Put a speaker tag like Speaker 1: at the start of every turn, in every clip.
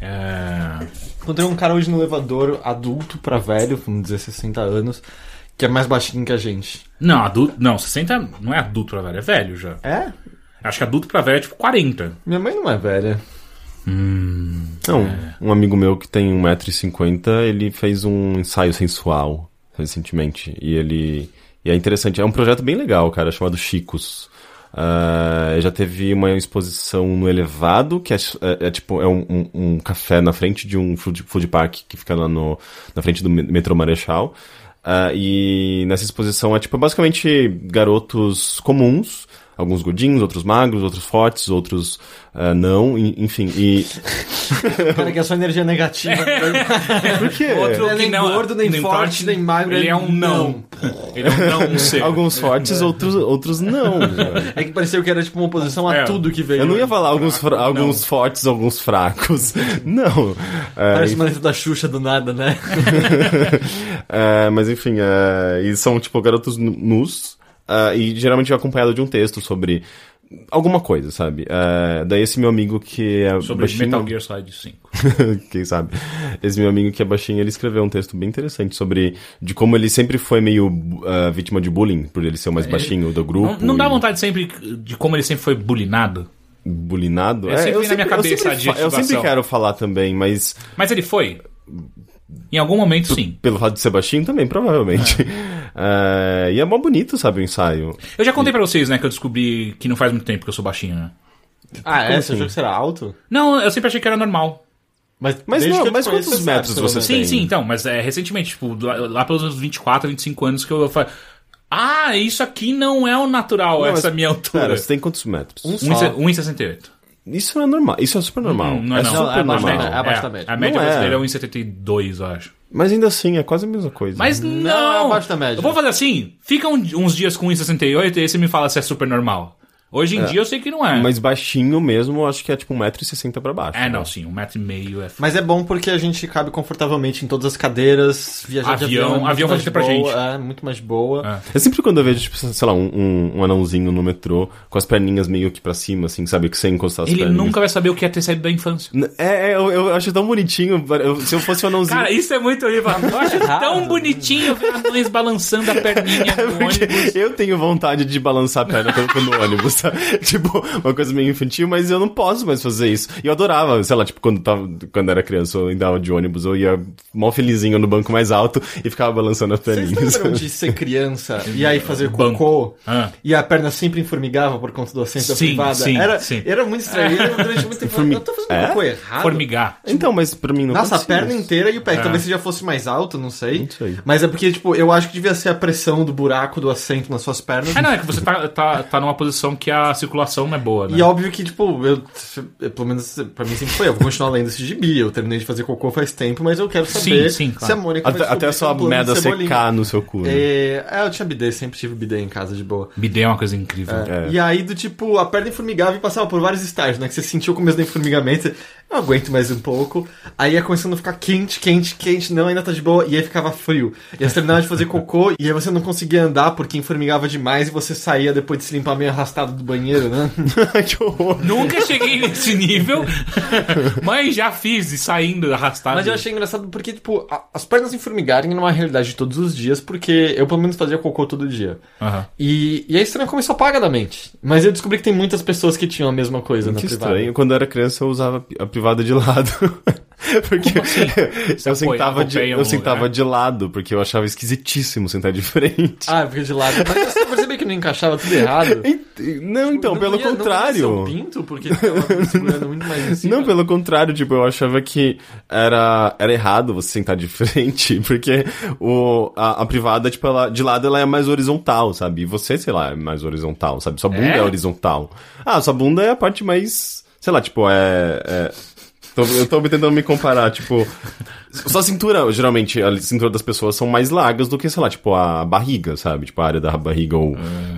Speaker 1: É... Encontrei um cara hoje no Levandouro, adulto pra velho, vamos dizer 60 anos, que é mais baixinho que a gente.
Speaker 2: Não, adulto. Não, 60 não é adulto pra velho, é velho já.
Speaker 1: É?
Speaker 2: Acho que adulto pra velho é tipo 40.
Speaker 1: Minha mãe não é velha.
Speaker 3: Não, um amigo meu que tem 1,50m, ele fez um ensaio sensual recentemente. E ele. E é interessante, é um projeto bem legal, cara, chamado Chicos. Ah, já teve uma exposição no Elevado, que é, é- é tipo é um, um- um café na frente de um food, food park que fica lá no, na frente do me- metrô Marechal. Ah, e nessa exposição é tipo basicamente garotos comuns, alguns gordinhos, outros magros, outros fortes, outros ah, não, en- enfim. E,
Speaker 1: O cara que é só energia negativa.
Speaker 3: Por quê?
Speaker 2: Outro
Speaker 1: Não é nem gordo, nem forte, nem magro,
Speaker 2: Ele é um não. Ele é um não seco.
Speaker 3: Alguns fortes, outros, outros não. já.
Speaker 1: É que pareceu que era tipo uma oposição a
Speaker 2: É.
Speaker 1: tudo que veio.
Speaker 3: Eu não ia falar alguns, fra-
Speaker 2: não.
Speaker 3: alguns fortes, alguns fracos. Não. É,
Speaker 1: Parece uma letra da Xuxa do nada, né?
Speaker 3: É, mas enfim, é, e são tipo garotos nu- nus, é, e geralmente é acompanhado de um texto sobre alguma coisa, sabe? É, daí esse meu amigo que é
Speaker 2: Sobre
Speaker 3: baixinho,
Speaker 2: Metal Gear Solid 5.
Speaker 3: quem sabe, esse meu amigo que é baixinho, ele escreveu um texto bem interessante sobre de como ele sempre foi meio é, vítima de bullying, por ele ser o mais baixinho do grupo.
Speaker 2: É, Não, não dá
Speaker 3: e
Speaker 2: vontade sempre de como ele sempre foi bulinado?
Speaker 3: Bulinado.
Speaker 2: É, sempre vem na minha cabeça
Speaker 3: eu
Speaker 2: a
Speaker 3: sempre, fa- eu
Speaker 2: adjetivação.
Speaker 3: sempre quero falar também, mas
Speaker 2: Mas ele foi? Em algum momento, sim.
Speaker 3: pelo fato de ser baixinho também, provavelmente. É, e é mó bonito, sabe, o ensaio.
Speaker 2: Eu já contei pra vocês, né, que eu descobri que não faz muito tempo que eu sou baixinho, né?
Speaker 1: Ah, é? Você achou que será alto?
Speaker 2: Não, eu sempre achei que era normal.
Speaker 1: Mas,
Speaker 3: Mas
Speaker 1: desde
Speaker 3: não,
Speaker 1: que eu te
Speaker 3: mas
Speaker 1: conheço,
Speaker 3: quantos
Speaker 1: sabe,
Speaker 3: metros
Speaker 1: pelo
Speaker 3: você
Speaker 1: menos.
Speaker 2: Sim,
Speaker 3: Tem.
Speaker 2: sim, então, mas é recentemente, tipo, lá, lá pelos uns 24, 25 anos que eu falei. Ah, isso aqui não é o natural,
Speaker 3: Não,
Speaker 2: essa
Speaker 3: mas-
Speaker 2: minha altura.
Speaker 3: Pera, você tem quantos metros?
Speaker 1: Um só.
Speaker 2: 1,68.
Speaker 3: Isso é normal. Isso é super normal.
Speaker 2: Não é, não.
Speaker 3: super
Speaker 1: Não, é abaixo
Speaker 3: normal.
Speaker 1: da média, é abaixo da média.
Speaker 2: A média
Speaker 3: Não é.
Speaker 2: brasileira é 1,72, eu acho.
Speaker 3: Mas ainda assim, é quase a mesma coisa.
Speaker 2: Mas não.
Speaker 1: é abaixo da média.
Speaker 2: Eu vou fazer assim: fica um- uns dias com 1,68 e aí você me fala se é super normal. Hoje em dia eu sei que não é.
Speaker 3: Mas baixinho mesmo, eu acho que é tipo 1,60m pra baixo.
Speaker 2: É, não, sim, um metro e meio é. f-
Speaker 1: Mas é bom porque a gente cabe confortavelmente em todas as cadeiras, viajar de
Speaker 2: Avião,
Speaker 1: avião. é muito
Speaker 2: avião vai
Speaker 1: mais
Speaker 2: ser pra
Speaker 1: boa,
Speaker 2: gente.
Speaker 1: É, muito mais boa.
Speaker 3: É sempre quando eu vejo, tipo, sei lá, um, um, um anãozinho no metrô, com as perninhas meio que pra cima, assim, sabe? Que sem encostar as
Speaker 2: Ele
Speaker 3: perninhas.
Speaker 2: nunca vai saber o que é ter saído da infância.
Speaker 3: É, é, eu, eu acho tão bonitinho. eu- se eu fosse um anãozinho.
Speaker 2: Cara, isso é muito horrível. Eu acho tão bonitinho ver anões balançando a perninha
Speaker 3: É
Speaker 2: do
Speaker 3: porque
Speaker 2: ônibus.
Speaker 3: eu tenho vontade de balançar a perna quando eu tô no ônibus, sabe? Tipo, uma coisa meio infantil, mas eu não posso mais fazer isso. E eu adorava, sei lá, tipo, quando, tava, quando era criança, eu andava de ônibus, eu ia mó felizinho no banco mais alto e ficava balançando as
Speaker 1: Vocês
Speaker 3: perninhas.
Speaker 1: lembram de ser criança e aí fazer
Speaker 2: Banco.
Speaker 1: cocô?
Speaker 2: Ah.
Speaker 1: E a perna sempre informigava por conta do assento da
Speaker 2: Sim,
Speaker 1: privada?
Speaker 2: sim,
Speaker 1: era,
Speaker 2: sim.
Speaker 1: era muito estranho. Eu, durante muito tempo, eu tô fazendo
Speaker 3: É?
Speaker 1: cocô errado?
Speaker 2: Formigar.
Speaker 3: Então, mas pra mim não
Speaker 1: Nossa, a
Speaker 3: acontecia
Speaker 1: perna
Speaker 3: isso.
Speaker 1: inteira e o pé.
Speaker 2: É.
Speaker 1: que Talvez você já fosse mais alto, não sei.
Speaker 3: Não sei.
Speaker 1: Mas é porque, tipo, eu acho que devia ser a pressão do buraco do assento nas suas pernas.
Speaker 2: É, não, é que você tá, tá, tá numa posição que a circulação não é boa, né?
Speaker 1: E óbvio que, tipo, eu, eu- pelo menos pra mim sempre foi, eu vou continuar lendo esse gibi, eu terminei de fazer cocô faz tempo, mas eu quero saber
Speaker 2: Sim, sim, claro.
Speaker 1: se a Mônica vai
Speaker 3: Até, até a
Speaker 1: descobrir
Speaker 3: sua
Speaker 1: que é um plano
Speaker 3: merda
Speaker 1: de cebolinha.
Speaker 3: secar no seu cu. né?
Speaker 1: É, é, eu tinha bidê, sempre tive bidê em casa de boa.
Speaker 2: Bidê é uma coisa incrível.
Speaker 1: E aí, do tipo, a perna formigava e passava por vários estágios, né? Que você sentiu o começo do formigamento, você, eu aguento mais um pouco. Aí ia começando a ficar quente, quente, quente, não, ainda tá de boa, e aí ficava frio. E aí você terminava de fazer cocô, e aí você não conseguia andar porque formigava demais e você saía depois de se limpar meio arrastado do banheiro, né?
Speaker 3: que horror.
Speaker 2: Nunca cheguei nesse nível, mas já fiz e saindo arrastado.
Speaker 1: Mas eu achei engraçado porque, tipo, a- as pernas enformigarem não é uma realidade de todos os dias, porque eu pelo menos fazia cocô todo dia.
Speaker 2: Aham.
Speaker 1: E, e é estranho como isso apaga da mente. Mas eu descobri que tem muitas pessoas que tinham a mesma coisa na
Speaker 3: Que
Speaker 1: privada.
Speaker 3: estranho. Quando eu era criança, eu usava a privada de lado. Porque eu
Speaker 2: assim? apoia-
Speaker 3: sentava, de,
Speaker 2: apoia em
Speaker 3: eu
Speaker 2: algum
Speaker 3: sentava
Speaker 1: né?
Speaker 2: lugar?
Speaker 3: de lado, porque eu achava esquisitíssimo sentar de frente.
Speaker 1: Ah, porque de lado. Mas você percebeu que não encaixava tudo errado?
Speaker 3: Ent- Não,
Speaker 1: Tipo,
Speaker 3: então,
Speaker 1: Não
Speaker 3: pelo
Speaker 1: ia- não ia ser um
Speaker 3: contrário.
Speaker 1: pinto, porque ele tava segurando muito mais em cima.
Speaker 3: Não, pelo contrário, tipo, eu achava que era, era errado você sentar de frente, porque o, a, a privada, tipo, ela, de lado ela é mais horizontal, sabe? E você, sei lá, é mais horizontal, sabe? Sua bunda é,
Speaker 2: É?
Speaker 3: horizontal. Ah, sua bunda é a parte mais, sei lá, tipo, é... é- tô- eu tô tentando me comparar, tipo... Sua cintura, geralmente, a cintura das pessoas são mais largas do que, sei lá, tipo, a barriga, sabe? Tipo, a área da barriga ou...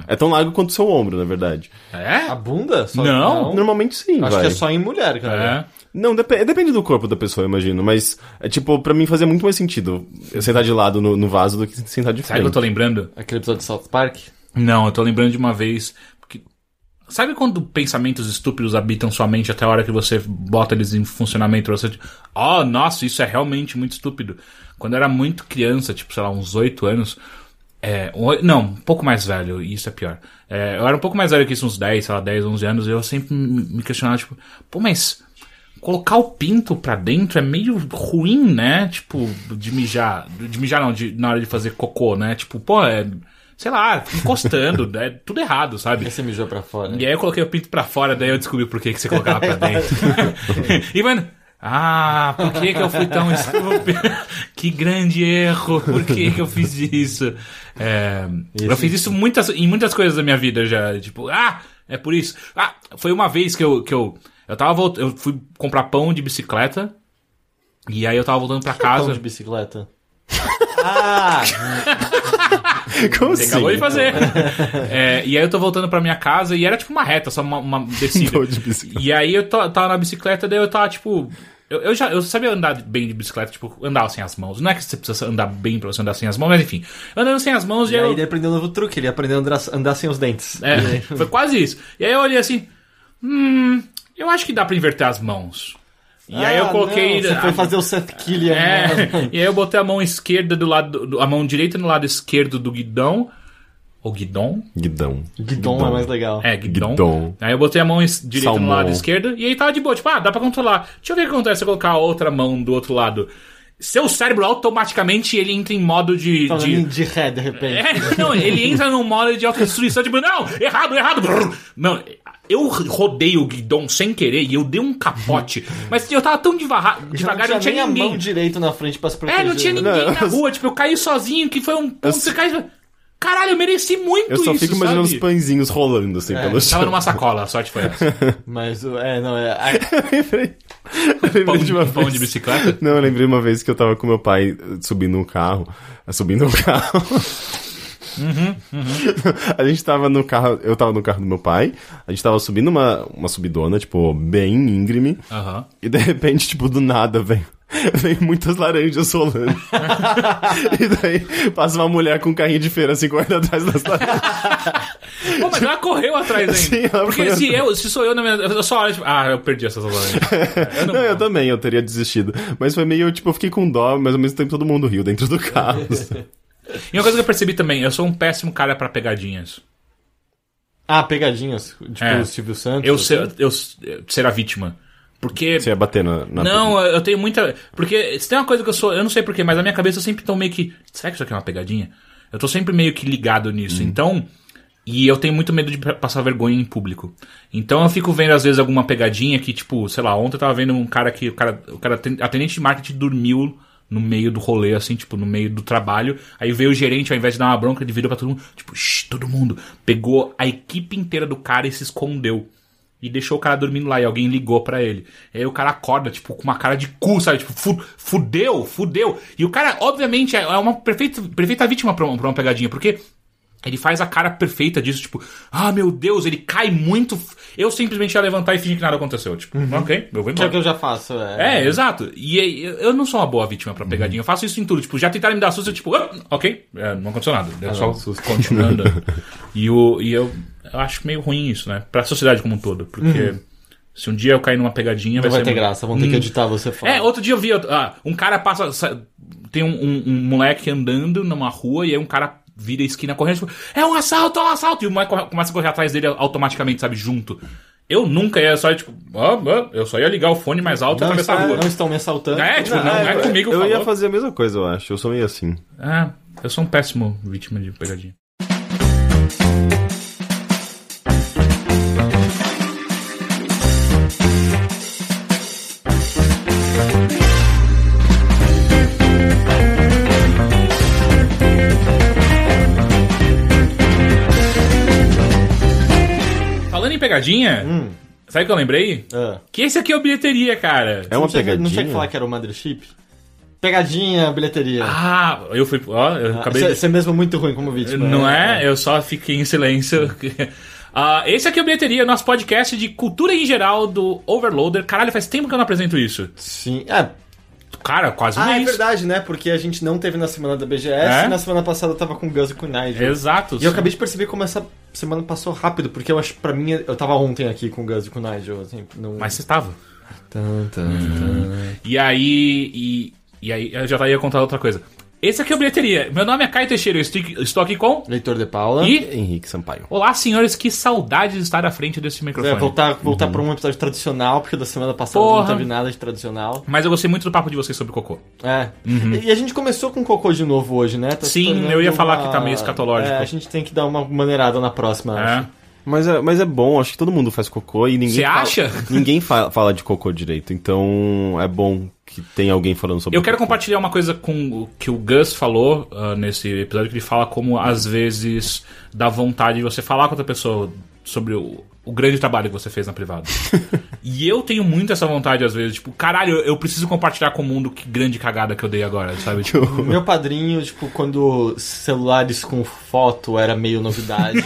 Speaker 3: É tão largo quanto o seu ombro, na verdade.
Speaker 1: A
Speaker 2: É?
Speaker 1: bunda? Só-
Speaker 2: Não.
Speaker 3: Normalmente sim,
Speaker 1: Acho
Speaker 3: vai.
Speaker 1: que é só em mulher,
Speaker 2: É.
Speaker 1: cara.
Speaker 3: Não, depe- depende do corpo da pessoa, eu imagino. Mas, é, tipo, pra mim fazia muito mais sentido eu sentar de lado no, no vaso do que sentar de
Speaker 2: Sabe o que eu
Speaker 3: frente.
Speaker 2: tô lembrando?
Speaker 1: Aquele episódio de South Park.
Speaker 2: Não, eu tô lembrando de uma vez. porque- Sabe quando pensamentos estúpidos habitam sua mente até a hora que você bota eles em funcionamento? Você, oh, nossa, isso é realmente muito estúpido. Quando eu era muito criança, tipo, sei lá, uns 8 anos, é, um- não, um pouco mais velho, e isso é pior. É, eu era um pouco mais velho que isso, uns 10, sei lá, 10, 11 anos, e eu sempre me me questionava, tipo, pô, mas colocar o pinto pra dentro é meio ruim, né? Tipo, de mijar. De mijar não, de, na hora de fazer cocô, né? Tipo, pô, é. Sei lá, fica encostando, é tudo errado, sabe?
Speaker 1: Aí você mijou pra fora.
Speaker 2: E aí eu coloquei o pinto pra fora, daí eu descobri por que, que você colocava pra dentro. e mano, ah, por que, que eu fui tão estúpido? que grande erro, por que, que eu fiz isso? É, eu fiz isso muitas, em muitas coisas da minha vida já. Tipo, ah, é por isso. Ah, foi uma vez que eu. Que eu, eu tava volt... eu fui comprar pão de bicicleta. E aí eu tava voltando pra
Speaker 1: Pão
Speaker 2: casa.
Speaker 1: de bicicleta. ah!
Speaker 3: Como
Speaker 2: Você
Speaker 3: assim?
Speaker 2: acabou de fazer. É, e aí eu tô voltando pra minha casa e era tipo uma reta, só uma, uma descida.
Speaker 3: Pão de bicicleta.
Speaker 2: E aí eu to- tava na bicicleta, daí eu tava, tipo. Eu, eu já eu sabia andar bem de bicicleta, tipo, andar sem as mãos. Não é que você precisa andar bem pra você andar sem as mãos, mas enfim. Andando sem as mãos,
Speaker 1: E
Speaker 2: e eu.
Speaker 1: aí ele aprendeu um novo truque, ele aprendeu a andar, andar sem os dentes.
Speaker 2: É, foi quase isso. E aí eu olhei assim. Hum, eu acho que dá pra inverter as mãos. E aí eu
Speaker 1: Ah,
Speaker 2: coloquei.
Speaker 1: não, você foi
Speaker 2: a-
Speaker 1: fazer o Seth Killian. né?
Speaker 2: É, e aí eu botei a mão esquerda do lado. do- a mão direita no lado esquerdo do guidão. Ou guidão?
Speaker 3: Guidão.
Speaker 1: Guidon é mais legal.
Speaker 2: É, guidon.
Speaker 3: Guidon.
Speaker 2: Aí eu botei a mão es- direita no
Speaker 3: Salmão.
Speaker 2: lado esquerdo e aí tava de boa. Tipo, ah, dá pra controlar. Deixa eu ver o que acontece se eu colocar a outra mão do outro lado. Seu cérebro automaticamente ele entra em modo de.
Speaker 1: Falando
Speaker 2: de-
Speaker 1: em de ré, de repente.
Speaker 2: É, não, ele entra num modo de autodestruição, tipo, não, errado, errado. brrr. Não, eu rodei o guidon sem querer e eu dei um capote. Mas eu tava tão devagar, devagar
Speaker 1: Já
Speaker 2: não tinha
Speaker 1: nem a
Speaker 2: ninguém.
Speaker 1: mão direito na frente pra se proteger. né?
Speaker 2: É, não tinha ninguém
Speaker 3: Não,
Speaker 2: na
Speaker 3: eu-
Speaker 2: rua, tipo, eu caí sozinho, que foi um ponto. Você cai. e fala, Caralho, eu mereci muito
Speaker 3: Eu só
Speaker 2: isso.
Speaker 3: fico imaginando
Speaker 2: sabe? É, tá
Speaker 3: os pãezinhos rolando assim pelo chão.
Speaker 2: Tava numa sacola, a sorte foi essa.
Speaker 1: Mas, o- é, não, é... a-
Speaker 3: Lembrei- lembrei
Speaker 2: Um Pão
Speaker 3: de
Speaker 2: de,
Speaker 3: uma
Speaker 2: pão de
Speaker 3: vez.
Speaker 2: bicicleta?
Speaker 3: Não, eu lembrei uma vez que eu tava com meu pai eh, subindo um carro. eh, Subindo um carro.
Speaker 2: Uhum,
Speaker 3: A gente tava no carro, eu tava no carro do meu pai, a gente tava subindo uma, uma subidona, tipo, bem íngreme,
Speaker 2: Aham.
Speaker 3: e de repente, tipo, do nada, vem, vem muitas laranjas rolando. e daí passa uma mulher com um carrinho de feira assim correndo atrás das laranjas.
Speaker 2: Pô, mas ela correu atrás ainda.
Speaker 3: Tipo, Sim, ela
Speaker 2: Porque
Speaker 3: foi
Speaker 2: se eu, se sou eu na minha. Eu só olho, tipo, ah, eu perdi essas laranjas. Eu não-
Speaker 3: Não, eu também, eu teria desistido. Mas foi meio, tipo, eu fiquei com dó, mas ao mesmo tempo todo mundo riu dentro do carro.
Speaker 2: E uma coisa que eu percebi também, eu sou um péssimo cara pra pegadinhas.
Speaker 1: Ah, pegadinhas. Tipo
Speaker 2: É.
Speaker 1: o Silvio Santos.
Speaker 2: Eu
Speaker 3: é?
Speaker 2: ser, eu ser a vítima. Porque.
Speaker 3: Você ia bater na, na
Speaker 2: Não, eu eu tenho muita. Porque se tem uma coisa que eu sou. Eu não sei porquê, mas na minha cabeça eu sempre tô meio que. Será que isso aqui é uma pegadinha? Eu tô sempre meio que ligado nisso. Então. E eu tenho muito medo de pa- passar vergonha em público. Então eu fico vendo, às vezes, alguma pegadinha que, tipo, sei lá, ontem eu tava vendo um cara que. O cara. O cara ten- atendente de marketing dormiu no meio do rolê, assim, tipo, no meio do trabalho. Aí veio o gerente, ao invés de dar uma bronca, ele virou pra todo mundo, tipo, shh, todo mundo. Pegou a equipe inteira do cara e se escondeu. E deixou o cara dormindo lá e alguém ligou pra ele. E aí o cara acorda, tipo, com uma cara de cu, sabe? Tipo, fu- fudeu, fudeu. E o cara, obviamente, é é uma perfeita, perfeita vítima pra uma, pra uma pegadinha, porque ele faz a cara perfeita disso, tipo, ah, meu Deus, ele cai muito. f- Eu simplesmente ia levantar e fingir que nada aconteceu. Tipo, ok, eu vou
Speaker 1: Que é o que
Speaker 2: embora.
Speaker 1: eu já faço. É.
Speaker 2: É, exato. E aí, eu eu não sou uma boa vítima pra pegadinha. Eu faço isso em tudo. Tipo, já tentaram me dar susto, eu, tipo, ah, ok, é, não aconteceu nada. Eu só continuo andando. e, o, e eu, eu acho meio ruim isso, né? Pra sociedade como um todo. Porque se um dia eu cair numa pegadinha,
Speaker 1: Uhum.
Speaker 2: vai
Speaker 1: Não vai
Speaker 2: ser.
Speaker 1: ter
Speaker 2: muito-
Speaker 1: graça, vão ter que editar você falar.
Speaker 2: É, outro dia eu vi ah, um cara passa. sa- Tem um, um- um moleque andando numa rua e aí um cara vira a esquina correndo tipo, é um assalto, é um assalto! E o moleque corre- começa a correr atrás dele automaticamente, sabe? Junto. Eu nunca ia só, tipo, ah, ah, eu só ia ligar o fone mais alto e
Speaker 1: não,
Speaker 2: atravessar a
Speaker 1: está-
Speaker 2: rua.
Speaker 1: não estão me assaltando.
Speaker 2: É, tipo, não, é comigo,
Speaker 3: Eu ia
Speaker 2: falou.
Speaker 3: fazer a mesma coisa, eu acho. Eu sou meio assim.
Speaker 2: Ah, eu sou um péssimo vítima de pegadinha. Falando em pegadinha,
Speaker 3: Hum.
Speaker 2: sabe o que eu lembrei?
Speaker 1: Ah.
Speaker 2: Que esse aqui é o bilheteria, cara.
Speaker 3: É uma
Speaker 1: Não tinha-
Speaker 3: pegadinha.
Speaker 1: Não tinha que falar que era o Mothership? Pegadinha, bilheteria.
Speaker 2: Ah, eu fui. Ó, eu acabei. de-
Speaker 1: Você mesmo é muito ruim como vítima. né?
Speaker 2: Não é? Eu só fiquei em silêncio. Ah, esse aqui é o Bilheteria, nosso podcast de cultura em geral do Overloader. Caralho, faz tempo que eu não apresento isso.
Speaker 1: Sim. É,
Speaker 2: Cara, quase um
Speaker 1: Ah, é
Speaker 2: mês.
Speaker 1: verdade, né? Porque a gente não teve na semana da BGS
Speaker 2: É?
Speaker 1: e na semana passada eu tava com o Gus e com o Nigel.
Speaker 2: Exato.
Speaker 1: E eu acabei de perceber como essa semana passou rápido, porque eu acho, pra mim, eu tava ontem aqui com o Gus e com o Nigel, assim, não...
Speaker 2: Mas você estava.
Speaker 1: Tan, tan, tan.
Speaker 2: E aí. E, e aí eu já ia contar outra coisa. Esse aqui é o bilheteria. Meu nome é Caio Teixeira, eu estou aqui- estou aqui com.
Speaker 1: Leitor de Paula.
Speaker 2: E-
Speaker 3: Henrique Sampaio.
Speaker 2: Olá, senhores, que saudade de estar à frente desse
Speaker 1: É,
Speaker 2: microfone.
Speaker 1: voltar
Speaker 3: Uhum.
Speaker 1: voltar pra um episódio tradicional, porque da semana passada
Speaker 2: Porra.
Speaker 1: não teve nada de tradicional.
Speaker 2: Mas eu gostei muito do papo de vocês sobre cocô.
Speaker 1: É.
Speaker 3: Uhum.
Speaker 1: E a gente começou com cocô de novo hoje, né? Tá se
Speaker 2: Sim,
Speaker 1: tornando
Speaker 2: eu ia falar que tá meio escatológico.
Speaker 1: É, a gente tem que dar uma maneirada na próxima, acho.
Speaker 2: É.
Speaker 3: Mas é, mas é bom, acho que todo mundo faz cocô e ninguém.
Speaker 2: Você
Speaker 3: fala-
Speaker 2: acha?
Speaker 3: Ninguém fa- fala de cocô direito, então é bom que tem alguém falando sobre
Speaker 2: Eu quero
Speaker 3: cocô.
Speaker 2: compartilhar uma coisa com o que o Gus falou ah, nesse episódio, que ele fala como às vezes dá vontade de você falar com outra pessoa sobre o, o grande trabalho que você fez na privada. e eu tenho muito essa vontade às vezes, tipo, caralho, eu preciso compartilhar com o mundo que grande cagada que eu dei agora, sabe? Tipo,
Speaker 3: Uhum.
Speaker 1: O meu padrinho, tipo, quando celulares com foto era meio novidade,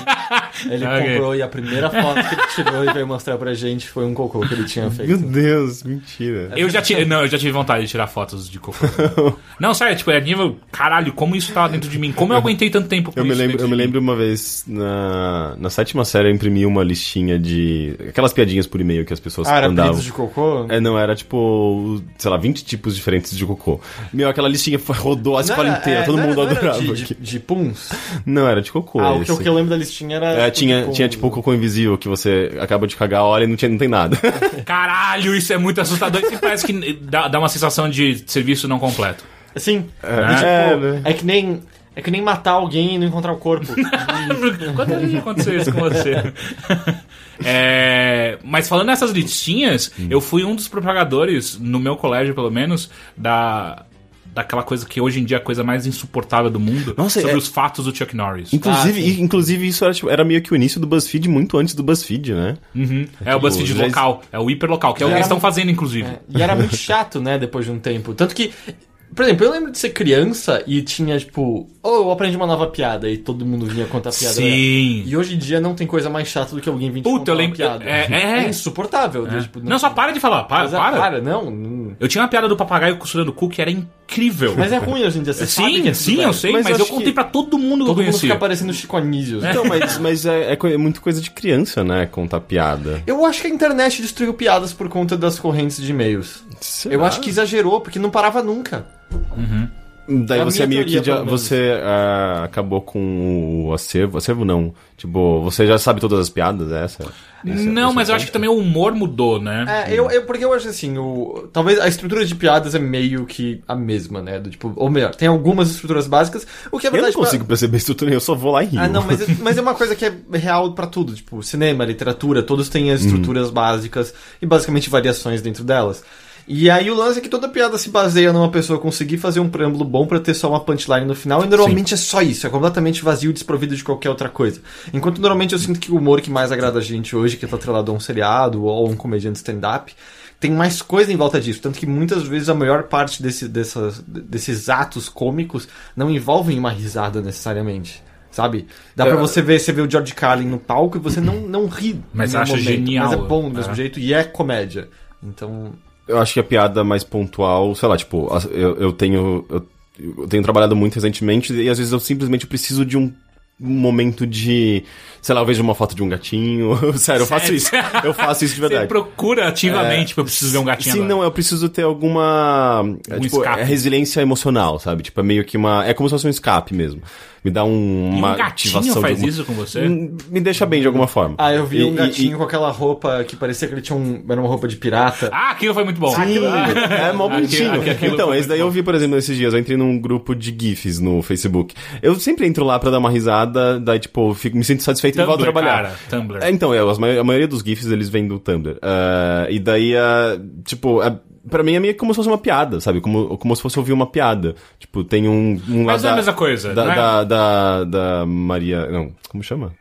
Speaker 1: ele
Speaker 2: Ok.
Speaker 1: comprou e a primeira foto que ele tirou e veio mostrar pra gente foi um cocô que ele tinha
Speaker 3: Meu
Speaker 1: feito.
Speaker 3: Deus, mentira.
Speaker 2: eu já tive, não, eu já tive vontade de tirar fotos de cocô. não, sério, tipo, é nível, caralho, como isso tá dentro de mim? Como eu aguentei tanto tempo com
Speaker 3: Eu me,
Speaker 2: isso
Speaker 3: lembro,
Speaker 2: dentro
Speaker 3: eu me
Speaker 2: de mim?
Speaker 3: lembro uma vez, na, na sétima série, eu imprimi uma listinha de. aquelas piadinhas por e-mail que as pessoas
Speaker 1: Ah, era
Speaker 3: mandavam.
Speaker 1: apelido de cocô?
Speaker 3: É, não, era tipo, sei lá, 20 tipos diferentes de cocô. Meu, aquela listinha foi- rodou a
Speaker 1: Não
Speaker 3: escola
Speaker 1: era-
Speaker 3: inteira,
Speaker 1: é,
Speaker 3: todo
Speaker 1: não era-
Speaker 3: mundo
Speaker 1: não era
Speaker 3: adorava.
Speaker 1: De, de,
Speaker 3: aqui.
Speaker 1: de puns?
Speaker 3: Não, era de cocô.
Speaker 1: Ah, o que,
Speaker 3: esse.
Speaker 1: o que eu lembro da listinha era.
Speaker 3: É, tinha,
Speaker 1: tipo,
Speaker 3: tinha tipo cocô invisível que você acaba de cagar, olha e não, tinha, não tem nada.
Speaker 2: Caralho, isso é muito assustador. Isso parece que dá, dá uma sensação de serviço não completo.
Speaker 1: Assim.
Speaker 3: É, né?
Speaker 1: É que nem. É que nem matar alguém e não encontrar o corpo.
Speaker 2: Quantas vezes já aconteceu isso com você? É, mas falando nessas listinhas, eu fui um dos propagadores, no meu colégio pelo menos, da daquela coisa que hoje em dia é a coisa mais insuportável do mundo,
Speaker 3: Nossa,
Speaker 2: sobre
Speaker 3: é-
Speaker 2: os fatos do Chuck Norris.
Speaker 3: Inclusive,
Speaker 1: Ah, sim.
Speaker 3: i- inclusive isso era, tipo, era meio que o início do BuzzFeed, muito antes do BuzzFeed, né?
Speaker 2: É o BuzzFeed
Speaker 3: já-
Speaker 2: local, é o hiperlocal, que é o que eles estão fazendo, inclusive.
Speaker 1: e era muito chato, né, depois de um tempo. Tanto que. Por exemplo, eu lembro de ser criança e tinha, tipo, ou eu aprendi uma nova piada e todo mundo vinha contar a piada.
Speaker 2: Sim.
Speaker 1: E hoje em dia não tem coisa mais chata do que alguém vir te
Speaker 2: Puta,
Speaker 1: contar
Speaker 2: eu
Speaker 1: uma
Speaker 2: lembro-
Speaker 1: piada.
Speaker 2: é- é.
Speaker 1: insuportável. né, tipo,
Speaker 2: Não, só para de falar, para,
Speaker 1: Mas é-
Speaker 2: para.
Speaker 1: para, não, não.
Speaker 2: Eu tinha uma piada do papagaio costurando o cu que era incrível.
Speaker 1: Mas é ruim hoje em dia. Você sabe que
Speaker 2: Sim,
Speaker 1: é
Speaker 2: sim, eu sei, mas,
Speaker 3: Mas eu
Speaker 2: eu
Speaker 3: acho
Speaker 2: contei
Speaker 3: que
Speaker 2: pra todo mundo que eu
Speaker 1: Todo mundo
Speaker 2: conhecia.
Speaker 1: fica parecendo Chico Anísio.
Speaker 3: Então, mas, mas é, é co- é muito coisa de criança, né? Contar piada.
Speaker 1: Eu acho que a internet destruiu piadas por conta das correntes de e-mails. Eu acho que exagerou, porque não parava nunca.
Speaker 3: Daí
Speaker 1: É a
Speaker 3: você
Speaker 1: minha
Speaker 3: meio que
Speaker 1: teoria,
Speaker 3: já,
Speaker 1: pelo menos.
Speaker 3: você ah, acabou com o acervo, acervo não, tipo, você já sabe todas as piadas, é essa?
Speaker 2: Não, mas eu acho que também o humor mudou, né?
Speaker 3: Uhum.
Speaker 1: É, eu, eu- porque eu acho assim, o, talvez a estrutura de piadas é meio que a mesma, né? Do tipo, ou melhor, tem algumas estruturas básicas, o que é
Speaker 3: Eu
Speaker 1: verdade.
Speaker 3: não consigo perceber isso tudo, eu só vou lá e rio.
Speaker 1: pra- Ah, não, mas, é- mas é uma coisa que é real pra tudo, tipo, cinema, literatura, todos têm as estruturas básicas e basicamente variações dentro delas. E aí o lance é que toda piada se baseia numa pessoa conseguir fazer um preâmbulo bom pra ter só uma punchline no final, e normalmente é só isso, é completamente vazio, desprovido de qualquer outra coisa. Enquanto normalmente eu sinto que o humor que mais agrada a gente hoje, que tá atrelado a um seriado ou a um comediante stand-up, tem mais coisa em volta disso. Tanto que muitas vezes a maior parte desse, dessas, desses atos cômicos não envolvem uma risada necessariamente. Sabe? Dá pra você ver, você vê o George Carlin no palco e você não, não ri.
Speaker 2: Mas
Speaker 1: no
Speaker 2: acha genial.
Speaker 1: Mas é bom do mesmo
Speaker 2: É.
Speaker 1: jeito e é comédia. Então,
Speaker 3: Eu acho que a piada mais pontual, sei lá, tipo, as- eu, eu tenho. Eu, eu tenho trabalhado muito recentemente e às vezes eu simplesmente preciso de um momento de. Sei lá, eu vejo uma foto de um gatinho. Sério, eu faço
Speaker 2: Sério?
Speaker 3: isso. Eu faço isso de
Speaker 2: Você
Speaker 3: verdade.
Speaker 2: procura ativamente, tipo, eu preciso ver um gatinho
Speaker 3: Sim,
Speaker 2: agora.
Speaker 3: não, eu preciso ter alguma. é,
Speaker 2: Um
Speaker 3: tipo,
Speaker 2: escape.
Speaker 3: é resiliência emocional, sabe? Tipo, é meio que uma. É como se fosse um escape mesmo. Me dá um,
Speaker 2: E
Speaker 3: uma
Speaker 2: um gatinho
Speaker 3: ativação.
Speaker 2: faz
Speaker 3: de alguma-
Speaker 2: isso com você?
Speaker 3: Hum, Me deixa bem de alguma forma.
Speaker 1: Ah, eu vi
Speaker 3: E-
Speaker 1: um
Speaker 3: e-
Speaker 1: gatinho com aquela roupa que parecia que ele tinha um. Era uma roupa de pirata.
Speaker 2: Ah, aquilo foi muito bom.
Speaker 3: Sim, é mó
Speaker 2: Aquilo-
Speaker 3: bonitinho.
Speaker 2: aquilo- aquilo
Speaker 3: então,
Speaker 2: foi
Speaker 3: esse daí
Speaker 2: muito
Speaker 3: eu vi, por exemplo, esses dias. Eu entrei num grupo de GIFs no Facebook. Eu sempre entro lá pra dar uma risada, daí, tipo, fico, me sinto satisfeito e volto
Speaker 2: Tumblr,
Speaker 3: trabalhar.
Speaker 2: cara, Tumblr.
Speaker 3: É, então, é, as mai- a maioria dos GIFs eles vêm do Tumblr. Ah, e daí, ah, tipo, é, pra mim é meio como se fosse uma piada, sabe? Como, como se fosse ouvir uma piada. Tipo, tem um, um
Speaker 2: Mas não é a
Speaker 3: lá da-
Speaker 2: mesma coisa,
Speaker 3: Da,
Speaker 2: não é?
Speaker 3: da, da, da Maria. Não, como chama?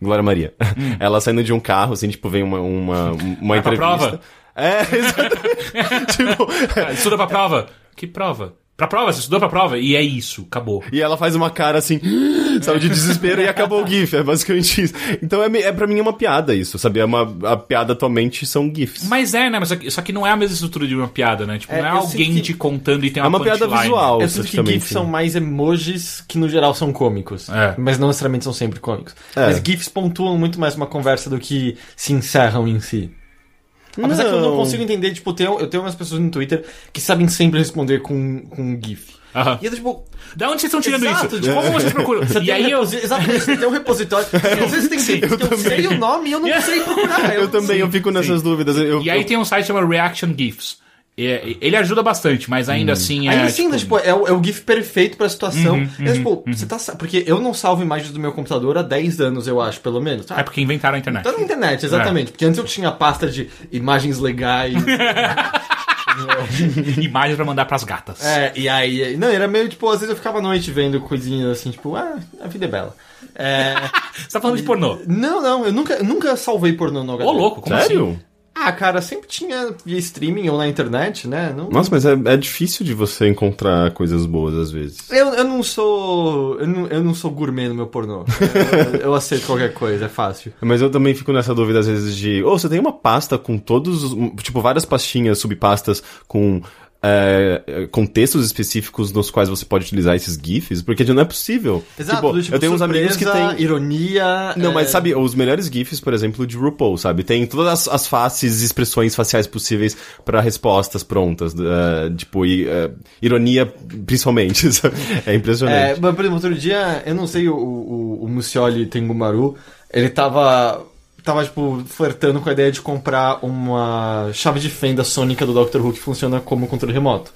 Speaker 3: Glória Maria. Ela saindo de um carro, assim, tipo, vem uma, uma, uma
Speaker 2: Hum. Vai pra
Speaker 3: entrevista.
Speaker 2: prova?
Speaker 3: É, exatamente. tipo,
Speaker 2: Ah, Estuda pra prova? Que prova? Pra prova, você estudou pra prova? E é isso, acabou.
Speaker 3: E ela faz uma cara assim, sabe, de desespero e acabou o GIF. É basicamente isso. Então é, me- é pra mim é uma piada isso, sabe? É uma, a piada atualmente são GIFs.
Speaker 2: Mas é, né? Mas só, que, só que não é a mesma estrutura de uma piada, né? Tipo,
Speaker 1: É,
Speaker 2: não é
Speaker 1: eu sinto
Speaker 2: alguém
Speaker 1: que-
Speaker 2: te contando e tem
Speaker 3: É
Speaker 2: uma
Speaker 3: uma piada
Speaker 2: punchline.
Speaker 3: visual,
Speaker 1: Eu sinto que GIFs
Speaker 3: praticamente.
Speaker 1: são mais emojis que no geral são cômicos.
Speaker 2: É.
Speaker 1: Mas não necessariamente são sempre cômicos.
Speaker 3: É.
Speaker 1: Mas GIFs pontuam muito mais uma conversa do que se encerram em si. Apesar que eu não
Speaker 3: Não.
Speaker 1: consigo entender, tipo, tem, eu tenho umas pessoas no Twitter que sabem sempre responder com, com GIF.
Speaker 2: Aham.
Speaker 1: E eu tô tipo,
Speaker 2: Da onde vocês estão tirando
Speaker 1: Exato,
Speaker 2: isso?
Speaker 1: tipo,
Speaker 2: Como vocês procuram?
Speaker 1: Você
Speaker 2: e
Speaker 1: tem
Speaker 2: aí eu... É.
Speaker 1: Exatamente, você tem um repositório. Às vezes tem
Speaker 2: Sim,
Speaker 1: gente que eu, sei o nome e eu não sei procurar.
Speaker 3: Eu também, eu fico nessas dúvidas. Eu,
Speaker 2: E aí
Speaker 3: eu-
Speaker 2: tem um site chamado Reaction GIFs. E- e- ele ajuda bastante, mas ainda assim é.
Speaker 1: Ainda assim, né, tipo, é, o, é o GIF perfeito pra situação.
Speaker 2: Uhum,
Speaker 1: é, tipo, você tá. sa- Porque eu não salvo imagens do meu computador há 10 anos, eu acho, pelo menos.
Speaker 2: É
Speaker 1: Ah,
Speaker 2: porque inventaram a internet.
Speaker 1: tá na internet, exatamente. Porque antes eu tinha a pasta de imagens legais.
Speaker 2: Imagem pra mandar pras gatas.
Speaker 1: é, e aí. Não, era meio tipo, às vezes eu ficava à noite vendo coisinhas assim, tipo, ah, a vida é bela. É,
Speaker 2: Você tá falando de pornô.
Speaker 1: não, não, eu nunca, eu nunca salvei pornô no HD.
Speaker 2: Ô, louco, como assim?
Speaker 3: Sério?
Speaker 1: Ah, cara, sempre tinha via streaming ou na internet, né? Não,
Speaker 3: Nossa, mas é, é difícil de você encontrar coisas boas às vezes.
Speaker 1: Eu, eu não sou. Eu não, eu não sou gourmet no meu pornô. Eu, eu aceito qualquer coisa, é fácil.
Speaker 3: Mas eu também fico nessa dúvida às vezes de, ô, você tem uma pasta com todos, os- um, tipo, várias pastinhas, subpastas com é, é, contextos específicos nos quais você pode utilizar esses GIFs? Porque não é possível. Tipo,
Speaker 1: do
Speaker 3: eu tenho uns amigos que
Speaker 1: surpresa,
Speaker 3: têm...
Speaker 1: Ironia.
Speaker 3: Não,
Speaker 1: é,
Speaker 3: mas sabe, os melhores GIFs, por exemplo, de RuPaul, sabe? Tem todas as, as faces, expressões faciais possíveis pra respostas prontas. eh, tipo, e, eh, ironia, principalmente. sabe? É
Speaker 1: É,
Speaker 3: impressionante.
Speaker 1: mas, por exemplo, outro dia, eu não sei, o, o, o Mucioli Tengumaru, ele tava. Tava, tipo, flertando com a ideia de comprar uma chave de fenda sônica do Dr. Who que funciona como controle remoto.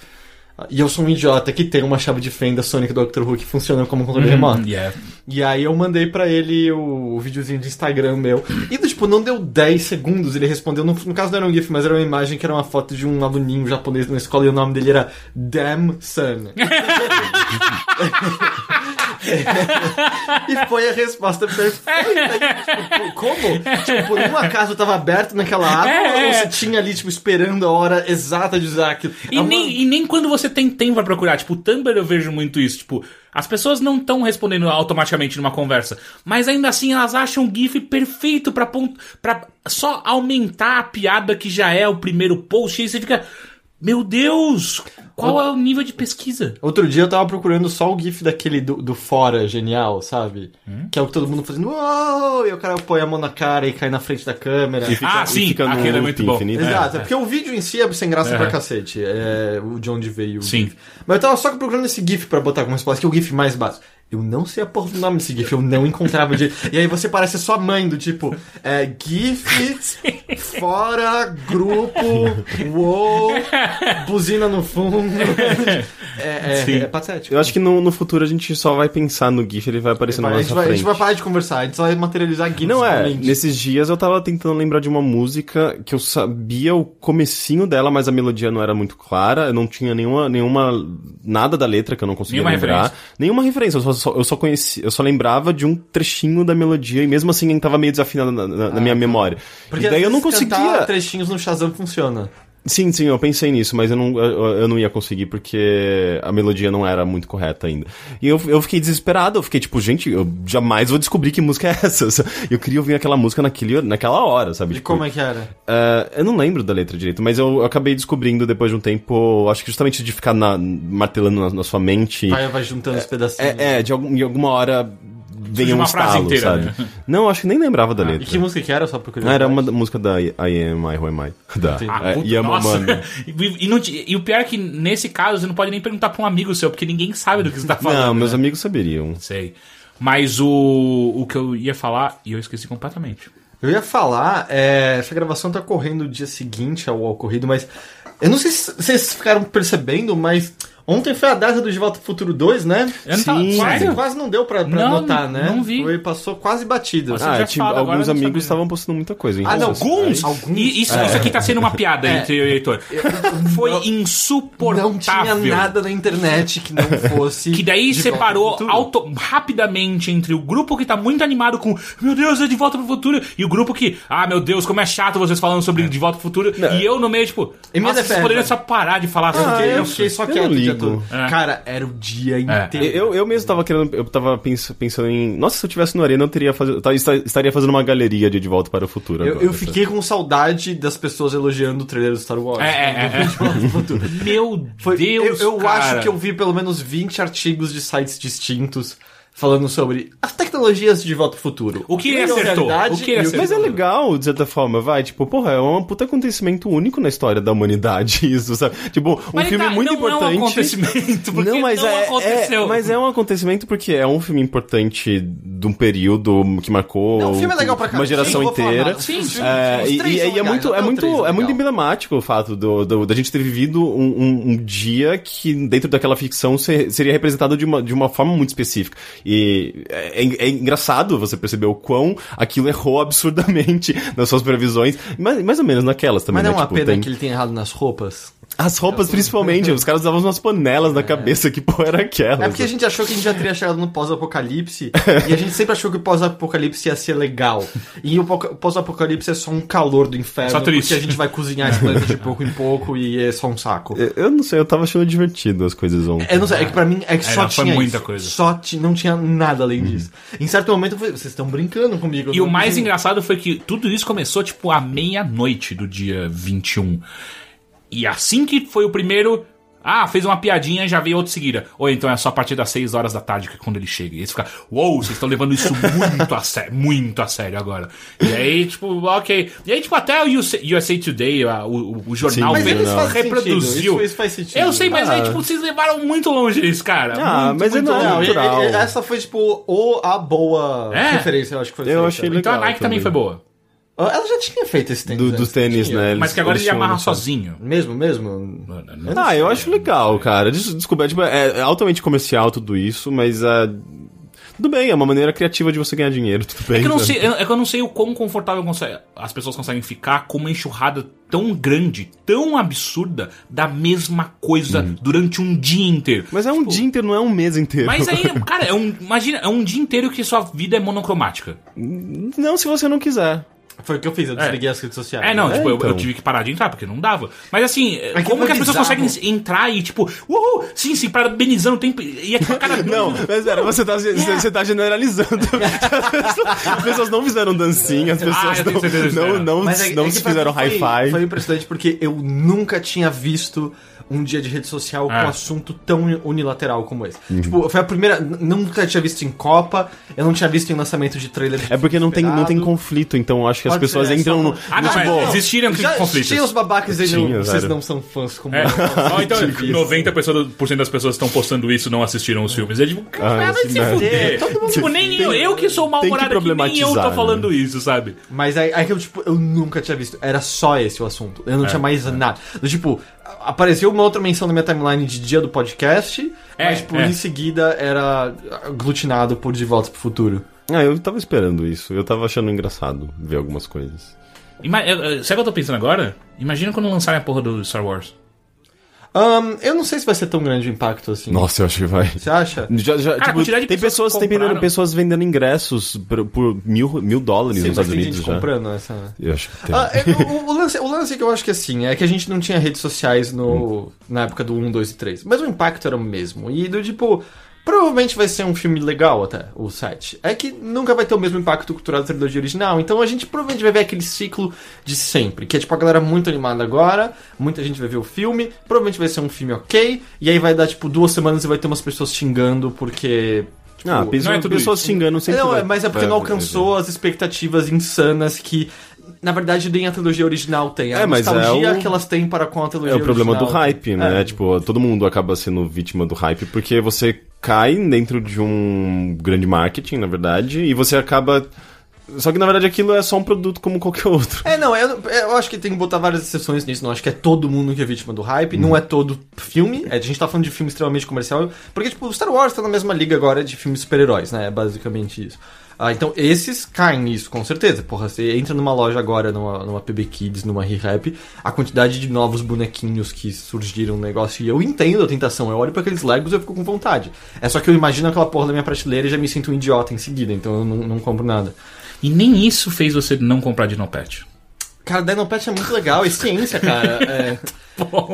Speaker 1: E eu sou um idiota que tem uma chave de fenda sônica do Dr. Who que funciona como controle remoto.
Speaker 2: Yeah.
Speaker 1: E aí eu mandei pra ele o, o videozinho de Instagram meu. E tipo, não deu 10 segundos, ele respondeu. No, no caso não era um GIF, mas era uma imagem que era uma foto de um aluninho japonês na escola e o nome dele era Damn Sun. e foi a resposta perfeita. Tipo, como? Tipo, por um acaso eu tava aberto naquela aba
Speaker 2: É,
Speaker 1: ou
Speaker 2: é.
Speaker 1: você tinha ali, tipo, esperando a hora exata de usar aquilo?
Speaker 2: E,
Speaker 1: É uma-
Speaker 2: nem, e nem quando você tem tempo pra procurar. Tipo, o Tumblr eu vejo muito isso. Tipo, as pessoas não estão respondendo automaticamente numa conversa. Mas ainda assim elas acham o GIF perfeito pra, pon- pra só aumentar a piada que já é o primeiro post. E aí você fica. Meu Deus! Qual é o nível de pesquisa?
Speaker 1: Outro dia eu tava procurando só o GIF daquele do, do fora genial, sabe?
Speaker 2: Hum?
Speaker 1: Que é o que todo mundo fazendo. Uou! E o cara põe a mão na cara e cai na frente da câmera.
Speaker 2: Ah,
Speaker 3: e
Speaker 2: sim,
Speaker 3: num
Speaker 2: aquele é muito
Speaker 3: loop
Speaker 2: bom.
Speaker 3: infinito.
Speaker 1: Exato, é, porque o vídeo em si é sem graça
Speaker 2: É.
Speaker 1: pra cacete. É o de onde veio o
Speaker 2: Sim.
Speaker 1: GIF. Mas eu tava só procurando esse GIF pra botar como resposta, que é o GIF mais básico. Eu não sei a porra do nome desse GIF, eu não encontrava de. E aí você parece a sua mãe, do tipo, é, GIF, fora, grupo, uou, buzina no fundo. É, é,
Speaker 2: Sim.
Speaker 1: é patético.
Speaker 3: Eu acho que no, no futuro a gente só vai pensar no GIF, ele vai aparecer na
Speaker 1: a, gente
Speaker 3: nossa
Speaker 1: vai, a
Speaker 3: frente.
Speaker 1: gente vai parar de conversar, a gente só vai materializar GIFs.
Speaker 3: Não é,
Speaker 1: realmente.
Speaker 3: nesses dias eu tava tentando lembrar de uma música que eu sabia o comecinho dela, mas a melodia não era muito clara, eu não tinha nenhuma, nenhuma nada da letra que eu não conseguia
Speaker 2: Nenhuma
Speaker 3: lembrar.
Speaker 2: referência.
Speaker 3: Nenhuma referência, eu só, só- eu só conheci, eu só lembrava de um trechinho da melodia e mesmo assim tava meio desafinado na, na- na minha memória.
Speaker 1: Ah, tá. Porque
Speaker 3: e daí eu
Speaker 1: às
Speaker 3: não
Speaker 1: vezes
Speaker 3: conseguia.
Speaker 1: cantar trechinhos no Shazam funciona.
Speaker 3: Sim, sim, eu pensei nisso, mas eu não, eu, eu não ia conseguir porque a melodia não era muito correta ainda. E eu, eu fiquei desesperado, eu fiquei tipo, gente, eu jamais vou descobrir que música é essa. sabe? Eu queria ouvir aquela música naquele, naquela hora, sabe?
Speaker 1: E
Speaker 3: Tipo,
Speaker 1: como é que era?
Speaker 3: eh, eu não lembro da letra direito, mas eu, eu acabei descobrindo depois de um tempo, acho que justamente de ficar na- martelando na, na sua mente.
Speaker 1: Vai, vai juntando os pedacinhos.
Speaker 3: É, é, de, algum, de alguma hora vem um
Speaker 2: uma frase
Speaker 3: estalo,
Speaker 2: inteira,
Speaker 3: sabe?
Speaker 2: né?
Speaker 3: Não, acho que nem lembrava da
Speaker 1: E
Speaker 3: letra.
Speaker 1: que música é que era, só procurando?
Speaker 3: Ah, é. Era uma da- música da I, I Am, I Who Am I. Da,
Speaker 2: Ah,
Speaker 3: eh,
Speaker 2: puta,
Speaker 3: Yama
Speaker 2: nossa.
Speaker 3: Mano.
Speaker 2: E, e não te- e o pior é que nesse caso você não pode nem perguntar pra um amigo seu, porque ninguém sabe do que você tá falando.
Speaker 3: Não, meus
Speaker 2: né?
Speaker 3: amigos saberiam.
Speaker 2: Sei. Mas o, o que eu ia falar, e eu esqueci completamente.
Speaker 1: Eu ia falar, é, essa gravação tá correndo o dia seguinte ao ocorrido, mas. Eu não sei se vocês ficaram percebendo, mas. Ontem foi a data do De Volta ao Futuro 2, né?
Speaker 2: Eu não
Speaker 3: Sim.
Speaker 2: tava-
Speaker 1: Quase,
Speaker 2: sério?
Speaker 1: quase não deu pra, pra
Speaker 2: Não,
Speaker 1: notar, né?
Speaker 2: não vi.
Speaker 1: Foi, passou quase batido.
Speaker 2: Nossa,
Speaker 3: Ah,
Speaker 2: já
Speaker 3: tipo,
Speaker 2: fala, agora
Speaker 3: alguns
Speaker 2: eu não sabia.
Speaker 3: amigos estavam postando muita coisa, hein?
Speaker 1: Ah, não,
Speaker 2: Alguns?
Speaker 1: Alguns? É.
Speaker 2: E isso, isso aqui tá sendo uma piada entre eu e o Heitor. Foi insuportável.
Speaker 1: não tinha nada na internet que não fosse.
Speaker 2: Que daí
Speaker 1: De Volta ao
Speaker 2: separou
Speaker 1: Futuro.
Speaker 2: auto- rapidamente entre o grupo que tá muito animado com Meu Deus, é de volta pro futuro, e o grupo que, ah, meu Deus, como é chato vocês falando sobre de volta pro futuro, e eu no meio, tipo,
Speaker 1: é. Em minha
Speaker 2: nossa, vocês
Speaker 1: defesa.
Speaker 2: poderiam só parar de falar
Speaker 1: Eu
Speaker 2: sobre
Speaker 1: fiquei- Ah, eu
Speaker 2: isso.
Speaker 1: fiquei só
Speaker 3: é Eu
Speaker 1: quieto
Speaker 3: não
Speaker 1: o dia
Speaker 3: ligo,
Speaker 1: projeto.
Speaker 2: É.
Speaker 1: Cara, era o dia inteiro.
Speaker 3: Eu, eu mesmo tava querendo, eu tava pens- pensando em. Nossa, se eu tivesse no Arena, eu teria faz... tá- esta- estaria fazendo uma galeria de De Volta para o Futuro.
Speaker 1: Eu,
Speaker 3: agora, né?
Speaker 1: eu
Speaker 3: sabe?
Speaker 1: fiquei com saudade das pessoas elogiando o trailer do Star Wars.
Speaker 2: É, é, é. Meu
Speaker 1: Foi,
Speaker 2: Deus,
Speaker 1: eu eu
Speaker 2: cara.
Speaker 1: acho que eu um vi pelo menos 20 artigos de sites distintos falando sobre as tecnologias de Volta pro Futuro.
Speaker 2: O que ele
Speaker 1: é
Speaker 2: acertou?
Speaker 1: realidade
Speaker 2: O que ele
Speaker 1: e
Speaker 2: acertou?
Speaker 3: Mas é legal, de certa forma, vai. Tipo, porra, é um puta acontecimento único na história da humanidade, isso, sabe? Tipo, um
Speaker 2: Mas
Speaker 3: filme
Speaker 2: tá,
Speaker 3: muito
Speaker 2: não
Speaker 3: importante.
Speaker 2: É um acontecimento, porque não,
Speaker 3: é,
Speaker 2: aconteceu.
Speaker 3: é- mas é um acontecimento porque é um filme importante de um período que marcou
Speaker 1: Não, o filme é legal pra caramba.
Speaker 3: uma
Speaker 1: Sim,
Speaker 3: geração
Speaker 1: eu vou falar
Speaker 3: inteira.
Speaker 1: nada.
Speaker 2: Sim,
Speaker 1: Os
Speaker 2: sim.
Speaker 1: filmes-
Speaker 3: É,
Speaker 1: os
Speaker 3: e
Speaker 1: três
Speaker 3: e-
Speaker 1: são
Speaker 3: e é
Speaker 1: legais,
Speaker 3: muito,
Speaker 1: até
Speaker 3: é
Speaker 1: o
Speaker 3: muito,
Speaker 1: três
Speaker 3: é muito
Speaker 1: legal.
Speaker 3: emblemático o fato do, do- da gente ter vivido um, um- um dia que dentro daquela ficção se- seria representado de uma, de uma forma muito específica. E é, é- é engraçado você perceber o quão aquilo errou absurdamente nas suas previsões, mas mais ou menos naquelas
Speaker 1: Mas
Speaker 3: também.
Speaker 1: não é
Speaker 3: né?
Speaker 1: uma
Speaker 3: Tipo,
Speaker 1: pena
Speaker 3: tem-
Speaker 1: que ele tenha errado nas roupas.
Speaker 3: As roupas principalmente, os caras usavam umas panelas na cabeça, que porra era aquela?
Speaker 1: É porque a gente achou que a gente já teria chegado no pós-apocalipse e a gente sempre achou que o pós-apocalipocalipse ia ser legal. E o po- pós-apocalipse é só um calor do inferno,
Speaker 2: Só triste.
Speaker 1: porque a gente vai cozinhar esse planeta de pouco em pouco e é só um saco.
Speaker 3: Eu- Eu não sei, eu tava achando divertido as coisas ontem.
Speaker 1: Eu não sei, é que pra mim é que
Speaker 2: É,
Speaker 1: só
Speaker 2: não, foi
Speaker 1: tinha
Speaker 2: muita
Speaker 1: isso.
Speaker 2: coisa. Uhum.
Speaker 1: Só ti- não tinha nada além disso. Em certo momento eu falei, vocês estão brincando comigo. eu
Speaker 2: E o
Speaker 1: não
Speaker 2: mais
Speaker 1: consigo."
Speaker 2: engraçado foi que tudo isso começou, tipo, à meia-noite do dia 21. E assim que foi o primeiro. Ah, fez uma piadinha já veio outro em seguida. Ou então é só a partir das 6 horas da tarde que é quando ele chega. E eles ficam, uou, vocês estão levando isso muito a sério, muito a sério agora. E aí, tipo, ok. E aí, tipo, até o USA USA Today, a- o, o jornal,
Speaker 3: Sim,
Speaker 1: Mas
Speaker 2: veio-
Speaker 1: eles fazem
Speaker 2: reproduziu.
Speaker 1: sentido, Isso, isso faz sentido.
Speaker 2: Eu sei, mas aí, tipo, vocês levaram muito longe isso, cara.
Speaker 3: Ah,
Speaker 2: Muito,
Speaker 3: mas é
Speaker 2: muito
Speaker 3: não-
Speaker 2: longe.
Speaker 1: Não, e-
Speaker 3: Natural.
Speaker 1: e- essa foi, tipo, ou a boa
Speaker 2: É.
Speaker 1: referência, eu acho que foi.
Speaker 3: Eu
Speaker 1: feita.
Speaker 3: achei
Speaker 2: Então a
Speaker 3: legal
Speaker 2: Nike também
Speaker 3: também.
Speaker 2: foi boa.
Speaker 1: Ela já tinha feito esse tênis.
Speaker 3: do,
Speaker 1: antes,
Speaker 3: do tênis,
Speaker 1: tinha.
Speaker 3: né?
Speaker 2: Mas
Speaker 3: eles-
Speaker 2: que agora
Speaker 3: eles
Speaker 2: ele
Speaker 3: tinham
Speaker 2: amarra
Speaker 3: lançado.
Speaker 2: sozinho.
Speaker 1: Mesmo, mesmo?
Speaker 3: Ah, eu acho legal, cara. Des desculpa, é, tipo, é é altamente comercial tudo isso, mas ah, tudo bem, é uma maneira criativa de você ganhar dinheiro, tudo bem. né?
Speaker 2: É que, eu não
Speaker 3: sabe?
Speaker 2: sei, é que eu não sei o quão confortável consegue- as pessoas conseguem ficar com uma enxurrada tão grande, tão absurda, da mesma coisa durante um dia inteiro.
Speaker 3: Uhum. Mas é
Speaker 1: Tipo,
Speaker 3: um dia inteiro, não é um mês
Speaker 2: Mas
Speaker 3: inteiro.
Speaker 2: aí, cara, é um, imagina, é um dia inteiro que sua vida é monocromática.
Speaker 3: Não se você não quiser.
Speaker 1: Foi o que eu fiz, eu desliguei as redes sociais.
Speaker 2: É, não,
Speaker 1: né?
Speaker 2: tipo, eu- eu,
Speaker 3: então. É
Speaker 2: tive que parar de entrar, porque não dava. Mas assim,
Speaker 1: que
Speaker 2: como
Speaker 1: foi
Speaker 2: que as pessoas
Speaker 1: bizarro.
Speaker 2: conseguem entrar e, tipo, uhul, sim, sim, parabenizando o tempo. E aquela cara.
Speaker 3: Não, mas pera, você tá, você tá generalizando. As pessoas não fizeram dancinha, as
Speaker 2: Ah,
Speaker 3: pessoas
Speaker 2: eu tenho certeza que
Speaker 3: não, não,
Speaker 2: fizeram.
Speaker 3: não,
Speaker 1: Mas é-
Speaker 3: não
Speaker 1: é que
Speaker 3: se
Speaker 1: pra
Speaker 3: fizeram
Speaker 1: mim foi-
Speaker 3: hi-fi.
Speaker 1: Foi impressionante porque eu nunca tinha visto um dia de rede social
Speaker 2: É.
Speaker 1: com assunto tão unilateral como esse.
Speaker 3: Uhum.
Speaker 1: Tipo, foi a primeira. n- Nunca tinha visto em Copa, eu não tinha visto em lançamento de trailer.
Speaker 3: É porque não tem, não tem conflito, então eu acho que as
Speaker 1: Pode
Speaker 3: pessoas
Speaker 1: ser, é
Speaker 3: entram
Speaker 1: só-
Speaker 3: no.
Speaker 2: Ah,
Speaker 3: no
Speaker 2: não,
Speaker 3: tipo,
Speaker 2: mas existiram
Speaker 1: Já
Speaker 2: conflitos.
Speaker 1: tinha os babacas aí,
Speaker 3: Tinha,
Speaker 1: vocês
Speaker 3: velho.
Speaker 1: não são fãs como
Speaker 2: É,
Speaker 1: eu.
Speaker 2: só então 90% das pessoas que estão postando isso não assistiram os filmes. É tipo, cara,
Speaker 3: Ah,
Speaker 2: vai
Speaker 3: esse
Speaker 2: se
Speaker 3: merda.
Speaker 2: fuder.
Speaker 1: Todo mundo-
Speaker 2: Tipo, nem
Speaker 1: Tem- né?
Speaker 2: eu, eu que sou
Speaker 3: tem que
Speaker 2: mal-humorado aqui, nem eu tô
Speaker 3: problematizar,
Speaker 2: falando isso, sabe?
Speaker 1: Mas aí, aí que eu, tipo, eu nunca tinha visto. Era só esse o assunto. Eu não
Speaker 3: É,
Speaker 1: tinha mais nada. Do tipo, a- apareceu uma outra menção na minha timeline de dia do podcast,
Speaker 2: É,
Speaker 1: mas tipo,
Speaker 2: é.
Speaker 1: em seguida era aglutinado por De Volta pro Futuro.
Speaker 3: Ah, eu tava esperando isso. Eu tava achando engraçado ver algumas coisas.
Speaker 2: Ima eh, eh, sabe o que eu tô pensando agora? Imagina quando lançarem a porra do Star Wars.
Speaker 1: Ahn, eu não sei se vai ser tão grande o impacto assim.
Speaker 3: Nossa, eu acho que vai.
Speaker 1: Você acha?
Speaker 3: Já, já,
Speaker 2: Cara, a
Speaker 3: tipo,
Speaker 2: quantidade de
Speaker 3: tem
Speaker 2: pessoas
Speaker 3: pessoas,
Speaker 2: que
Speaker 3: tem vendendo,
Speaker 2: compraram.
Speaker 3: pessoas vendendo ingressos por, por mil, mil dólares
Speaker 1: Sim,
Speaker 3: nos
Speaker 1: mas
Speaker 3: Estados
Speaker 1: tem
Speaker 3: Unidos
Speaker 1: gente
Speaker 3: já.
Speaker 1: comprando essa. né?
Speaker 3: Eu acho que tem.
Speaker 1: Ah, é, o, o- o lance, o lance que eu acho que assim, é que a gente não tinha redes sociais no, na época do 1, 2 e 3. Mas o impacto era o mesmo. E do tipo, provavelmente vai ser um filme legal até, o site. É que nunca vai ter o mesmo impacto cultural da trilogia original. Então a gente provavelmente vai ver aquele ciclo de sempre. Que é tipo a galera muito animada agora, muita gente vai ver o filme, provavelmente vai ser um filme ok. E aí vai dar tipo duas semanas e vai ter umas pessoas xingando porque. tipo,
Speaker 3: ah, pessoas,
Speaker 2: não é tudo
Speaker 3: pessoas
Speaker 2: isso.
Speaker 3: xingando sempre.
Speaker 1: não,
Speaker 3: vai-
Speaker 1: é, mas é porque não alcançou as expectativas insanas que, na verdade, nem a trilogia original tem. A
Speaker 3: É, mas é
Speaker 1: nostalgia
Speaker 3: o-
Speaker 1: que elas têm para com a trilogia
Speaker 3: É o problema do
Speaker 1: original. É.
Speaker 3: hype, né? Tipo, todo mundo acaba sendo vítima do hype porque você cai dentro de um grande marketing, na verdade, e você acaba. Só que na verdade aquilo é só um produto como qualquer outro.
Speaker 1: É, não, eu, eu acho que tem que botar várias exceções nisso. Não acho que é todo mundo que é vítima do hype, não é todo filme. É, a gente tá falando de filme extremamente comercial, porque, tipo, Star Wars tá na mesma liga agora de filmes super-heróis, né? É basicamente isso. Ah, então esses caem nisso, com certeza. Porra, você entra numa loja agora, numa, numa PB Kids, numa Re-Rap, a quantidade de novos bonequinhos que surgiram no negócio, e eu entendo a tentação, eu olho pra aqueles Legos e eu fico com vontade. É só que eu imagino aquela porra na minha prateleira e já me sinto um idiota em seguida, então eu não, não compro nada.
Speaker 2: E nem isso fez você não comprar Dinopet.
Speaker 1: Cara, Dinopet é muito legal, é ciência, cara. É.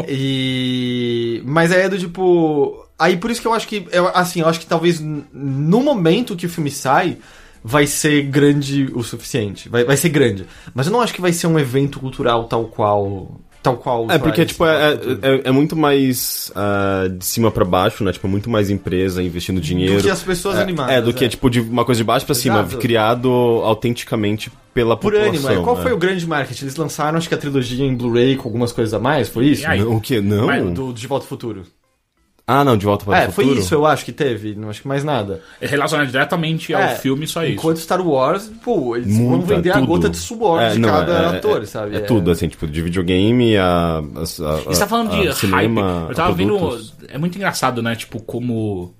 Speaker 1: E. Mas aí é do tipo. Aí por isso que eu acho que. Eu, assim, eu acho que talvez n- no momento que o filme sai, vai ser grande o suficiente. Vai, vai ser grande. Mas eu não acho que vai ser um evento cultural tal qual. Tal qual.
Speaker 3: É,
Speaker 1: sei lá,
Speaker 3: porque, tipo, é,
Speaker 1: esse-
Speaker 3: é, é- é muito mais ah, de cima pra baixo, né? Tipo, é muito mais empresa investindo dinheiro.
Speaker 1: Do que as pessoas
Speaker 3: é,
Speaker 1: animadas.
Speaker 3: é, do que, tipo, de uma coisa de baixo pra cima,
Speaker 1: Exato.
Speaker 3: criado autenticamente pela
Speaker 1: Por
Speaker 3: população.
Speaker 1: ânimo, é. Qual
Speaker 3: né?
Speaker 1: foi o grande marketing? Eles lançaram, acho que a trilogia em Blu-ray com algumas coisas a mais, foi isso?
Speaker 2: E aí?
Speaker 3: Não, O quê? Não?
Speaker 2: Mas
Speaker 1: Do De Volta ao Futuro.
Speaker 3: Ah, não, De Volta para
Speaker 1: é,
Speaker 3: o
Speaker 1: foi
Speaker 3: Futuro.
Speaker 1: isso, eu acho que teve. Não acho que mais nada.
Speaker 2: É relacionado diretamente ao
Speaker 3: um
Speaker 1: É,
Speaker 2: filme, só isso.
Speaker 1: Enquanto Star Wars, pô, eles vão
Speaker 3: Muita,
Speaker 1: vender a
Speaker 3: tudo.
Speaker 1: gota de suor
Speaker 3: É,
Speaker 1: de
Speaker 3: não,
Speaker 1: cada
Speaker 3: é- é-
Speaker 1: ator,
Speaker 3: é-
Speaker 1: sabe?
Speaker 3: É, tudo, assim, tipo, de videogame a... a, a
Speaker 2: E você tá falando
Speaker 3: a-
Speaker 2: de
Speaker 3: a
Speaker 2: hype.
Speaker 3: cinema,
Speaker 2: Eu tava
Speaker 3: a produtos.
Speaker 2: vendo. É muito engraçado, né? Tipo, como.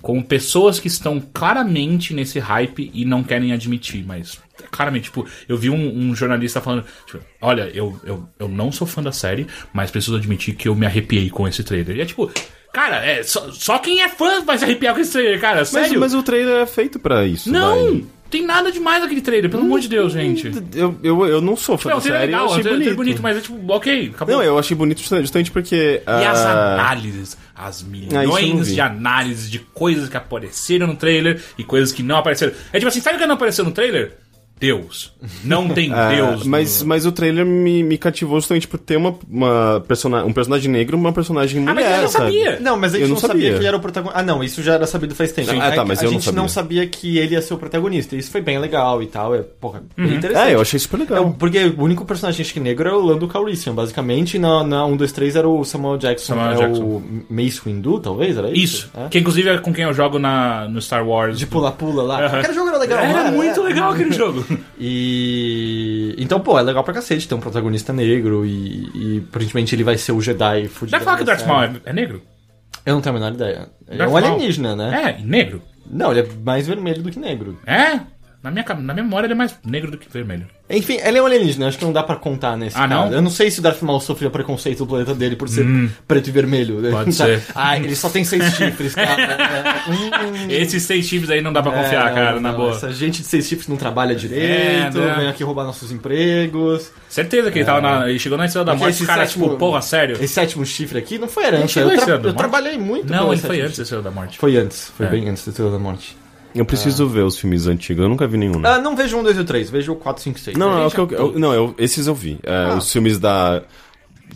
Speaker 2: Como pessoas que estão claramente nesse hype e não querem admitir, mas. Claramente, tipo, eu vi um, um jornalista falando: tipo, Olha, eu, eu, eu não sou fã da série, mas preciso admitir que eu me arrepiei com esse trailer. E é tipo, cara, é, só, só quem é fã vai se arrepiar com esse trailer, cara,
Speaker 3: Mas,
Speaker 2: sério.
Speaker 3: mas o trailer é feito pra isso,
Speaker 2: não!
Speaker 3: vai.
Speaker 2: Tem nada demais naquele trailer, pelo amor de Deus, gente. Não,
Speaker 3: Eu, eu, eu não sou fã
Speaker 2: o
Speaker 3: da
Speaker 2: trailer é
Speaker 3: série,
Speaker 2: legal,
Speaker 3: eu achei
Speaker 2: o trailer é
Speaker 3: bonito.
Speaker 2: bonito, mas é tipo, ok, acabou.
Speaker 3: Não, eu achei bonito justamente porque...
Speaker 2: E as
Speaker 3: ah,
Speaker 2: análises, as
Speaker 3: Ah, isso eu não
Speaker 2: milhões
Speaker 3: vi.
Speaker 2: de análises de coisas que apareceram no trailer e coisas que não apareceram. É tipo assim, sabe o que não apareceu no trailer? Deus. Não tem
Speaker 3: Ah,
Speaker 2: Deus.
Speaker 1: né?
Speaker 3: mas,
Speaker 2: no-
Speaker 3: mas o trailer me, me cativou justamente por ter uma, uma persona- um personagem negro e uma personagem mulher,
Speaker 2: Ah, mas eu não
Speaker 3: sabe?
Speaker 2: sabia.
Speaker 1: É. Não, mas a gente
Speaker 3: Eu
Speaker 1: não,
Speaker 3: não
Speaker 1: sabia.
Speaker 3: sabia.
Speaker 1: que ele era o protagonista. Ah, não, isso já era sabido faz tempo. É
Speaker 3: Sim. Ah, tá, mas
Speaker 1: a
Speaker 3: eu não
Speaker 1: gente não sabia que ele ia ser o protagonista. Isso foi bem legal e tal. É, porra, bem interessante.
Speaker 3: É, eu achei super
Speaker 1: É,
Speaker 3: legal.
Speaker 1: porque o único personagem acho que negro era o Lando Calrissian, basicamente. e Na, na 1, 2, 3 era o Samuel Jackson.
Speaker 2: Samuel
Speaker 1: é
Speaker 2: Jackson.
Speaker 1: o Mace Windu, talvez? Era isso?
Speaker 2: Isso.
Speaker 1: É. Tipo,
Speaker 2: Que inclusive é com quem eu jogo na, no Star Wars.
Speaker 1: De pula-pula lá.
Speaker 2: Aham.
Speaker 1: Aquele jogo era legal.
Speaker 2: Era
Speaker 1: né?
Speaker 2: muito legal aquele jogo.
Speaker 1: E. Então, pô, é legal pra cacete ter um protagonista negro e, e aparentemente ele vai ser o Jedi fudido.
Speaker 2: Já falar que o
Speaker 1: da
Speaker 2: Darth
Speaker 1: série.
Speaker 2: Maul é, é negro?
Speaker 1: Eu não tenho a menor ideia. Ele é
Speaker 2: Darth
Speaker 1: um
Speaker 2: Maul.
Speaker 1: alienígena, né?
Speaker 2: É, e negro.
Speaker 1: Não, ele é mais vermelho do que negro.
Speaker 2: É? Na minha, ca- na minha memória ele é mais negro do que vermelho.
Speaker 1: Enfim, ele é um alienígena, acho que não dá pra contar nesse
Speaker 2: Ah,
Speaker 1: caso.
Speaker 2: não? Hum.
Speaker 1: Eu não sei se o Darth Maul sofreu preconceito do planeta dele por ser preto e vermelho. né?
Speaker 2: Pode
Speaker 1: Sabe?
Speaker 2: ser.
Speaker 1: Ah, ele só tem seis chifres, cara. É, hum, hum.
Speaker 2: Esses seis times aí não dá pra
Speaker 1: É,
Speaker 2: confiar,
Speaker 1: não,
Speaker 2: cara, na
Speaker 1: não,
Speaker 2: boa. É,
Speaker 1: Essa gente de seis chifres não trabalha direito,
Speaker 2: né?
Speaker 1: vem aqui roubar nossos empregos.
Speaker 2: Certeza que ele tava na. Ele chegou na Estrela da
Speaker 1: Porque
Speaker 2: Morte e
Speaker 1: esse
Speaker 2: o cara,
Speaker 1: sétimo-
Speaker 2: tipo, porra, sério.
Speaker 1: Esse é sétimo chifre aqui não foi
Speaker 2: Ele
Speaker 1: herança.
Speaker 2: chegou em
Speaker 1: Eu, tra-
Speaker 2: Estrela da
Speaker 1: eu
Speaker 2: Morte?
Speaker 1: trabalhei muito
Speaker 2: Não,
Speaker 1: pelo
Speaker 2: ele foi
Speaker 1: sétimo
Speaker 2: antes da Estrela da Morte.
Speaker 1: chifre. Foi antes, foi
Speaker 2: É.
Speaker 1: bem antes do Estrela da Morte.
Speaker 3: Eu preciso ver os filmes antigos, eu nunca vi nenhum, né?
Speaker 1: Ah, não vejo um, dois e o três, vejo o quatro, cinco, seis.
Speaker 3: não, não, é o
Speaker 2: já
Speaker 3: que eu, eu- não eu- esses eu vi. É,
Speaker 1: Ah.
Speaker 3: Os filmes da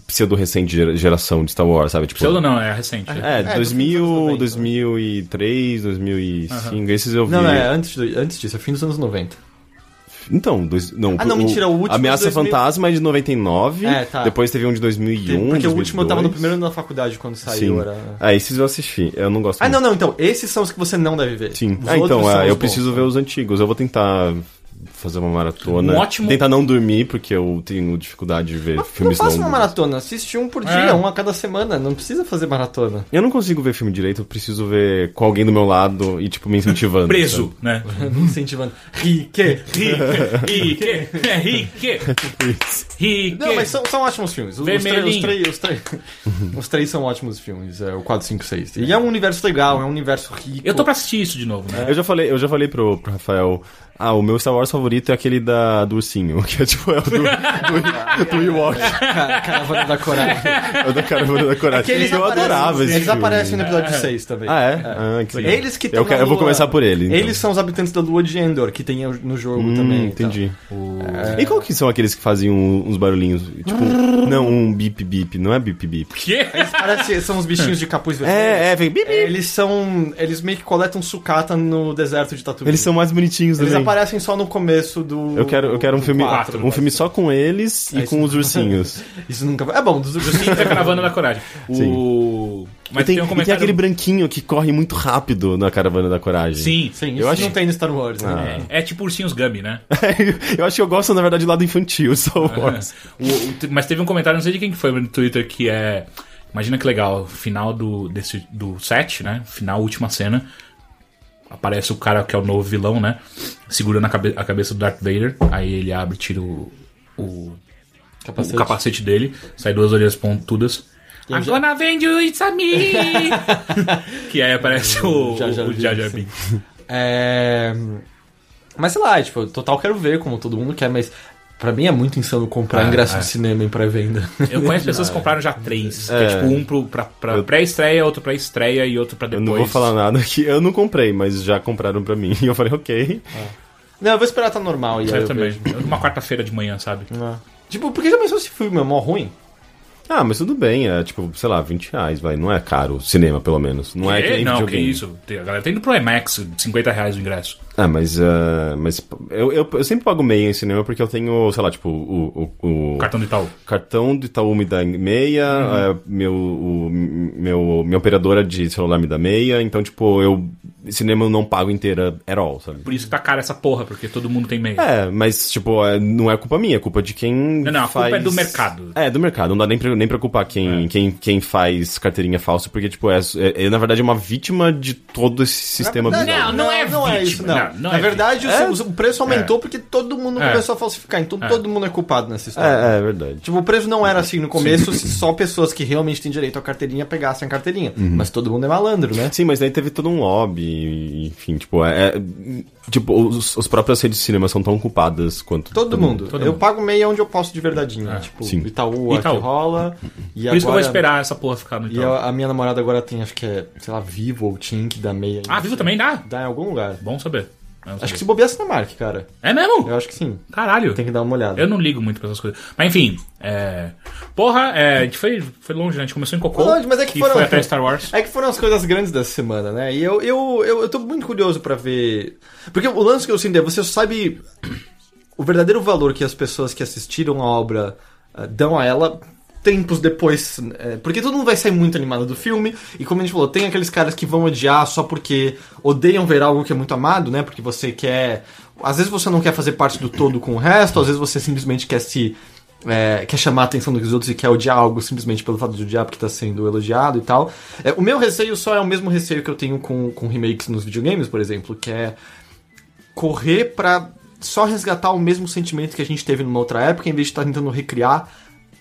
Speaker 3: pseudo-recente gera- geração de Star Wars, sabe? Tipo,
Speaker 2: Pseudo não, é recente.
Speaker 3: É,
Speaker 1: dos
Speaker 3: 2000,
Speaker 1: anos 90,
Speaker 3: 2003, 2005, esses eu vi.
Speaker 1: Não, é antes, do- antes disso, é fim dos anos 90.
Speaker 3: Então, dois, não,
Speaker 1: Ah, não,
Speaker 3: o-
Speaker 1: mentira, o último
Speaker 3: Ameaça
Speaker 1: é de 2000.
Speaker 3: Fantasma é de 99,
Speaker 1: É, tá.
Speaker 3: depois teve um de 2001,
Speaker 1: Porque o último eu tava no
Speaker 3: 2002.
Speaker 1: primeiro ano da faculdade quando saiu.
Speaker 3: Sim.
Speaker 1: Era...
Speaker 3: Ah, esses eu assisti. Eu não gosto
Speaker 1: Ah,
Speaker 3: muito.
Speaker 1: não, não, então, esses são os que você não deve ver.
Speaker 3: Sim.
Speaker 1: Os
Speaker 3: Ah,
Speaker 1: outros
Speaker 3: então,
Speaker 1: são
Speaker 3: ah,
Speaker 1: os
Speaker 3: eu
Speaker 1: bons. né?
Speaker 3: preciso ver os antigos. Eu vou tentar fazer uma maratona.
Speaker 2: Um ótimo-
Speaker 3: Tentar não dormir, porque eu tenho dificuldade de ver
Speaker 1: Mas Não
Speaker 3: filmes
Speaker 1: faça uma
Speaker 3: longos.
Speaker 1: maratona, assiste um por dia,
Speaker 2: É.
Speaker 1: um a cada semana, não precisa fazer maratona.
Speaker 3: Eu não consigo ver filme direito, eu preciso ver com alguém do meu lado e, tipo, me incentivando.
Speaker 2: Preso, né?
Speaker 1: Incentivando. Rique,
Speaker 2: Rique, é rique, rique.
Speaker 1: Não, mas são, são ótimos filmes. Os, os, três, os,
Speaker 2: Vermelhinho.
Speaker 1: três, os, três, os três são ótimos filmes, é, o 4, 5, 6. E é um universo legal, é um universo rico.
Speaker 2: Eu tô pra assistir isso de novo, né?
Speaker 3: Eu já falei, eu já falei pro, pro Rafael, ah, o meu Star Wars favorito é aquele da, do ursinho, que é tipo, é o do, do, do Ewok,
Speaker 1: Ca- Caravana da Coragem.
Speaker 3: é o da caravana da coragem.
Speaker 1: Que eles
Speaker 3: eu
Speaker 1: aparecem-
Speaker 3: adorava esse
Speaker 1: Eles
Speaker 3: filme.
Speaker 1: aparecem no episódio 6 também.
Speaker 3: Ah, é? Ah, que legal.
Speaker 1: Eles que tão
Speaker 3: eu, quero-
Speaker 1: na
Speaker 3: eu vou
Speaker 1: lua-
Speaker 3: começar por ele, então.
Speaker 1: Eles são os habitantes da lua de Endor, que tem no jogo
Speaker 3: Hum,
Speaker 1: também. então. e tal.
Speaker 3: entendi. E qual que são aqueles que fazem um- uns barulhinhos? Tipo, não, um bip bip, não é bip bip.
Speaker 2: Que?
Speaker 1: Eles parecem, são os bichinhos de capuz vermelho.
Speaker 3: É, é, vem bip bip.
Speaker 1: Eles são. Eles meio que coletam sucata no deserto de Tatooine.
Speaker 3: É. Eles são mais bonitinhos
Speaker 1: Eles
Speaker 3: também.
Speaker 1: aparecem só no começo do.
Speaker 3: Eu quero, eu quero um
Speaker 1: do
Speaker 3: filme,
Speaker 1: quatro.
Speaker 3: um filme só com eles
Speaker 1: É
Speaker 3: e
Speaker 1: isso.
Speaker 3: com os ursinhos.
Speaker 1: Isso nunca vai. É bom, dos ursinhos.
Speaker 2: Sim, tá gravando na coragem. O... Mas
Speaker 3: e tem,
Speaker 2: tem, um
Speaker 3: e tem
Speaker 2: comentário...
Speaker 3: aquele branquinho que corre muito rápido na caravana da coragem.
Speaker 2: Sim,
Speaker 1: Sim,
Speaker 2: sim.
Speaker 1: isso
Speaker 3: Eu acho- Ah.
Speaker 1: não tem no Star Wars, né?
Speaker 2: É, é tipo ursinhos Gummy, né?
Speaker 3: eu acho que eu gosto, na verdade, do lado infantil, Star Wars.
Speaker 2: O- o- te- mas teve um comentário, não sei de quem que foi no Twitter, que é. Imagina que legal, final do, desse, do set, né? Final, última cena. Aparece o cara que é o novo vilão, né? Segurando a, cabe- a cabeça do Darth Vader. Aí ele abre, tira o, o, o capacete dele. Sai duas orelhas pontudas.
Speaker 1: eu já-
Speaker 2: Agora vende o It's a Me! que aí aparece o, o
Speaker 1: Jar Jar
Speaker 2: o Jar Jar
Speaker 1: Binks.
Speaker 2: Binks.
Speaker 1: É... Mas sei lá, tipo, total quero ver, como todo mundo quer, mas. Pra mim é muito insano comprar
Speaker 2: É,
Speaker 1: ingresso
Speaker 2: é.
Speaker 1: de cinema em pré-venda.
Speaker 2: Eu conheço pessoas que compraram já três. Que é
Speaker 3: É.
Speaker 2: tipo um pro, pra, pra pré-estreia, outro pra estreia e outro pra
Speaker 3: Eu
Speaker 2: depois.
Speaker 3: não vou falar nada que eu não comprei, mas já compraram pra mim. E eu falei, ok.
Speaker 1: Não, eu vou esperar tá normal. E aí
Speaker 2: Eu
Speaker 1: eu
Speaker 2: também.
Speaker 1: vejo.
Speaker 2: É Uma quarta-feira de manhã, sabe?
Speaker 1: Ah. Tipo, por que já pensou esse filme é mó ruim?
Speaker 3: Ah, mas tudo bem, é tipo, sei lá, 20 reais, vai. Não é caro, cinema pelo menos. Não é que nem
Speaker 2: não, que
Speaker 3: videogame.
Speaker 2: isso. Tem- A galera tá indo pro IMAX, 50 reais o ingresso.
Speaker 3: Ah, mas, ah, mas eu, eu, eu sempre pago meia em cinema porque eu tenho, sei lá, tipo, o, o, o
Speaker 2: Cartão Uhum. do Itaú.
Speaker 3: cartão do Itaú me dá meia, eh, meu, o, meu, minha operadora de celular me dá meia, então, tipo, eu cinema eu não pago inteira at all, sabe?
Speaker 2: Por isso que tá cara essa porra, porque todo mundo tem meio.
Speaker 3: É, mas, tipo, é, não é culpa minha, é culpa de quem
Speaker 2: Não, não, a culpa
Speaker 3: faz...
Speaker 2: é do mercado. É.
Speaker 3: É, do mercado, não dá nem pra, nem pra culpar quem, quem, quem faz carteirinha falsa, porque, tipo, é, é, é, na verdade é uma vítima de todo esse sistema
Speaker 1: Na-
Speaker 3: bizarro.
Speaker 2: Não, não é vítima, não, não
Speaker 1: Na
Speaker 2: é
Speaker 1: verdade,
Speaker 3: vítima.
Speaker 1: o, o preço aumentou porque todo mundo
Speaker 2: É.
Speaker 1: começou a falsificar. Então todo mundo é culpado nessa história.
Speaker 3: É, é verdade.
Speaker 1: Tipo, o preço não era assim no começo se só pessoas que realmente têm direito à carteirinha pegassem a carteirinha.
Speaker 2: Uhum.
Speaker 1: Mas todo mundo é malandro, né?
Speaker 3: Sim, mas daí teve todo um lobby, enfim, tipo, é, é- tipo, os, os próprios redes de cinema são tão culpadas quanto
Speaker 1: Todo mundo.
Speaker 2: todo
Speaker 1: eu
Speaker 2: mundo. É.
Speaker 1: pago meia onde eu posso de verdadeinho. Tipo,
Speaker 3: Sim.
Speaker 1: Itaú, Itaú.
Speaker 2: Itaú.
Speaker 1: que rola. E
Speaker 2: Por isso que eu vou
Speaker 1: agora-
Speaker 2: esperar então. essa porra ficar no
Speaker 1: E
Speaker 2: Itaú.
Speaker 1: a, a minha namorada agora tem, acho que é, sei lá, Vivo ou Tim que dá meia.
Speaker 2: Ah, vivo também dá?
Speaker 1: Dá em algum lugar.
Speaker 2: Bom saber. Eu não
Speaker 1: Acho
Speaker 2: sabia.
Speaker 1: que se bobear Cinemark, cara.
Speaker 2: É mesmo?
Speaker 1: Eu acho que sim.
Speaker 2: Caralho.
Speaker 1: Tem que dar uma olhada.
Speaker 2: Eu não ligo muito pra essas coisas. Mas enfim, é. Porra, é, a gente foi, foi longe, né? A gente começou em Cocô.
Speaker 1: Foi longe, mas é
Speaker 2: e
Speaker 1: que foram-
Speaker 2: foi até Star Wars.
Speaker 1: É que foram as coisas grandes dessa semana, né? E eu, eu, eu, eu tô muito curioso pra ver. Porque o lance que eu sinto é você sabe o verdadeiro valor que as pessoas que assistiram a obra eh, dão a ela tempos depois. eh, porque todo mundo vai sair muito animado do filme, e como a gente falou, tem aqueles caras que vão odiar só porque odeiam ver algo que é muito amado, né? Porque você quer. Às vezes você não quer fazer parte do todo com o resto, às vezes você simplesmente quer se. eh, quer chamar a atenção dos outros e quer odiar algo simplesmente pelo fato de odiar porque tá sendo elogiado e tal. Eh, o meu receio só é o mesmo receio que eu tenho com, com remakes nos videogames, por exemplo, que é correr pra só resgatar o mesmo sentimento que a gente teve numa outra época, em vez de estar tentando recriar,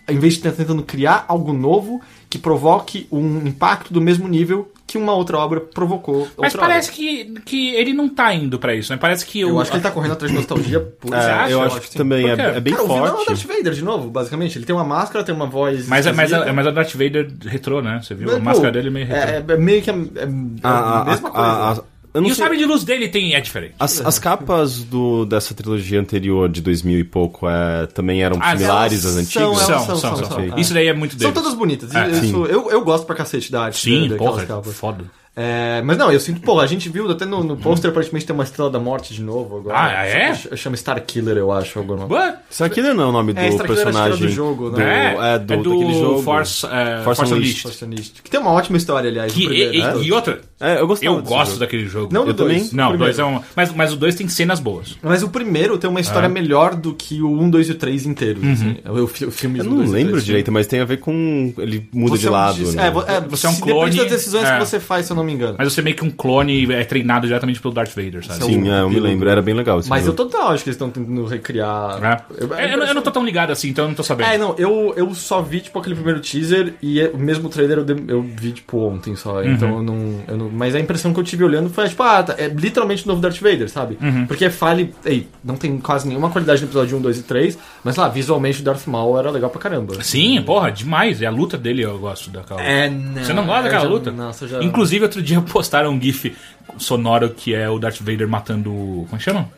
Speaker 1: em vez de estar tentando criar algo novo que provoque um impacto do mesmo nível que uma outra obra provocou.
Speaker 2: Mas
Speaker 1: outra
Speaker 2: parece que, que ele não tá indo pra isso, né? Parece que o.
Speaker 1: obra. Eu acho que ele tá correndo atrás de nostalgia pura.
Speaker 3: É,
Speaker 2: Você acha?
Speaker 3: eu
Speaker 2: Eu
Speaker 3: acho
Speaker 2: acho
Speaker 3: que
Speaker 2: que sim.
Speaker 3: também
Speaker 2: Por
Speaker 3: é,
Speaker 2: quê?
Speaker 3: é bem
Speaker 1: assim? Cara, o vilão é o
Speaker 3: forte.
Speaker 1: Darth Vader, de novo, basicamente. Ele tem uma máscara, tem uma voz.
Speaker 2: Mas, é- mas, é-
Speaker 1: esquisita.
Speaker 2: mas a Darth Vader retrô, né? Você viu?
Speaker 1: Mas,
Speaker 2: a máscara
Speaker 1: pô,
Speaker 2: dele é meio retrô.
Speaker 1: é, é meio que a, é a mesma coisa.
Speaker 3: eu não
Speaker 2: e o
Speaker 3: sei-
Speaker 2: sabre de luz dele tem, é diferente.
Speaker 3: as, as capas do, dessa trilogia anterior de 2000 e pouco é, também eram
Speaker 2: Ah,
Speaker 3: similares
Speaker 1: elas
Speaker 3: às antigas?
Speaker 2: são,
Speaker 1: são, são,
Speaker 2: são,
Speaker 1: são,
Speaker 2: são.
Speaker 1: são.
Speaker 2: Isso daí é muito dele.
Speaker 1: São todas bonitas.
Speaker 2: É,
Speaker 1: Isso-
Speaker 3: sim.
Speaker 1: eu, eu gosto pra cacete da arte.
Speaker 2: Sim,
Speaker 1: da- daquelas
Speaker 2: porra,
Speaker 1: capas.
Speaker 2: foda.
Speaker 1: É, mas não, eu sinto, porra, a gente viu até no, no pôster, aparentemente tem uma Estrela da Morte de novo agora.
Speaker 2: Ah, é?
Speaker 1: Eu chamo Star Killer, eu acho, agora.
Speaker 2: What?
Speaker 3: Starkiller não é o nome do
Speaker 1: É, Starkiller era a
Speaker 3: personagem.
Speaker 1: estrela do jogo,
Speaker 3: do,
Speaker 1: né?
Speaker 3: é, do, daquele jogo.
Speaker 2: Force, é,
Speaker 3: Force
Speaker 2: Force
Speaker 3: Unleashed.
Speaker 2: Unleashed.
Speaker 1: Acionista. Que tem uma ótima história, aliás.
Speaker 2: Que,
Speaker 1: do primeiro,
Speaker 2: e,
Speaker 1: né?
Speaker 2: e- e outra,
Speaker 3: É, eu gostava
Speaker 2: eu
Speaker 3: desse
Speaker 2: gosto
Speaker 3: jogo.
Speaker 2: daquele jogo.
Speaker 1: Não do
Speaker 3: eu também.
Speaker 1: dois.
Speaker 2: Não,
Speaker 1: do
Speaker 2: o dois é
Speaker 1: primeiro.
Speaker 2: um. Mas, mas o dois tem cenas boas.
Speaker 1: Mas o primeiro tem uma história
Speaker 2: Ah.
Speaker 1: melhor do que o 1, 2 e o 3 inteiro.
Speaker 2: Uhum.
Speaker 1: assim. O, fi- o filme
Speaker 3: Eu
Speaker 1: do
Speaker 3: não
Speaker 1: dois e
Speaker 3: lembro
Speaker 1: três.
Speaker 3: direito, mas tem a ver com. Ele muda
Speaker 1: Você
Speaker 3: de
Speaker 1: é um
Speaker 3: lado.
Speaker 1: dis-
Speaker 3: né?
Speaker 1: é, vo- é,
Speaker 2: Você é um
Speaker 1: se-
Speaker 2: clone,
Speaker 1: Depende das decisões
Speaker 2: é.
Speaker 1: que você faz, se eu não me engano.
Speaker 2: Mas você é meio que um clone é treinado diretamente pelo Darth Vader, sabe?
Speaker 3: Sim, é, eu me lembro, era bem legal. esse
Speaker 1: um Mas eu
Speaker 3: jogo.
Speaker 1: total acho que eles estão tentando recriar.
Speaker 2: É. Eu, eu- eu não tô tão ligado assim, então eu não tô sabendo.
Speaker 1: É, não, eu, eu só vi, tipo, aquele primeiro teaser e é- o mesmo trailer eu, de- eu vi, tipo, ontem só.
Speaker 2: Uhum.
Speaker 1: Então eu não, eu não- Mas a impressão que eu tive olhando foi, tipo, ah, tá, é literalmente o novo Darth Vader, sabe?
Speaker 2: Uhum.
Speaker 1: Porque é fale. Ei, não tem quase nenhuma qualidade no episódio 1, 2 e 3, mas lá, visualmente o Darth Maul era legal pra caramba.
Speaker 2: Sim, porra, demais. É a luta dele eu gosto daquela.
Speaker 1: É, não.
Speaker 2: Você não gosta
Speaker 1: eu
Speaker 2: daquela
Speaker 1: já-
Speaker 2: luta?
Speaker 1: Nossa, eu já.
Speaker 2: Inclusive, outro dia postaram um GIF sonoro que é o Darth Vader matando. o- Como é chama?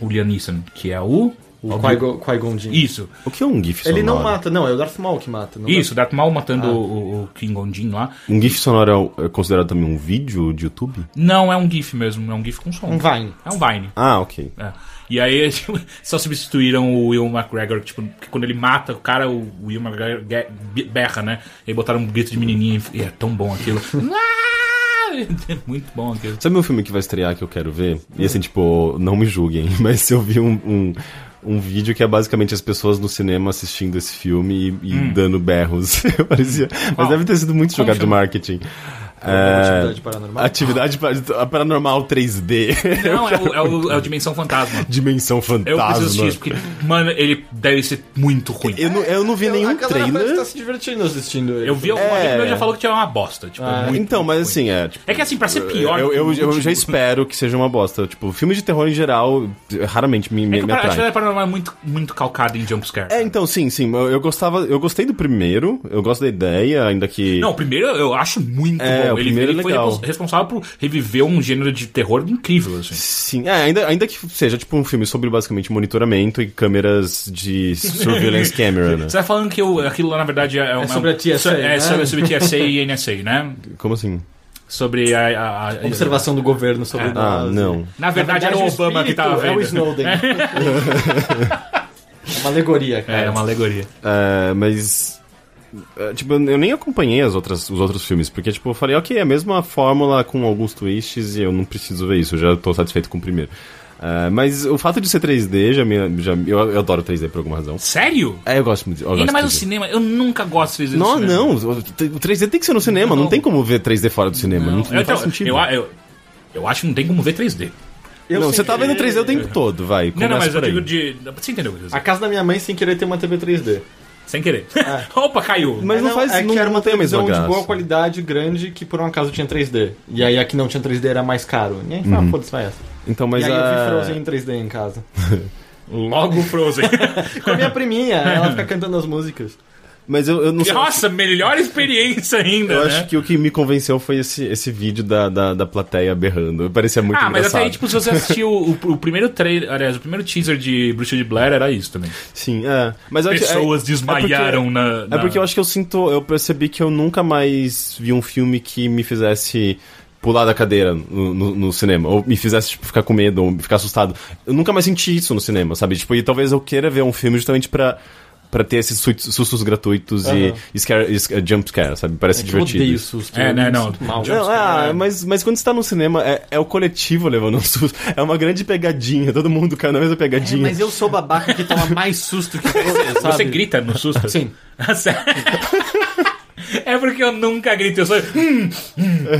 Speaker 2: O Liam Neeson, que é o.
Speaker 1: o Qui-Gon Qui-Gon Jinn.
Speaker 2: Isso,
Speaker 3: O que é um GIF sonoro?
Speaker 1: Ele não mata, não, é o Darth Maul que mata. não
Speaker 2: isso, Darth Maul matando o, o King Gondin lá.
Speaker 3: Um GIF sonoro é o- é considerado também um vídeo de YouTube?
Speaker 2: Não, é um GIF mesmo, é um GIF com som.
Speaker 1: Um Vine.
Speaker 2: É um Vine.
Speaker 3: Ah, ok.
Speaker 2: É. E aí tipo, só substituíram o Will McGregor, tipo, que quando ele mata o cara, o Will McGregor ge- berra, né? E aí botaram um grito de menininha e e é tão bom aquilo. Ah! É Muito bom aquilo.
Speaker 3: Sabe um filme que vai estrear que eu quero ver? E assim, tipo, não me julguem, mas eu vi um, um, um vídeo que é basicamente as pessoas no cinema assistindo esse filme e, e dando berros. Parecia. Mas
Speaker 2: Qual?
Speaker 3: deve ter sido muito
Speaker 2: Hum. Qual É,
Speaker 3: jogado de
Speaker 2: filme?
Speaker 3: marketing.
Speaker 1: Alguma atividade paranormal?
Speaker 3: Atividade pa- paranormal 3D.
Speaker 2: Não, é o, é o- é o Dimensão Fantasma.
Speaker 3: Dimensão fantasma.
Speaker 2: Eu preciso assistir isso, porque, mano, ele deve ser muito ruim.
Speaker 3: Tá, Eu não, eu não vi
Speaker 1: Eu- a
Speaker 3: nenhum
Speaker 1: galera parece
Speaker 3: trailer.
Speaker 1: que tá se divertindo assistindo ele.
Speaker 2: Eu vi algum
Speaker 3: É.
Speaker 2: amigo meu já falou que tinha uma bosta. Tipo,
Speaker 1: Ah.
Speaker 2: muito,
Speaker 3: então, mas
Speaker 2: muito ruim.
Speaker 3: assim, é. Tipo,
Speaker 2: É que assim, pra ser pior.
Speaker 3: eu, eu, eu
Speaker 2: tipo,
Speaker 3: já espero que seja uma bosta. Tipo, filme de terror em geral raramente me, me,
Speaker 2: É que
Speaker 3: me
Speaker 2: a
Speaker 3: atrai.
Speaker 2: atividade paranormal é muito, muito calcada em jumpscare.
Speaker 3: É, então, sim, sim. Eu, eu gostava. Eu gostei do primeiro, eu gosto da ideia, ainda que.
Speaker 2: Não, o primeiro eu acho muito
Speaker 3: É,
Speaker 2: bom.
Speaker 3: o
Speaker 2: ele
Speaker 3: primeiro
Speaker 2: ele
Speaker 3: é
Speaker 2: foi
Speaker 3: legal.
Speaker 2: repos- responsável por reviver um gênero de terror incrível, assim.
Speaker 3: Sim, é, ainda, ainda que seja tipo um filme sobre basicamente monitoramento e câmeras de surveillance camera, né?
Speaker 2: Você tá falando que o- aquilo lá, na verdade, é, uma,
Speaker 1: sobre a TSA,
Speaker 2: É,
Speaker 1: né?
Speaker 2: sobre, sobre TSA e NSA, né?
Speaker 3: Como assim?
Speaker 2: Sobre a. a- a-
Speaker 1: Observação do governo sobre
Speaker 3: Ah,
Speaker 1: nós.
Speaker 3: não.
Speaker 2: Na verdade, era o Obama que
Speaker 1: espírito
Speaker 2: tava
Speaker 1: É o
Speaker 2: vendo.
Speaker 1: Snowden. é uma alegoria, cara.
Speaker 2: É, é uma alegoria.
Speaker 3: É, mas. é, tipo, eu nem acompanhei as outras, os outros filmes, porque, tipo, eu falei, ok, é a mesma fórmula com alguns twists e eu não preciso ver isso, eu já tô satisfeito com o primeiro. É, mas o fato de ser 3D já me. Já, eu, eu adoro 3D por alguma razão.
Speaker 2: Sério?
Speaker 3: É, eu gosto muito. Eu
Speaker 2: Ainda
Speaker 3: gosto
Speaker 2: mais no
Speaker 3: de 3D.
Speaker 2: cinema, eu nunca gosto de fazer isso.
Speaker 3: Não,
Speaker 2: mesmo.
Speaker 3: não, o 3D tem que ser no cinema, não,
Speaker 2: Não.
Speaker 3: tem como ver 3D fora do cinema, não, não
Speaker 2: eu,
Speaker 3: faz
Speaker 2: eu-
Speaker 3: sentido.
Speaker 2: Eu, eu- eu acho que não tem como ver 3D.
Speaker 1: Eu
Speaker 3: não,
Speaker 1: sem
Speaker 3: você tá vendo
Speaker 1: querer-
Speaker 3: 3D o tempo todo, vai.
Speaker 2: é- não, não,
Speaker 3: começa
Speaker 2: mas eu
Speaker 3: por aí.
Speaker 2: digo de. Você entendeu o que eu quis
Speaker 1: A
Speaker 2: dizer?
Speaker 1: casa da minha mãe sem querer ter uma TV 3D.
Speaker 2: Sem querer. Opa, caiu.
Speaker 3: Ah. Mas não faz-
Speaker 1: é que
Speaker 3: não-
Speaker 1: era uma
Speaker 3: não tem a mesma
Speaker 1: televisão de
Speaker 3: graça.
Speaker 1: boa qualidade, grande, que por um acaso tinha 3D. E aí a que não tinha 3D era mais caro. E aí, ah, foda-se, vai essa.
Speaker 3: Então, Uhum. mas
Speaker 1: e aí eu
Speaker 3: a-
Speaker 1: vi Frozen em 3D em casa.
Speaker 2: Logo Frozen.
Speaker 1: Com a minha priminha, ela fica cantando as músicas.
Speaker 3: Mas eu, eu não sei.
Speaker 2: Nossa, melhor experiência ainda.
Speaker 3: Eu
Speaker 2: né?
Speaker 3: acho que o que me convenceu foi esse, esse vídeo da, da, da plateia berrando. Parecia é muito
Speaker 2: Ah, mas até
Speaker 3: engraçado.
Speaker 2: aí, tipo, se você assistiu o, o primeiro trailer, aliás, o primeiro teaser de Bruxa de Blair era isso também.
Speaker 3: Sim, é. Mas eu acho- é-
Speaker 2: Pessoas desmaiaram
Speaker 3: é porque,
Speaker 2: na, na-
Speaker 3: É porque eu acho que eu sinto. Eu percebi que eu nunca mais vi um filme que me fizesse pular da cadeira no, no- no cinema. Ou me fizesse tipo, ficar com medo, ou ficar assustado. Eu nunca mais senti isso no cinema, sabe? Tipo, e talvez eu queira ver um filme justamente pra. Pra ter esses su- sustos gratuitos
Speaker 1: Aham.
Speaker 3: e scare, e jump scare, sabe? Parece divertido.
Speaker 1: Eu odeio susto.
Speaker 2: É,
Speaker 1: eu
Speaker 2: né,
Speaker 1: me
Speaker 2: não.
Speaker 1: sinto Mal.
Speaker 2: Já-
Speaker 3: Não,
Speaker 2: Jumpscare,
Speaker 3: ah,
Speaker 2: é.
Speaker 3: mas, mas quando você tá no cinema, é, é o coletivo levando um susto. É uma grande pegadinha, todo mundo cai na mesma
Speaker 1: É,
Speaker 3: pegadinha.
Speaker 1: mas eu sou o babaca que toma mais susto que você, sabe?
Speaker 2: Você grita no susto? Ah,
Speaker 1: Sim.
Speaker 2: Sério? É porque eu nunca grito, eu sou.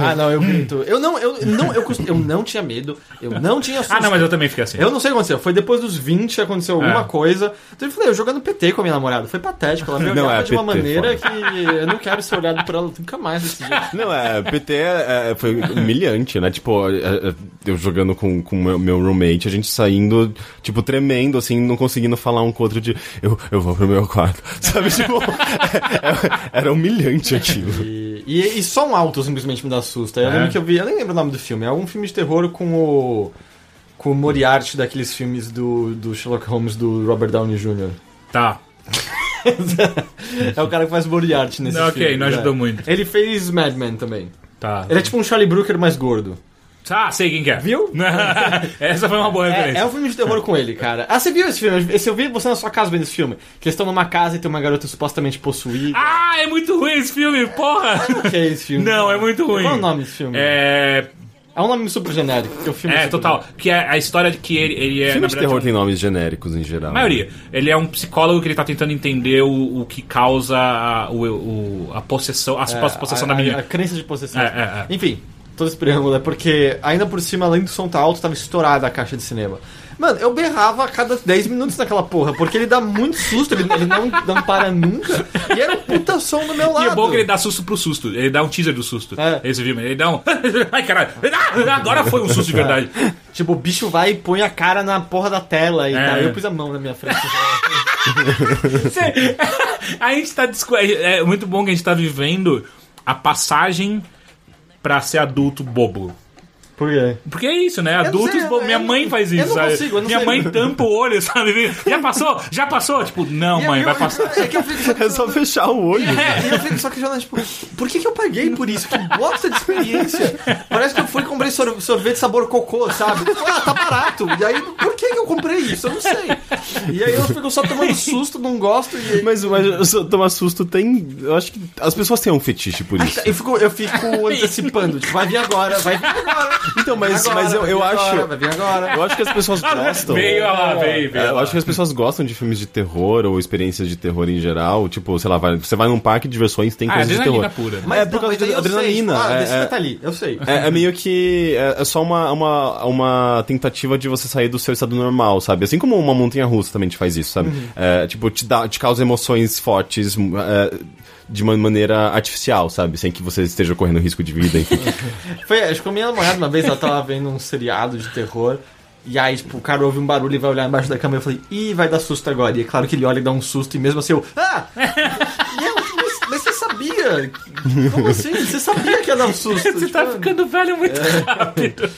Speaker 1: Ah, não, eu grito. Eu não, eu não, eu, cost- eu não tinha medo. Eu não tinha susto.
Speaker 2: Ah, não, mas eu também fiquei assim.
Speaker 1: Eu não sei o que aconteceu. Foi depois dos 20 aconteceu alguma
Speaker 2: É.
Speaker 1: coisa. Então eu falei, eu jogando PT com a minha namorada. Foi patético. Ela me
Speaker 3: Não,
Speaker 1: olhava
Speaker 3: é,
Speaker 1: de uma
Speaker 3: PT,
Speaker 1: maneira que eu não quero ser olhado por ela nunca mais desse jeito.
Speaker 3: Não, é, PT é, é, foi humilhante, né? Tipo, é, é, eu jogando com, com meu, meu roommate, a gente saindo, tipo, tremendo, assim, não conseguindo falar um com o outro de eu, eu vou pro meu quarto. Sabe, tipo, é, é, era humilhante aquilo.
Speaker 1: E, e, e só um alto simplesmente me dá susto. Aí Eu
Speaker 2: É.
Speaker 1: lembro que eu vi, eu nem lembro o nome do filme. É um filme de terror com o. Com o Moriarty daqueles filmes do, do Sherlock Holmes do Robert Downey Jr.
Speaker 2: Tá.
Speaker 1: É o cara que faz Moriarty nesse
Speaker 2: Não,
Speaker 1: filme.
Speaker 2: ok, não ajudou
Speaker 1: é.
Speaker 2: muito.
Speaker 1: Ele fez Mad Men também.
Speaker 2: Tá.
Speaker 1: Ele é tipo um Charlie Brooker mais gordo.
Speaker 2: Ah, sei quem que é.
Speaker 1: Viu?
Speaker 2: Essa foi uma boa
Speaker 1: É,
Speaker 2: referência.
Speaker 1: é um filme de terror com ele, cara. Ah, você viu esse filme? Esse, eu vi você na sua casa vendo esse filme. Que eles estão numa casa e tem uma garota supostamente possuída.
Speaker 2: Ah, é muito ruim esse filme, porra!
Speaker 1: O que é esse filme?
Speaker 2: Ah, Não, é muito ruim.
Speaker 1: Qual é o nome desse filme?
Speaker 2: É.
Speaker 1: É um nome super genérico. Porque o filme
Speaker 2: É,
Speaker 1: super
Speaker 2: total. Que é a história de que ele, ele é.
Speaker 3: Filme
Speaker 2: na
Speaker 3: de
Speaker 2: verdade,
Speaker 3: terror
Speaker 2: um-
Speaker 3: tem nomes genéricos em geral. né?
Speaker 2: A maioria. Ele é um psicólogo que ele tá tentando entender o, o que causa a, o, o- a possessão, a suposta possessão
Speaker 1: É,
Speaker 2: da
Speaker 1: a, a- A,
Speaker 2: menina.
Speaker 1: crença de possessão.
Speaker 2: É, é, é.
Speaker 1: Enfim, todo esse preâmbulo é porque, ainda por cima, além do som tá alto, tava estourada a caixa de cinema. Mano, eu berrava a cada 10 minutos naquela porra, porque ele dá muito susto, ele, ele não, não para nunca. E era um puta som do meu
Speaker 2: E
Speaker 1: lado.
Speaker 2: é bom que ele dá susto pro susto. Ele dá um teaser do susto.
Speaker 1: É.
Speaker 2: Esse filme. Ele dá um. Ai, caralho. Ah, agora foi um susto de verdade.
Speaker 1: Tipo, o bicho vai e põe a cara na porra da tela e
Speaker 2: É.
Speaker 1: tal. Eu pus a mão na minha frente. É.
Speaker 2: Você- a gente tá. discu- É é muito bom que a gente tá vivendo a passagem pra ser adulto bobo.
Speaker 1: Por quê?
Speaker 2: Porque é isso, né?
Speaker 1: não
Speaker 2: Adultos,
Speaker 1: sei, eu-
Speaker 2: bo-
Speaker 1: eu
Speaker 2: minha
Speaker 1: não-
Speaker 2: mãe faz
Speaker 1: eu
Speaker 2: isso,
Speaker 1: não
Speaker 2: sabe?
Speaker 1: consigo, eu não
Speaker 2: minha
Speaker 1: sei.
Speaker 2: mãe tampa o olho, sabe? Já passou? Já passou? Tipo, não, mãe,
Speaker 1: eu,
Speaker 2: vai passar.
Speaker 1: É que eu fico,
Speaker 3: É só fechar o olho.
Speaker 1: E eu fico só questionando, tipo, por que, que eu paguei por isso? Que bosta de experiência! Parece que eu fui e comprei sor- sorvete sabor cocô, sabe? Ah, tá barato. E aí, por que, que eu comprei isso? Eu não sei. E aí eu fico só tomando susto, não gosto. E...
Speaker 3: Mas, mas eu- tomar susto tem. Eu acho que as pessoas têm um fetiche por isso.
Speaker 1: Eu É, fico, eu fico antecipando, tipo, vai vir agora, vai vir agora.
Speaker 3: Então, mas,
Speaker 1: Agora,
Speaker 3: mas eu,
Speaker 1: vai
Speaker 3: eu
Speaker 1: vir agora,
Speaker 3: acho.
Speaker 1: vai vir agora.
Speaker 3: Eu acho que as pessoas gostam.
Speaker 2: Veio, olha lá, veio, veio.
Speaker 3: É, eu acho que as pessoas gostam de filmes de terror ou experiências de terror em geral. Tipo, sei lá, vai- você vai num parque de diversões tem
Speaker 2: Ah,
Speaker 3: coisas de terror.
Speaker 2: adrenalina pura.
Speaker 3: Mas é por
Speaker 1: daí
Speaker 3: causa de
Speaker 1: eu sei,
Speaker 3: adrenalina.
Speaker 1: tipo, ah,
Speaker 3: é-
Speaker 1: desse
Speaker 3: é-
Speaker 1: tá ali, eu sei.
Speaker 3: é, é meio que. É, é só uma, uma, uma tentativa de você sair do seu estado normal, sabe? Assim como uma montanha russa também te faz isso, sabe? É, tipo, te, dá, te causa emoções fortes é, de uma maneira artificial, sabe? Sem que você esteja correndo risco de vida, enfim.
Speaker 1: Foi, acho que a minha namorada uma vez ela tava vendo um seriado de terror. E aí, tipo, o cara ouve um barulho e vai olhar embaixo da cama e eu falei, ih, vai dar susto agora. E é claro que ele olha e dá um susto, e mesmo assim eu. Ah! E eu, mas, mas você sabia? Como assim? Você sabia que ia dar um susto?
Speaker 2: Você tá
Speaker 1: Tipo,
Speaker 2: ficando velho muito
Speaker 3: É.
Speaker 2: rápido.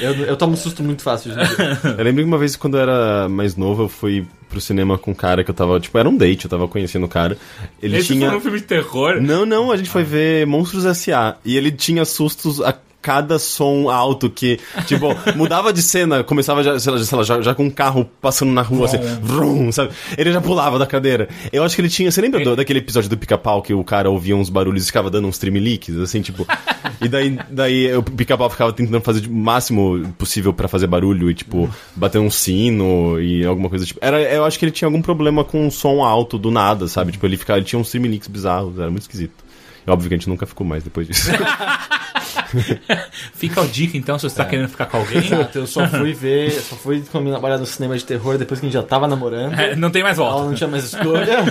Speaker 1: eu, eu tomo susto muito fácil, gente. tá?
Speaker 3: Eu lembro que uma vez quando eu era mais novo, eu fui pro cinema com um cara que eu tava, tipo, era um date, eu tava conhecendo o cara. Ele
Speaker 2: Esse
Speaker 3: tinha.
Speaker 2: foi um filme de terror.
Speaker 3: Não, não, a gente
Speaker 2: Ah.
Speaker 3: foi ver Monstros S.A. E ele tinha sustos a cada som alto que, tipo, mudava de cena, começava já, sei lá, já- sei lá, já, já com um carro passando na rua, assim, vrum, sabe? Ele já pulava da cadeira. Eu acho que ele tinha, você lembra do- daquele episódio do pica-pau que o cara ouvia uns barulhos e ficava dando uns tremeliques, assim, tipo. E daí, daí o pica-pau ficava tentando fazer o máximo possível pra fazer barulho e, tipo, bater um sino e alguma coisa tipo. Era, eu acho que ele tinha algum problema com o som alto do nada, sabe? Tipo, ele, ficava, ele tinha uns tremeliques bizarros, era muito esquisito. E óbvio que a gente nunca ficou mais depois disso.
Speaker 2: Fica a dica então, se você
Speaker 3: É.
Speaker 2: tá querendo ficar com alguém.
Speaker 1: Exato, Então, eu só fui ver, eu só fui com a minha namorada no cinema de terror depois que a gente já tava namorando.
Speaker 2: É, Não tem mais volta.
Speaker 1: Ela não tinha mais escolha.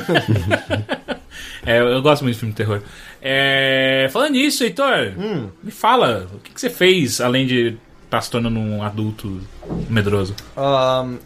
Speaker 2: É, eu gosto muito de filme de terror. É, falando nisso, Heitor,
Speaker 1: Hum.
Speaker 2: me fala, o que, que você fez além de estar se tornando um adulto medroso?
Speaker 1: Ahn,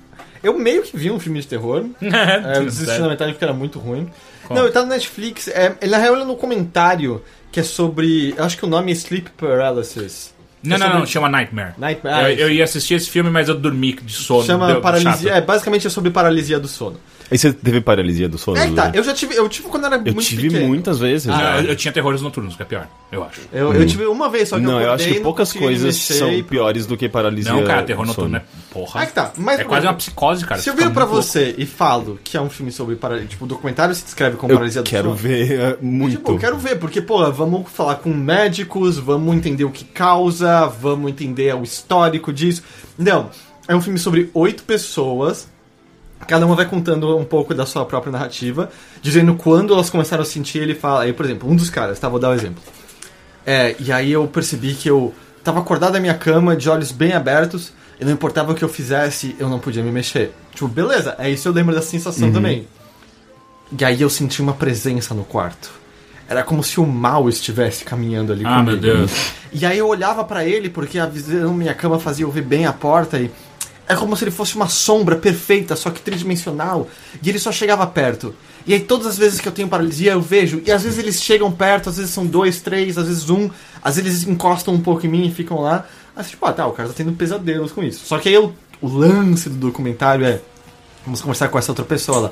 Speaker 1: eu meio que vi um filme de terror. É, eu desisti na
Speaker 2: Sério?
Speaker 1: metade porque era muito ruim.
Speaker 2: Qual?
Speaker 1: Não, ele tá no Netflix. É, ele, na real, ele é no comentário que é sobre. Eu acho que o nome é Sleep Paralysis.
Speaker 2: Não,
Speaker 1: É
Speaker 2: não,
Speaker 1: sobre-
Speaker 2: não, chama Nightmare.
Speaker 1: Nightmare.
Speaker 2: Eu, eu ia assistir esse filme, mas eu dormi de sono.
Speaker 1: Chama
Speaker 2: deu-
Speaker 1: paralisia.
Speaker 2: chato.
Speaker 1: É, basicamente é sobre paralisia do sono.
Speaker 3: Aí você teve paralisia do sono?
Speaker 1: É, tá.
Speaker 3: Dudu?
Speaker 1: Eu já tive. Eu tive quando era
Speaker 3: Eu
Speaker 1: muito
Speaker 3: tive
Speaker 1: pequeno.
Speaker 3: muitas vezes.
Speaker 1: É.
Speaker 3: né?
Speaker 2: Ah,
Speaker 3: já.
Speaker 2: eu, eu tinha terrores noturnos, que é pior, eu acho.
Speaker 1: Eu, eu tive uma vez só que
Speaker 3: não,
Speaker 1: eu
Speaker 3: eu acho
Speaker 1: acordei,
Speaker 3: que
Speaker 1: não
Speaker 3: poucas
Speaker 1: consegui me
Speaker 3: coisas
Speaker 1: mexer
Speaker 3: são
Speaker 1: e-
Speaker 3: piores do que paralisia
Speaker 2: Não, cara, terror
Speaker 3: do sono.
Speaker 2: noturno é porra.
Speaker 1: Ah, que tá. Mas
Speaker 2: é quase uma psicose, cara.
Speaker 1: Se eu
Speaker 2: você
Speaker 1: viro
Speaker 2: fica
Speaker 1: pra
Speaker 2: muito louco.
Speaker 1: você e falo que é um filme sobre paralisia. Tipo, o documentário se descreve como paralisia
Speaker 3: Eu
Speaker 1: do
Speaker 3: quero
Speaker 1: sono.
Speaker 3: ver é, muito.
Speaker 1: Tipo, eu quero ver, porque, pô, vamos falar com médicos, vamos entender o que causa, vamos entender o histórico disso. Não, é um filme sobre oito pessoas. Cada uma vai contando um pouco da sua própria narrativa, dizendo quando elas começaram a sentir. Ele fala. Aí, por exemplo, um dos caras, tá? Vou dar o exemplo. É, e aí eu percebi que eu tava acordado na minha cama, de olhos bem abertos, e não importava o que eu fizesse, eu não podia me mexer. Tipo, beleza, é isso eu lembro dessa
Speaker 2: Uhum.
Speaker 1: sensação também. E aí eu senti uma presença no quarto. Era como se o mal estivesse caminhando ali
Speaker 2: Ah,
Speaker 1: comigo.
Speaker 2: meu Deus.
Speaker 1: E aí eu olhava pra ele, porque a visão da minha cama fazia eu ver bem a porta e. É como se ele fosse uma sombra perfeita, só que tridimensional, e ele só chegava perto. E aí todas as vezes que eu tenho paralisia, eu vejo, e às vezes eles chegam perto, às vezes são dois, três, às vezes um, às vezes eles encostam um pouco em mim e ficam lá. Aí tipo, ah tá, o cara tá tendo pesadelos com isso. Só que aí eu- o lance do documentário é. Vamos conversar com essa outra pessoa lá.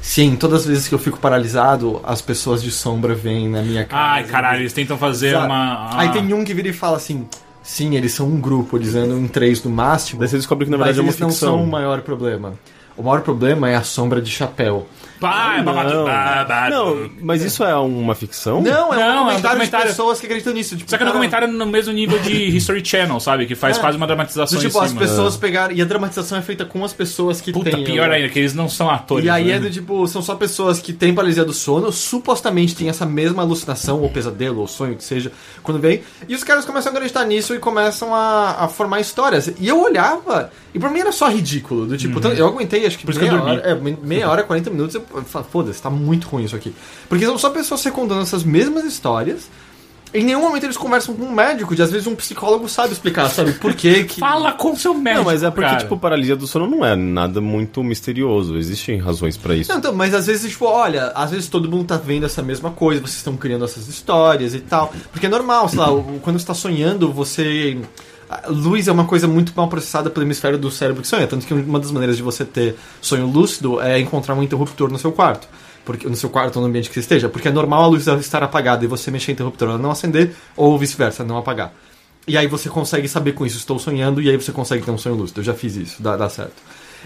Speaker 1: Sim, todas as vezes que eu fico paralisado, as pessoas de sombra vêm na minha casa.
Speaker 2: Ai, caralho, eles tentam fazer
Speaker 1: Sabe?
Speaker 2: uma. ah.
Speaker 1: Aí tem um que vira e fala assim: sim, eles são um grupo, eles andam em três no máximo.
Speaker 3: Daí você descobre que na
Speaker 1: mas
Speaker 3: verdade é uma
Speaker 1: eles não
Speaker 3: ficção.
Speaker 1: são o maior problema. O maior problema é a sombra de chapéu.
Speaker 2: Pá, é ah, babado, babado.
Speaker 3: Não, mas isso é uma ficção?
Speaker 1: Não, é
Speaker 2: Não,
Speaker 1: um
Speaker 2: é um
Speaker 1: comentário,
Speaker 2: documentário.
Speaker 1: de pessoas que acreditam nisso. Tipo,
Speaker 2: Só que é um
Speaker 1: cara,
Speaker 2: documentário no mesmo nível de History Channel, sabe? Que faz
Speaker 1: É.
Speaker 2: quase uma dramatização
Speaker 1: do tipo,
Speaker 2: em
Speaker 1: as
Speaker 2: cima. né?
Speaker 1: pessoas pegaram. E a dramatização é feita com as pessoas que
Speaker 2: Puta,
Speaker 1: têm.
Speaker 2: pior
Speaker 1: eu-
Speaker 2: ainda, que eles não são atores.
Speaker 1: E aí
Speaker 2: né?
Speaker 1: é do tipo, são só pessoas que têm paralisia do sono, supostamente têm essa mesma alucinação, ou pesadelo, ou sonho, que seja, quando vem. E os caras começam a acreditar nisso e começam a, a formar histórias. E eu olhava, e pra mim era só ridículo. Do tipo, tanto- eu aguentei acho que,
Speaker 2: Uhum. Por isso
Speaker 1: meia,
Speaker 2: que eu dormi.
Speaker 1: hora, é, me- meia hora, 40 minutos, eu falo, foda-se, tá muito ruim isso aqui. Porque são só pessoas secundando essas mesmas histórias. Em nenhum momento eles conversam com um médico, de às vezes um psicólogo sabe explicar, sabe, por que que...
Speaker 2: Fala com seu médico.
Speaker 3: Não, mas é porque,
Speaker 2: cara.
Speaker 3: tipo, paralisia do sono não é nada muito misterioso. Existem razões pra isso.
Speaker 1: Não, então, mas às vezes, tipo, olha, às vezes todo mundo tá vendo essa mesma coisa, vocês estão criando essas histórias e tal. Porque é normal, sei lá, o- quando você tá sonhando, você. a Luz é uma coisa muito mal processada pelo hemisfério do cérebro que sonha. Tanto que uma das maneiras de você ter sonho lúcido é encontrar um interruptor no seu quarto. Porque, no seu quarto ou no ambiente que você esteja. Porque é normal a luz estar apagada e você mexer o interruptor, ela não acender, ou vice-versa, não apagar. E aí você consegue saber com isso, estou sonhando, e aí você consegue ter um sonho lúcido. Eu já fiz isso, dá, dá certo.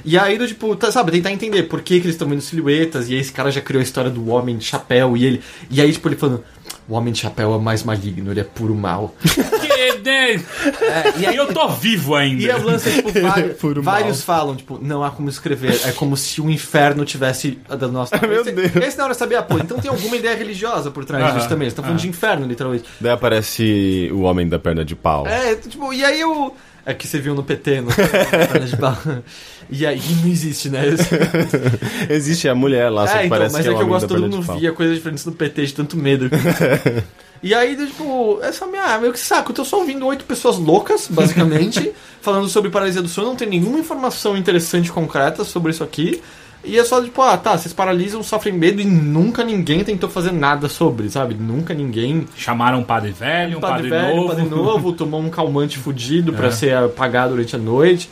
Speaker 1: E aí, do tipo, tá, sabe, tentar entender por que, que eles estão vendo silhuetas, e aí esse cara já criou a história do homem de chapéu, e ele. E aí, tipo, ele falando, o homem de chapéu é mais maligno, ele é puro mal.
Speaker 2: Que Deus!
Speaker 1: É, e
Speaker 2: E
Speaker 1: aí,
Speaker 2: eu tô vivo ainda.
Speaker 1: e é o lance, tipo, vários,
Speaker 3: Puro mal.
Speaker 1: vários falam, tipo, não há como escrever. É como se o inferno tivesse a da nossa.
Speaker 3: Meu
Speaker 1: esse,
Speaker 3: Deus.
Speaker 1: esse na hora eu sabia, pô, então tem alguma ideia religiosa por trás
Speaker 2: Aham,
Speaker 1: disso também. Eles estão falando de inferno, literalmente.
Speaker 3: Daí aparece o homem da perna de pau.
Speaker 1: É, tipo, e aí eu. É que você viu no PT, no Perna de Pau. E aí não existe, né?
Speaker 3: Existe a mulher lá, só que
Speaker 1: É, então,
Speaker 3: parece
Speaker 1: mas
Speaker 3: que
Speaker 1: é
Speaker 3: é,
Speaker 1: que eu
Speaker 3: o homem
Speaker 1: gosto
Speaker 3: da
Speaker 1: todo
Speaker 3: perna de
Speaker 1: mundo
Speaker 3: pau.
Speaker 1: via coisas diferentes no PT de tanto medo. e aí, tipo, essa minha, ah, meio que saco, eu tô só ouvindo oito pessoas loucas, basicamente, falando sobre paralisia do sono, não tem nenhuma informação interessante concreta sobre isso aqui. E é só tipo, ah, tá, vocês paralisam, sofrem medo e nunca ninguém tentou fazer nada sobre, sabe? Nunca ninguém
Speaker 2: Chamaram um padre velho, um padre, novo. É.
Speaker 1: padre novo, tomou um calmante fudido pra ser apagado durante a noite.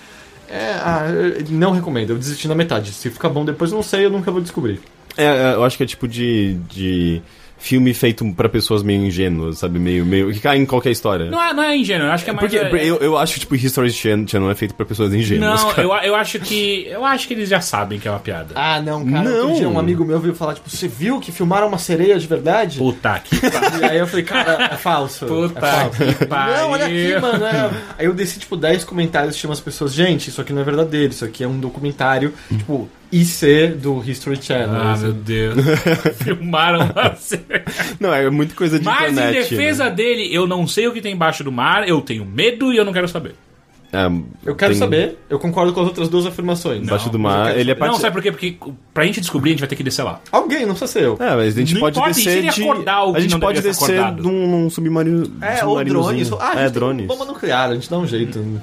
Speaker 1: É, ah, eu não recomendo, eu desisti na metade. Se ficar bom depois, eu não sei, eu nunca vou descobrir.
Speaker 3: É, é, eu acho que é tipo de, de filme feito pra pessoas meio ingênuas, sabe? Meio, meio que cai em qualquer história.
Speaker 2: Não é, não é ingênuo, eu acho que é mais.
Speaker 3: Porque
Speaker 2: é-
Speaker 3: eu, eu acho que tipo, History Channel Channel é feito pra pessoas ingênuas.
Speaker 2: Não,
Speaker 3: cara.
Speaker 2: eu, eu acho que. Eu acho que eles já sabem que é uma piada.
Speaker 1: Ah, não, cara.
Speaker 3: Não.
Speaker 1: Outro dia um amigo meu veio falar, tipo, você viu que filmaram uma sereia de verdade?
Speaker 2: Puta que
Speaker 1: E aí eu falei, cara, é falso.
Speaker 2: Puta
Speaker 1: é falso.
Speaker 2: que pariu.
Speaker 1: Não, olha aqui, mano. é- Aí eu desci, tipo, 10 comentários, tinha umas pessoas, gente, isso aqui não é verdadeiro, isso aqui é um documentário, tipo, IC do History Channel.
Speaker 2: Ah, meu Deus. Filmaram você.
Speaker 3: Não, é muita coisa de
Speaker 2: Mas em
Speaker 3: internet.
Speaker 2: defesa
Speaker 3: né?
Speaker 2: dele, eu não sei o que tem embaixo do mar, eu tenho medo e eu não quero saber.
Speaker 3: É,
Speaker 1: Eu quero
Speaker 3: tem-
Speaker 1: saber, eu concordo com as outras duas afirmações.
Speaker 3: Embaixo
Speaker 2: Não,
Speaker 3: do
Speaker 1: mas eu
Speaker 3: mar,
Speaker 1: quero
Speaker 3: ele é
Speaker 1: saber.
Speaker 3: parte...
Speaker 2: Não, sabe por quê? Porque pra gente descobrir, a gente vai ter que descer lá.
Speaker 1: Alguém, não precisa ser eu.
Speaker 3: É, mas a gente
Speaker 2: Não
Speaker 3: pode
Speaker 2: importa,
Speaker 3: descer
Speaker 2: e se ele
Speaker 3: de...
Speaker 2: acordar o
Speaker 3: A
Speaker 2: que
Speaker 3: gente
Speaker 2: não
Speaker 3: pode
Speaker 2: deveria estar
Speaker 3: descer um,
Speaker 2: acordado?
Speaker 3: num, submarino...
Speaker 1: É, ou
Speaker 3: submarinozinho.
Speaker 1: drones. Ah, a gente
Speaker 3: é,
Speaker 1: tem
Speaker 3: drones.
Speaker 1: bomba nuclear, a gente dá um jeito.
Speaker 2: Hum,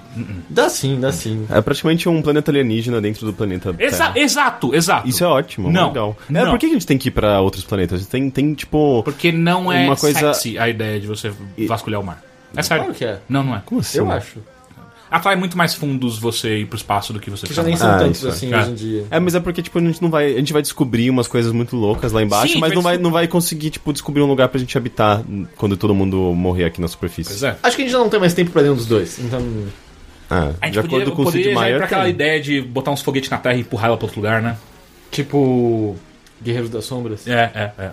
Speaker 1: Dá sim, dá sim.
Speaker 3: É praticamente um planeta alienígena dentro do planeta
Speaker 2: Exa-
Speaker 3: Terra.
Speaker 2: Exato, exato.
Speaker 3: Isso é ótimo,
Speaker 2: Não,
Speaker 3: legal. É,
Speaker 2: não.
Speaker 3: por que a gente tem que ir pra outros planetas? Tem, tem tipo...
Speaker 2: Porque não é
Speaker 3: Uma coisa-
Speaker 2: sexy a ideia de você vasculhar o mar. É sério.
Speaker 1: Claro que é.
Speaker 2: Não, não é.
Speaker 3: Como assim?
Speaker 1: Eu acho.
Speaker 2: Atrai muito mais fundos você ir pro espaço do que você
Speaker 1: Que
Speaker 2: ficar
Speaker 1: já
Speaker 2: no
Speaker 1: nem
Speaker 2: mar.
Speaker 1: são
Speaker 3: Ah,
Speaker 1: tantos
Speaker 3: isso é.
Speaker 1: assim
Speaker 2: É.
Speaker 1: hoje em dia.
Speaker 3: É, mas é porque, tipo, a gente não vai. A gente vai descobrir umas coisas muito loucas lá embaixo,
Speaker 2: Sim,
Speaker 3: mas
Speaker 2: vai
Speaker 3: não vai,
Speaker 2: descobrir.
Speaker 3: não vai conseguir, tipo, descobrir um lugar pra gente habitar hum, quando todo mundo morrer aqui na superfície.
Speaker 2: Pois é.
Speaker 1: Acho que a gente já não tem mais tempo pra nenhum dos dois. Então.
Speaker 3: Ah,
Speaker 2: A gente
Speaker 3: de acordo
Speaker 2: poderia,
Speaker 3: com o Sid
Speaker 2: poderia já ir
Speaker 3: Meier.
Speaker 2: pra aquela
Speaker 3: tem.
Speaker 2: ideia de botar uns foguetes na terra e empurrar ela pra outro lugar, né?
Speaker 1: Tipo. Guerreiros das Sombras.
Speaker 2: É, é, é.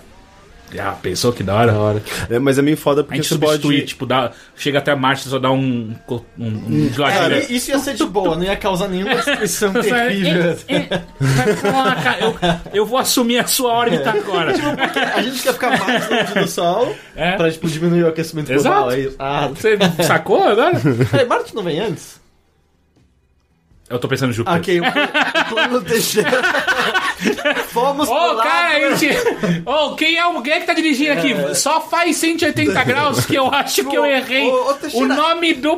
Speaker 2: Ah, pensou que da hora?
Speaker 1: Da hora.
Speaker 3: É, mas é meio foda
Speaker 2: A
Speaker 3: porque
Speaker 2: gente
Speaker 3: você
Speaker 2: substitui,
Speaker 3: pode. Hum.
Speaker 2: tipo, dá, chega até Marte e só dá um. co- um, um
Speaker 1: Cara,
Speaker 2: gelatina.
Speaker 1: É, isso ia ser de boa, não ia causar nenhuma destruição
Speaker 2: Vai-
Speaker 3: né?
Speaker 1: terrível.
Speaker 2: é, é, vai falar, cara, eu, eu vou assumir a sua órbita agora.
Speaker 3: Tipo,
Speaker 1: A gente quer ficar mais longe do Sol
Speaker 2: É.
Speaker 1: pra tipo, diminuir o aquecimento
Speaker 2: Exato.
Speaker 1: global. É isso. Ah,
Speaker 2: Você sacou agora?
Speaker 1: peraí, Marte não vem antes? Ah,
Speaker 2: Eu tô pensando em Júpiter.
Speaker 1: Ok, o plano Teixeira. Fomos
Speaker 2: Ô,
Speaker 1: pro lado.
Speaker 2: cara, a gente. Ô, quem, é, o- quem é que tá dirigindo aqui? Só faz 180 graus que eu acho que eu errei.
Speaker 1: Ô, ô,
Speaker 2: o
Speaker 1: Teixeira.
Speaker 2: nome do.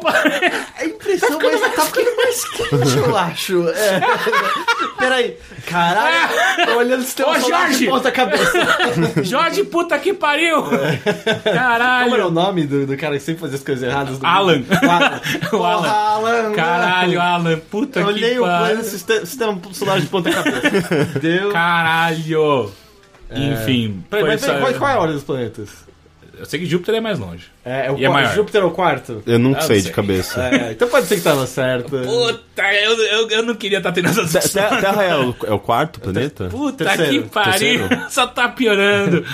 Speaker 1: A impressão mas tá ficando mais quente, eu acho. É. Peraí. Caralho, tô olhando o sistema
Speaker 2: Ah! Ô,
Speaker 1: solar de
Speaker 2: Jorge!
Speaker 1: ponta cabeça.
Speaker 2: Jorge, puta que pariu!
Speaker 1: Como era o
Speaker 2: Caralho!
Speaker 1: nome do, do cara que sempre fazia as coisas erradas? Do
Speaker 2: Alan.
Speaker 1: mundo? Alan.
Speaker 2: O Alan.
Speaker 1: Porra, Alan.
Speaker 2: Caralho, Alan, puta
Speaker 1: Eu
Speaker 2: que
Speaker 1: olhei o plano do
Speaker 2: pariu!
Speaker 1: sistema, sistema solar de ponta cabeça. Deu.
Speaker 2: Caralho! Enfim,
Speaker 1: Peraí,
Speaker 2: foi
Speaker 1: mas peraí,
Speaker 2: essa-
Speaker 1: qual, qual é a ordem dos planetas?
Speaker 2: Eu sei que Júpiter é mais longe.
Speaker 1: É, é o
Speaker 2: E é
Speaker 1: quar-
Speaker 2: maior.
Speaker 1: Júpiter é o quarto?
Speaker 3: Eu não
Speaker 2: Ah,
Speaker 3: sei
Speaker 2: sei.
Speaker 3: de cabeça.
Speaker 1: É, então pode ser que tava certo.
Speaker 2: Puta, eu, eu, eu não queria estar tendo essa
Speaker 3: Te-
Speaker 2: discussão.
Speaker 3: Terra Terra é o, é o quarto planeta?
Speaker 2: Puta
Speaker 1: Terceiro,
Speaker 2: que pariu,
Speaker 3: terceiro.
Speaker 2: só tá piorando.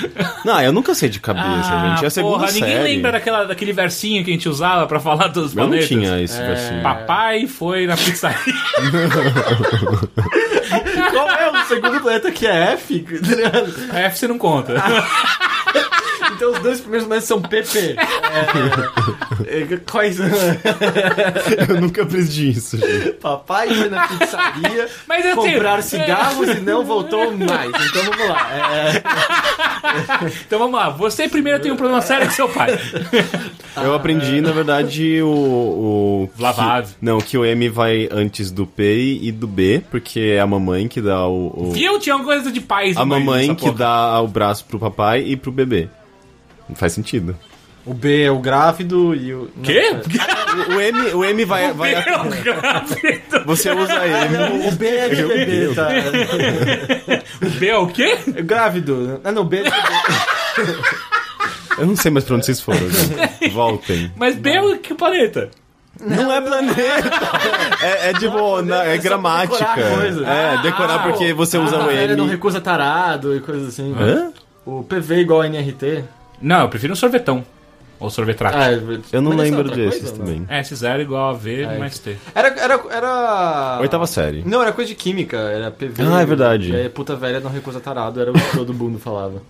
Speaker 3: Não, eu nunca sei de cabeça, gente. É a segunda
Speaker 2: Ah, porra,
Speaker 3: série.
Speaker 2: ninguém lembra daquela, daquele versinho que a gente usava pra falar dos
Speaker 3: Eu não
Speaker 2: planetas? É.
Speaker 3: tinha esse assim.
Speaker 2: Papai foi na pizzaria.
Speaker 1: Qual é o segundo planeta que é F? tá ligado?
Speaker 2: A F você não conta.
Speaker 1: Então os dois primeiros nomes são PP. É, é, quais?
Speaker 3: Eu nunca aprendi isso, gente.
Speaker 1: Papai foi na pizzaria
Speaker 2: Mas assim, eu tenho-
Speaker 1: comprar cigarros e não voltou mais. Então vamos lá. É,
Speaker 2: Então vamos lá, você primeiro tem um problema sério com seu pai. Ah,
Speaker 3: Eu
Speaker 2: é.
Speaker 3: aprendi, na verdade, o. o
Speaker 2: Vlavav.
Speaker 3: que- Não, que o M vai antes do P e do B, porque é a mamãe que dá o. o-
Speaker 2: Viu? Tinha uma coisa de pais.
Speaker 3: A mamãe que
Speaker 2: dá.
Speaker 3: dá o braço pro papai e pro bebê. Não faz sentido.
Speaker 1: o B é o grávido e o. não,
Speaker 2: Quê? é
Speaker 1: é.
Speaker 3: O, o M, o M vai. vai
Speaker 2: Meu
Speaker 3: você usa M.
Speaker 1: O B é de bebê, tá?
Speaker 2: O B é o quê?
Speaker 1: É Grávido. Ah, não, B é de bebê.
Speaker 3: Eu não sei mais pra onde vocês foram. gente. Voltem.
Speaker 2: Mas B é o que planeta?
Speaker 3: Não é planeta! É, é tipo, na- é
Speaker 1: é só
Speaker 3: gramática.
Speaker 1: decorar coisa.
Speaker 3: É, decorar
Speaker 2: Ah,
Speaker 3: porque você usa o
Speaker 1: tá, Ele não
Speaker 3: M.
Speaker 1: recusa tarado e coisas assim.
Speaker 3: Hã?
Speaker 1: O PV igual a NRT.
Speaker 2: Não, eu prefiro um sorvetão. Ou sorvetrate.
Speaker 1: Ah,
Speaker 3: Eu não
Speaker 1: mas essa é
Speaker 3: lembro
Speaker 1: outra
Speaker 3: desses
Speaker 1: coisa, não?
Speaker 3: também.
Speaker 2: É, S0 igual a V
Speaker 1: É,
Speaker 2: mais T.
Speaker 1: Era, era, era...
Speaker 3: Oitava série.
Speaker 1: Não, era coisa de química, era PV.
Speaker 3: Ah, é verdade.
Speaker 1: É, puta velha não recusa tarado, era o que todo mundo falava.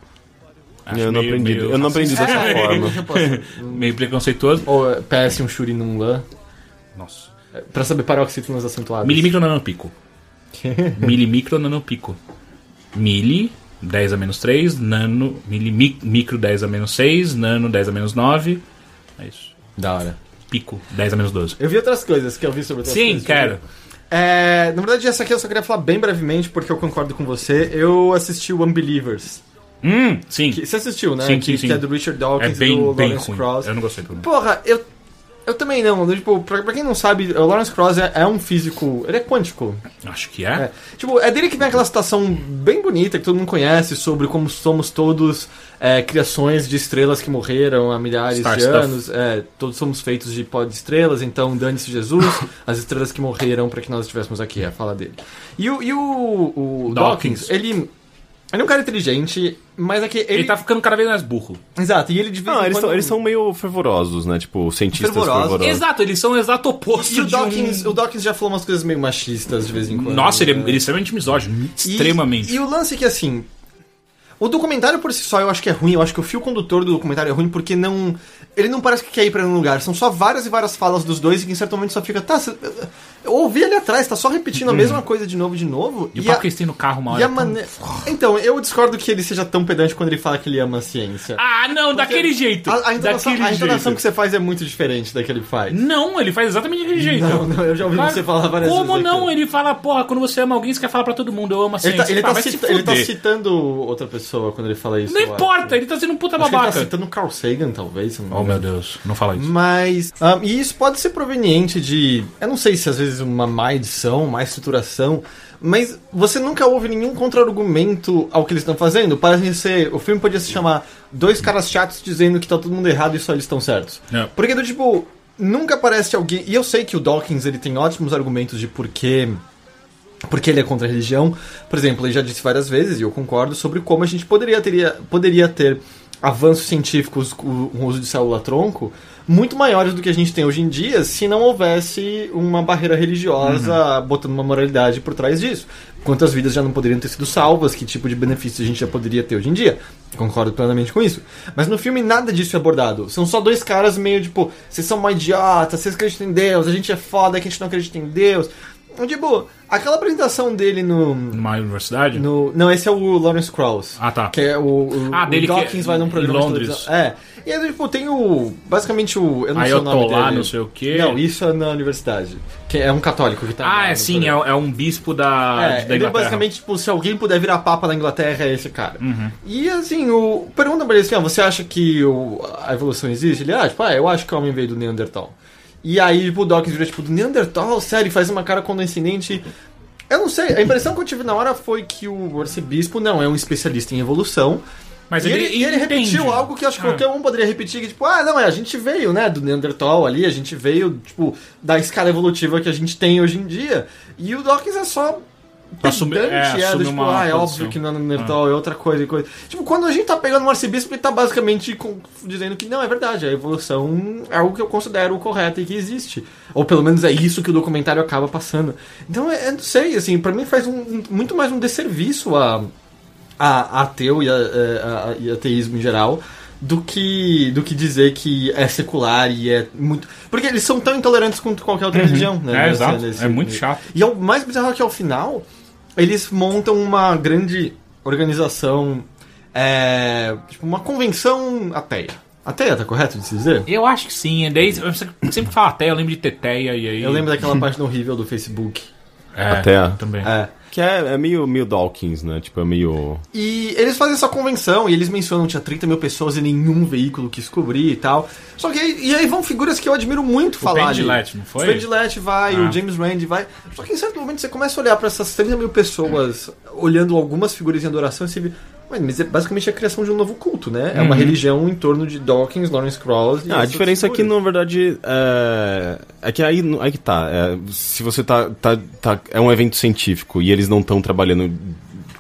Speaker 2: Acho
Speaker 3: eu não
Speaker 2: meio-
Speaker 3: aprendi,
Speaker 2: meio
Speaker 3: eu não aprendi dessa
Speaker 1: É,
Speaker 3: forma.
Speaker 1: deixa eu passar.
Speaker 2: Meio preconceituoso.
Speaker 1: Ou é, PS um Shuri num LAN, é,
Speaker 2: Nossa.
Speaker 1: pra saber paroxítonas acentuadas.
Speaker 2: Milimicro nanopico. Milimicro nanopico. Mili, 10 a menos 3. Nano, milimi- micro 10 a menos 6. Nano 10 a menos 9. É isso.
Speaker 1: Da hora.
Speaker 2: Pico 10 a menos 12.
Speaker 1: Eu vi outras coisas que eu vi sobre outras
Speaker 2: Sim,
Speaker 1: coisas.
Speaker 2: quero.
Speaker 1: É, na verdade, essa aqui eu só queria falar bem brevemente, porque eu concordo com você. Eu assisti o Unbelievers.
Speaker 2: Hum, sim.
Speaker 1: Que- você assistiu, né?
Speaker 2: Sim,
Speaker 1: que,
Speaker 2: sim, sim.
Speaker 1: que é do Richard
Speaker 2: É
Speaker 1: Dawkins e do
Speaker 2: bem, bem
Speaker 1: Lawrence
Speaker 2: ruim.
Speaker 1: Cross.
Speaker 2: Eu não gostei do
Speaker 1: Porra, eu. Eu também não. Tipo, pra, pra quem não sabe, o Lawrence Cross é, é um físico. Ele é quântico.
Speaker 2: Acho que é.
Speaker 1: É. Tipo, é dele que vem aquela citação bem bonita que todo mundo conhece sobre como somos todos é, criações de estrelas que morreram há milhares
Speaker 2: Star
Speaker 1: de
Speaker 2: stuff.
Speaker 1: anos. É, todos somos feitos de pó de estrelas, então dane-se Jesus, as estrelas que morreram para que nós estivéssemos aqui. É a fala dele. E o, e o, o
Speaker 2: Dawkins.
Speaker 1: Dawkins, ele. Ele é um cara inteligente, mas é que ele.
Speaker 2: Ele... tá ficando cada vez mais burro.
Speaker 1: Exato, e ele de vez
Speaker 3: Não,
Speaker 1: em
Speaker 3: eles,
Speaker 1: quando-
Speaker 3: são- eles
Speaker 2: um
Speaker 3: são meio fervorosos, né? Tipo, cientistas
Speaker 1: Fervorosos.
Speaker 3: fervorosos.
Speaker 2: Exato, eles são o exato oposto
Speaker 1: E o
Speaker 2: de um-
Speaker 1: Dawkins, o Dawkins já falou umas coisas meio machistas de vez em quando.
Speaker 2: Nossa, ele é,
Speaker 1: né?
Speaker 2: ele é extremamente misógino.
Speaker 1: E-
Speaker 2: Extremamente.
Speaker 1: E, o lance é que assim. O documentário por si só eu acho que é ruim, eu acho que o fio condutor do documentário é ruim porque não. Ele não parece que quer ir pra nenhum lugar, são só várias e várias falas dos dois e que em certo momento só fica. Tá, cê- eu ouvi ali atrás, tá só repetindo a mesma coisa de novo e de novo.
Speaker 2: Uhum. E, o
Speaker 1: a-
Speaker 2: papo que eles têm no carro uma hora.
Speaker 1: e a
Speaker 2: é tão-
Speaker 1: mane- Então, eu discordo que ele seja tão pedante quando ele fala que ele ama a ciência.
Speaker 2: Ah, não, daquele jeito.
Speaker 1: a, a entonação,
Speaker 2: daquele
Speaker 1: a entonação
Speaker 2: jeito.
Speaker 1: que você faz é muito diferente da que ele faz.
Speaker 2: Não, ele faz exatamente daquele jeito.
Speaker 1: Não, não, eu já ouvi
Speaker 2: Claro.
Speaker 1: você falar várias
Speaker 2: Como
Speaker 1: vezes
Speaker 2: não?
Speaker 1: aqui.
Speaker 2: Ele fala, porra, quando você ama alguém, você quer falar pra todo mundo, eu amo a
Speaker 1: Ele
Speaker 2: ciência.
Speaker 1: tá, ele,
Speaker 2: Fala,
Speaker 1: tá
Speaker 2: vai se
Speaker 1: cita- ele tá
Speaker 2: fuder.
Speaker 1: citando outra pessoa quando ele fala isso.
Speaker 2: Não
Speaker 1: eu acho.
Speaker 2: importa, ele tá sendo um puta
Speaker 1: Acho que ele tá
Speaker 2: babaca.
Speaker 1: citando Carl Sagan, talvez. se eu não me
Speaker 2: Oh, meu
Speaker 1: engano.
Speaker 2: Deus, não fala isso.
Speaker 1: Mas. ah, e isso pode ser proveniente de. Eu não sei se às vezes uma má edição, má estruturação. Mas você nunca ouve nenhum contra-argumento ao que eles estão fazendo. Parece ser. O filme podia se chamar Dois Caras Chatos dizendo que tá todo mundo errado e só eles estão certos.
Speaker 2: É.
Speaker 1: Porque do tipo. Nunca aparece alguém. E eu sei que o Dawkins ele tem ótimos argumentos de porquê porque ele é contra a religião. Por exemplo, ele já disse várias vezes, e eu concordo, sobre como a gente poderia, teria, poderia ter avanços científicos com o uso de célula-tronco muito maiores do que a gente tem hoje em dia se não houvesse uma barreira religiosa botando uma moralidade por trás disso. Quantas vidas já não poderiam ter sido salvas, que tipo de benefício a gente já poderia ter hoje em dia. Concordo plenamente com isso. Mas no filme nada disso é abordado. São só dois caras meio tipo, vocês são uma idiota, vocês acreditam em Deus, a gente é foda, que a gente não acredita em Deus. Tipo, aquela apresentação dele no.
Speaker 2: Numa universidade?
Speaker 1: no não, esse é o Lawrence Krauss.
Speaker 2: Ah, tá.
Speaker 1: Que é o. o
Speaker 2: Ah,
Speaker 1: o
Speaker 2: dele que
Speaker 1: Dawkins
Speaker 2: é
Speaker 1: vai num
Speaker 2: em
Speaker 1: programa
Speaker 2: Londres.
Speaker 1: De televisão. é. E aí, tipo, tem o. Basicamente o. Eu não sei o nome
Speaker 2: Ayatollah,
Speaker 1: dele.
Speaker 2: não sei o quê.
Speaker 1: Não, isso é na universidade. Que é um católico que tá. lá
Speaker 2: Ah, é
Speaker 1: no
Speaker 2: sim, é,
Speaker 1: programa.
Speaker 2: é um bispo da,
Speaker 1: É,
Speaker 2: da
Speaker 1: ele é
Speaker 2: Inglaterra.
Speaker 1: basicamente, tipo, se alguém puder virar papa na Inglaterra, é esse cara.
Speaker 2: Uhum.
Speaker 1: E assim, o. Pergunta pra ele assim, ah, você acha que o- a evolução existe? Ele, ah, tipo, ah, eu acho que o homem veio do Neandertal. E aí, tipo, o Dawkins vira, tipo, do Neandertal? Sério, e faz uma cara condescendente. Eu não sei, a impressão que eu tive na hora foi que o arcebispo não é um especialista em evolução.
Speaker 2: Mas
Speaker 1: e
Speaker 2: ele
Speaker 1: ele, e ele
Speaker 2: entende.
Speaker 1: repetiu algo que eu acho que
Speaker 2: Ah.
Speaker 1: qualquer um poderia repetir, que tipo, ah, não, é, a gente veio, né, do Neandertal ali, a gente veio, tipo, da escala evolutiva que a gente tem hoje em dia. E o Dawkins é só
Speaker 2: Assume-
Speaker 1: pedante,
Speaker 2: é,
Speaker 1: é, do
Speaker 2: assume
Speaker 1: tipo,
Speaker 2: uma
Speaker 1: ah, é
Speaker 2: posição. Ah.
Speaker 1: óbvio que não é no Neandertal, é outra coisa e coisa. Tipo, quando a gente tá pegando um arcebispo, ele tá basicamente com- dizendo que não, é verdade, a evolução é algo que eu considero correto e que existe. Ou pelo menos é isso que o documentário acaba passando. Então, é, eu não sei, assim, pra mim faz um- um- muito mais um desserviço a a ateu e, a, é, a- a- e ateísmo em geral do que do que dizer que é secular e é muito porque eles são tão intolerantes quanto qualquer outra religião né
Speaker 2: É,
Speaker 1: Nessa-
Speaker 2: exato.
Speaker 1: nesse-
Speaker 2: É muito chato.
Speaker 1: e o mais bizarro é que ao final eles montam uma grande organização é, tipo uma convenção ateia ateia tá correto de se dizer
Speaker 2: Eu acho que sim. é Daí, eu sempre falo até, eu lembro de Teteia e aí...
Speaker 1: eu lembro daquela página horrível do Facebook
Speaker 2: É,
Speaker 3: Até.
Speaker 2: também.
Speaker 1: é.
Speaker 3: Que é, é meio, meio Dawkins, né? Tipo, é meio.
Speaker 1: E eles fazem essa convenção e eles mencionam que tinha 30 mil pessoas e nenhum veículo quis cobrir e tal. Só que aí, e aí vão figuras que eu admiro muito falar
Speaker 2: Ben
Speaker 1: ali.
Speaker 2: Gillette, não foi?
Speaker 1: O Ben Gillette vai,
Speaker 2: Ah.
Speaker 1: o James Randi vai. Só que em certo momento você começa a olhar pra essas 30 mil pessoas, olhando algumas figuras em adoração e você vê... "Ué, Mas é basicamente a criação de um novo culto, né? É uma
Speaker 2: Uhum.
Speaker 1: religião em torno de Dawkins, Lawrence Krauss... e
Speaker 3: Ah, a
Speaker 1: essas
Speaker 3: diferença é que,
Speaker 1: figuras.
Speaker 3: na verdade, é, é que aí, aí que tá. É, se você tá, tá, tá- É um evento científico e eles não estão trabalhando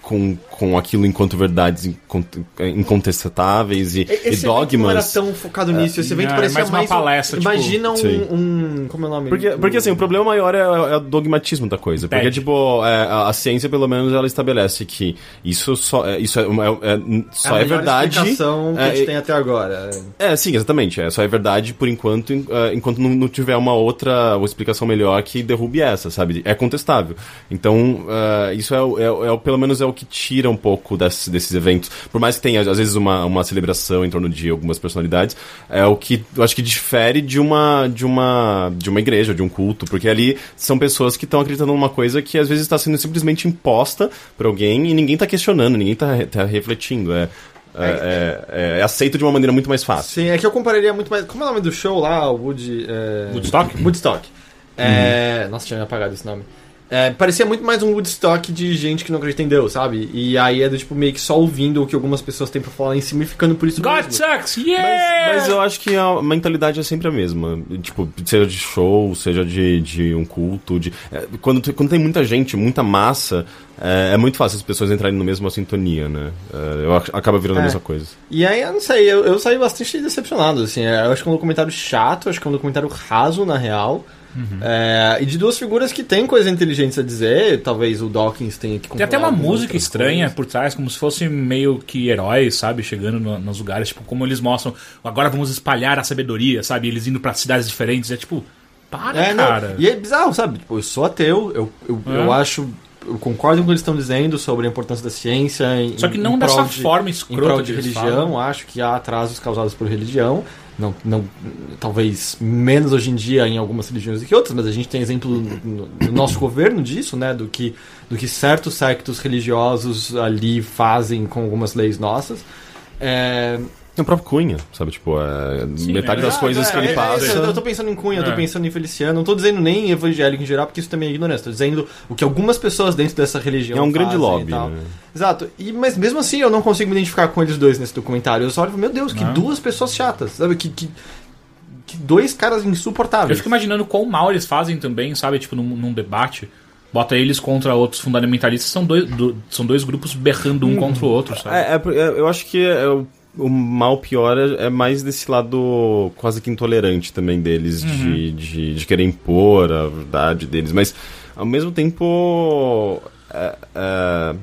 Speaker 3: com, com aquilo enquanto verdades incont- incontestáveis e, e
Speaker 1: Esse evento não era
Speaker 3: dogmas.
Speaker 1: tão focado nisso. Esse evento
Speaker 2: é,
Speaker 1: parecia
Speaker 2: mais uma
Speaker 1: mais um-
Speaker 2: palestra, tipo-
Speaker 1: Imagina
Speaker 3: Sim.
Speaker 1: um, um- Como é o nome?
Speaker 3: Porque, porque assim, o problema maior é, é o dogmatismo da coisa. Porque,
Speaker 2: Pede.
Speaker 3: tipo, é, a, a ciência, pelo menos, ela estabelece que isso só é, isso é, uma- é- é- só é,
Speaker 1: a melhor
Speaker 3: verdade.
Speaker 1: explicação que a gente
Speaker 3: é,
Speaker 1: tem até agora.
Speaker 3: É, sim, exatamente. É, só é verdade por enquanto, en- eh, enquanto não, não tiver uma outra uma explicação melhor que derrube essa, sabe? É contestável. Então, eh, isso é, o- é, o- é o- pelo menos é o que tira um pouco desse- desses eventos. Por mais que tenha, às vezes, uma, uma celebração em torno de algumas personalidades, é o que eu acho que difere de uma, de uma, de uma igreja, de um culto, porque ali são pessoas que estão acreditando numa coisa que às vezes está sendo simplesmente imposta por alguém e ninguém tá questionando, ninguém tá, re- tá refletindo. É. É, é- é- é aceito de uma maneira muito mais fácil.
Speaker 1: Sim, é que eu compararia muito mais. Como é o nome do show lá? O Wood. É...
Speaker 2: Woodstock? Uhum.
Speaker 1: Woodstock. É... Nossa, tinha apagado esse nome. É, parecia muito mais um Woodstock de gente que não acredita em Deus, sabe? E aí é do tipo meio que só ouvindo o que algumas pessoas têm pra falar em cima e ficando por isso
Speaker 2: God
Speaker 1: mesmo.
Speaker 2: sucks, yeah!
Speaker 3: Mas eu acho que a mentalidade é sempre a mesma. Tipo, seja de show, seja de, de um culto. De... é, Quando, tu- quando tem muita gente, muita massa, é, é muito fácil as pessoas entrarem na mesma sintonia, né? É, eu ac- acaba virando
Speaker 1: É.
Speaker 3: a mesma coisa.
Speaker 1: E aí, eu não sei, eu, eu saí bastante decepcionado, assim. é, Eu acho que é um documentário chato, acho que é um documentário raso, na real.
Speaker 2: Uhum.
Speaker 1: É, e de duas figuras que tem coisa inteligente a dizer, talvez o Dawkins tenha que
Speaker 2: Tem até uma
Speaker 1: controlar algumas
Speaker 2: música
Speaker 1: outras
Speaker 2: estranha
Speaker 1: coisas.
Speaker 2: por trás, como se fosse meio que heróis, sabe? Chegando no- nos lugares, tipo, como eles mostram, agora vamos espalhar a sabedoria, sabe? Eles indo pra cidades diferentes, é tipo, para,
Speaker 1: É, não,
Speaker 2: cara.
Speaker 1: E é bizarro, sabe? Tipo, eu sou ateu, eu, eu,
Speaker 2: É.
Speaker 1: eu acho. Eu concordo com o que eles estão dizendo sobre a importância da ciência. é Em,
Speaker 2: Só que
Speaker 1: em
Speaker 2: não dessa
Speaker 1: prol de-
Speaker 2: forma
Speaker 1: Em prol
Speaker 2: escrota que
Speaker 1: de
Speaker 2: eles
Speaker 1: religião,
Speaker 2: falam.
Speaker 1: acho que há atrasos causados por religião. Não, não, talvez menos hoje em dia em algumas religiões do que outras, mas a gente tem exemplo no, no nosso governo disso, né? Do que, do que certos sectos religiosos ali fazem com algumas leis nossas. É,
Speaker 3: É o próprio Cunha, sabe? Tipo, é,
Speaker 2: Sim,
Speaker 3: metade
Speaker 2: é
Speaker 3: das
Speaker 2: verdade,
Speaker 3: coisas
Speaker 1: é,
Speaker 3: que ele
Speaker 1: é, é,
Speaker 3: passa.
Speaker 1: eu tô pensando em Cunha, eu tô
Speaker 2: É.
Speaker 1: pensando em Feliciano, não tô dizendo nem em evangélico em geral, porque isso também é ignorância. Tô dizendo o que algumas pessoas dentro dessa religião
Speaker 3: É um grande
Speaker 1: fazem e
Speaker 3: lobby,
Speaker 1: tal.
Speaker 3: né?
Speaker 1: Exato. E, mas mesmo assim eu não consigo me identificar com eles dois nesse documentário. Eu só olho e falo, meu Deus, que
Speaker 2: Não.
Speaker 1: duas pessoas chatas, sabe? Que, que, que dois caras
Speaker 2: Eu
Speaker 1: insuportáveis.
Speaker 2: fico imaginando quão mal eles fazem também, sabe? Tipo, num, num debate. Bota eles contra outros fundamentalistas, são dois, do- são dois grupos berrando um contra o outro, sabe?
Speaker 3: É, é, por- é, eu acho que é o, o mal pior é, é mais desse lado quase que intolerante também deles, de, de, de querer impor a verdade deles, mas ao mesmo tempo. é, é,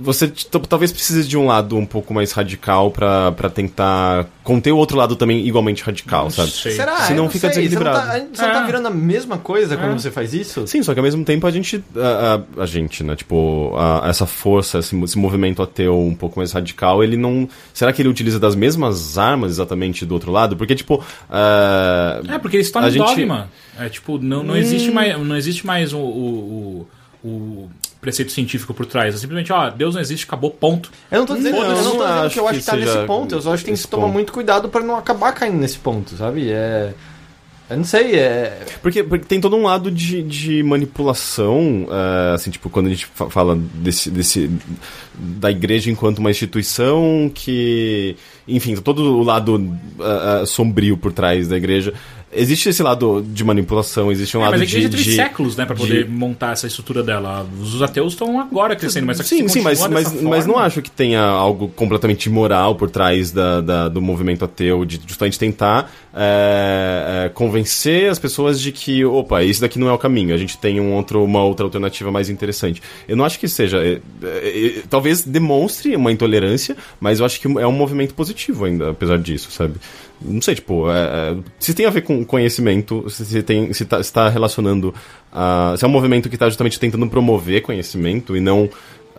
Speaker 3: você t- t- talvez precise de um lado um pouco mais radical pra pra tentar conter o outro lado também igualmente radical, sabe?
Speaker 2: sei.
Speaker 1: Será?
Speaker 3: Senão
Speaker 1: Eu não
Speaker 3: fica
Speaker 1: sei, você não tá-
Speaker 3: desequilibrado.
Speaker 1: Você não tá
Speaker 2: É.
Speaker 1: virando a mesma coisa quando você faz isso?
Speaker 3: Sim, só que ao mesmo tempo a gente. A, a- a gente, né? Tipo, a- essa força, esse, mo- esse movimento ateu um pouco mais radical, ele não. Será que ele utiliza das mesmas armas exatamente do outro lado? Porque, tipo. ah,
Speaker 2: É, porque eles tornam
Speaker 3: A gente-
Speaker 2: dogma. É tipo, não, não existe mais, não existe mais o, o, o- o preceito científico por trás. É simplesmente, ó, Deus não existe, acabou, ponto.
Speaker 1: Eu não tô dizendo,
Speaker 3: Não,
Speaker 1: eu não tô
Speaker 3: não
Speaker 1: dizendo que
Speaker 3: acho
Speaker 1: eu acho que,
Speaker 3: que
Speaker 1: tá nesse
Speaker 3: seja
Speaker 1: ponto, eu só acho que tem que
Speaker 3: esse
Speaker 1: tomar
Speaker 3: ponto.
Speaker 1: muito cuidado pra não acabar caindo nesse ponto, sabe? É. Eu não sei, é.
Speaker 3: Porque, porque tem todo um lado de, de manipulação, eh, assim, tipo, quando a gente fa- fala desse, desse, da igreja enquanto uma instituição que. Enfim, todo o lado ah, ah, sombrio por trás da igreja. Existe esse lado de manipulação, existe um
Speaker 2: É,
Speaker 3: lado
Speaker 2: mas a
Speaker 3: de.
Speaker 2: igreja teve
Speaker 3: de-
Speaker 2: séculos, né, pra
Speaker 3: de-
Speaker 2: poder montar essa estrutura dela. Os ateus estão agora crescendo, mas só que
Speaker 3: Sim,
Speaker 2: se
Speaker 3: sim, mas,
Speaker 2: continua
Speaker 3: mas,
Speaker 2: dessa
Speaker 3: mas não
Speaker 2: forma-
Speaker 3: acho que tenha algo completamente imoral por trás da, da- do movimento ateu, de justamente tentar é, é, convencer as pessoas de que, opa, esse daqui não é o caminho, a gente tem um outro, uma outra alternativa mais interessante. Eu não acho que seja. é, é, é, talvez demonstre uma intolerância, mas eu acho que é um movimento positivo ainda, apesar disso, sabe? Não sei, tipo, é, é, se tem a ver com conhecimento, se, se tem, se tá, se tá relacionando. a- se é um movimento que está justamente tentando promover conhecimento e não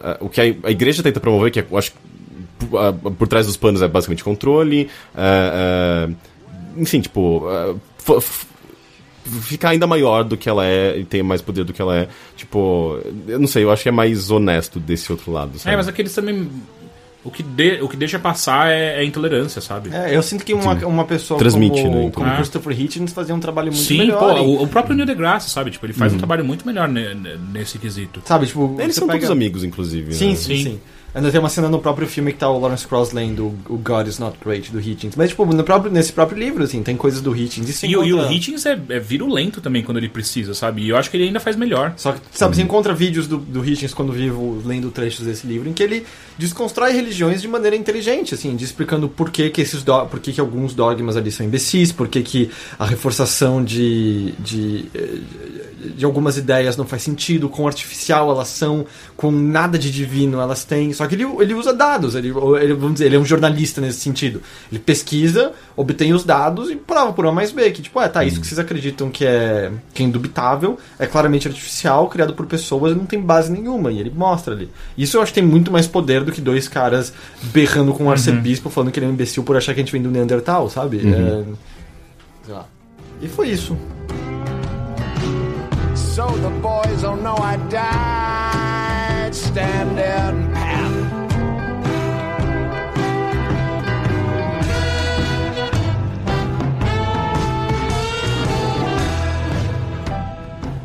Speaker 3: ah, o que a, a igreja tenta promover, que é, eu acho que p- ah, por trás dos panos é basicamente controle, ah, ah, enfim, tipo, ah, f- f- ficar ainda maior do que ela é e ter mais poder do que ela é, tipo, eu não sei, eu acho que é mais honesto desse outro lado, sabe?
Speaker 2: É, mas aqueles também. O que, de- o que deixa passar é, é intolerância, sabe?
Speaker 1: É, eu sinto que uma, uma pessoa
Speaker 3: Transmite,
Speaker 1: como,
Speaker 3: né, então.
Speaker 1: como
Speaker 2: Ah.
Speaker 1: Christopher Hitchens fazia um trabalho muito
Speaker 2: Sim,
Speaker 1: melhor.
Speaker 2: pô,
Speaker 1: hein? Uhum.
Speaker 2: o, o próprio Neil deGrasse, sabe? Tipo, ele faz um trabalho muito melhor ne- ne- nesse quesito.
Speaker 1: Sabe, tipo,
Speaker 3: Eles
Speaker 1: você
Speaker 3: são
Speaker 1: pega-
Speaker 3: todos amigos, inclusive.
Speaker 1: Sim,
Speaker 3: né?
Speaker 1: sim, sim.
Speaker 2: Sim.
Speaker 1: Ainda tem uma cena no próprio filme que tá o Lawrence Cross lendo o God is Not Great do Hitchens. Mas, tipo, no próprio, nesse próprio livro, assim, tem coisas do Hitchens. E, se
Speaker 2: E, o- e o
Speaker 1: encontra-
Speaker 2: Hitchens é, é virulento também quando ele precisa, sabe? E eu acho que ele ainda faz melhor.
Speaker 1: Só que, sabe, você encontra vídeos do, do Hitchens quando vivo, lendo trechos desse livro, em que ele desconstrói religiões de maneira inteligente, assim, de explicando por que, que esses do, por que, que alguns dogmas ali são imbecis, por que, que a reforçação de, de, eh, de algumas ideias não faz sentido, quão artificial elas são, com nada de divino elas têm. Só que ele, ele usa dados, ele, ele- vamos dizer, ele é um jornalista nesse sentido. Ele pesquisa, obtém os dados e prova por A mais B, que tipo, é, tá, isso que vocês acreditam que é, que é indubitável, é claramente artificial, criado por pessoas e não tem base nenhuma, e ele mostra ali. Isso eu acho que tem muito mais poder do que dois caras berrando com um arcebispo falando que ele é um imbecil por achar que a gente vem do Neandertal, sabe? É, sei lá. E foi isso.
Speaker 4: So the boys don't know I died. Stand there and pound.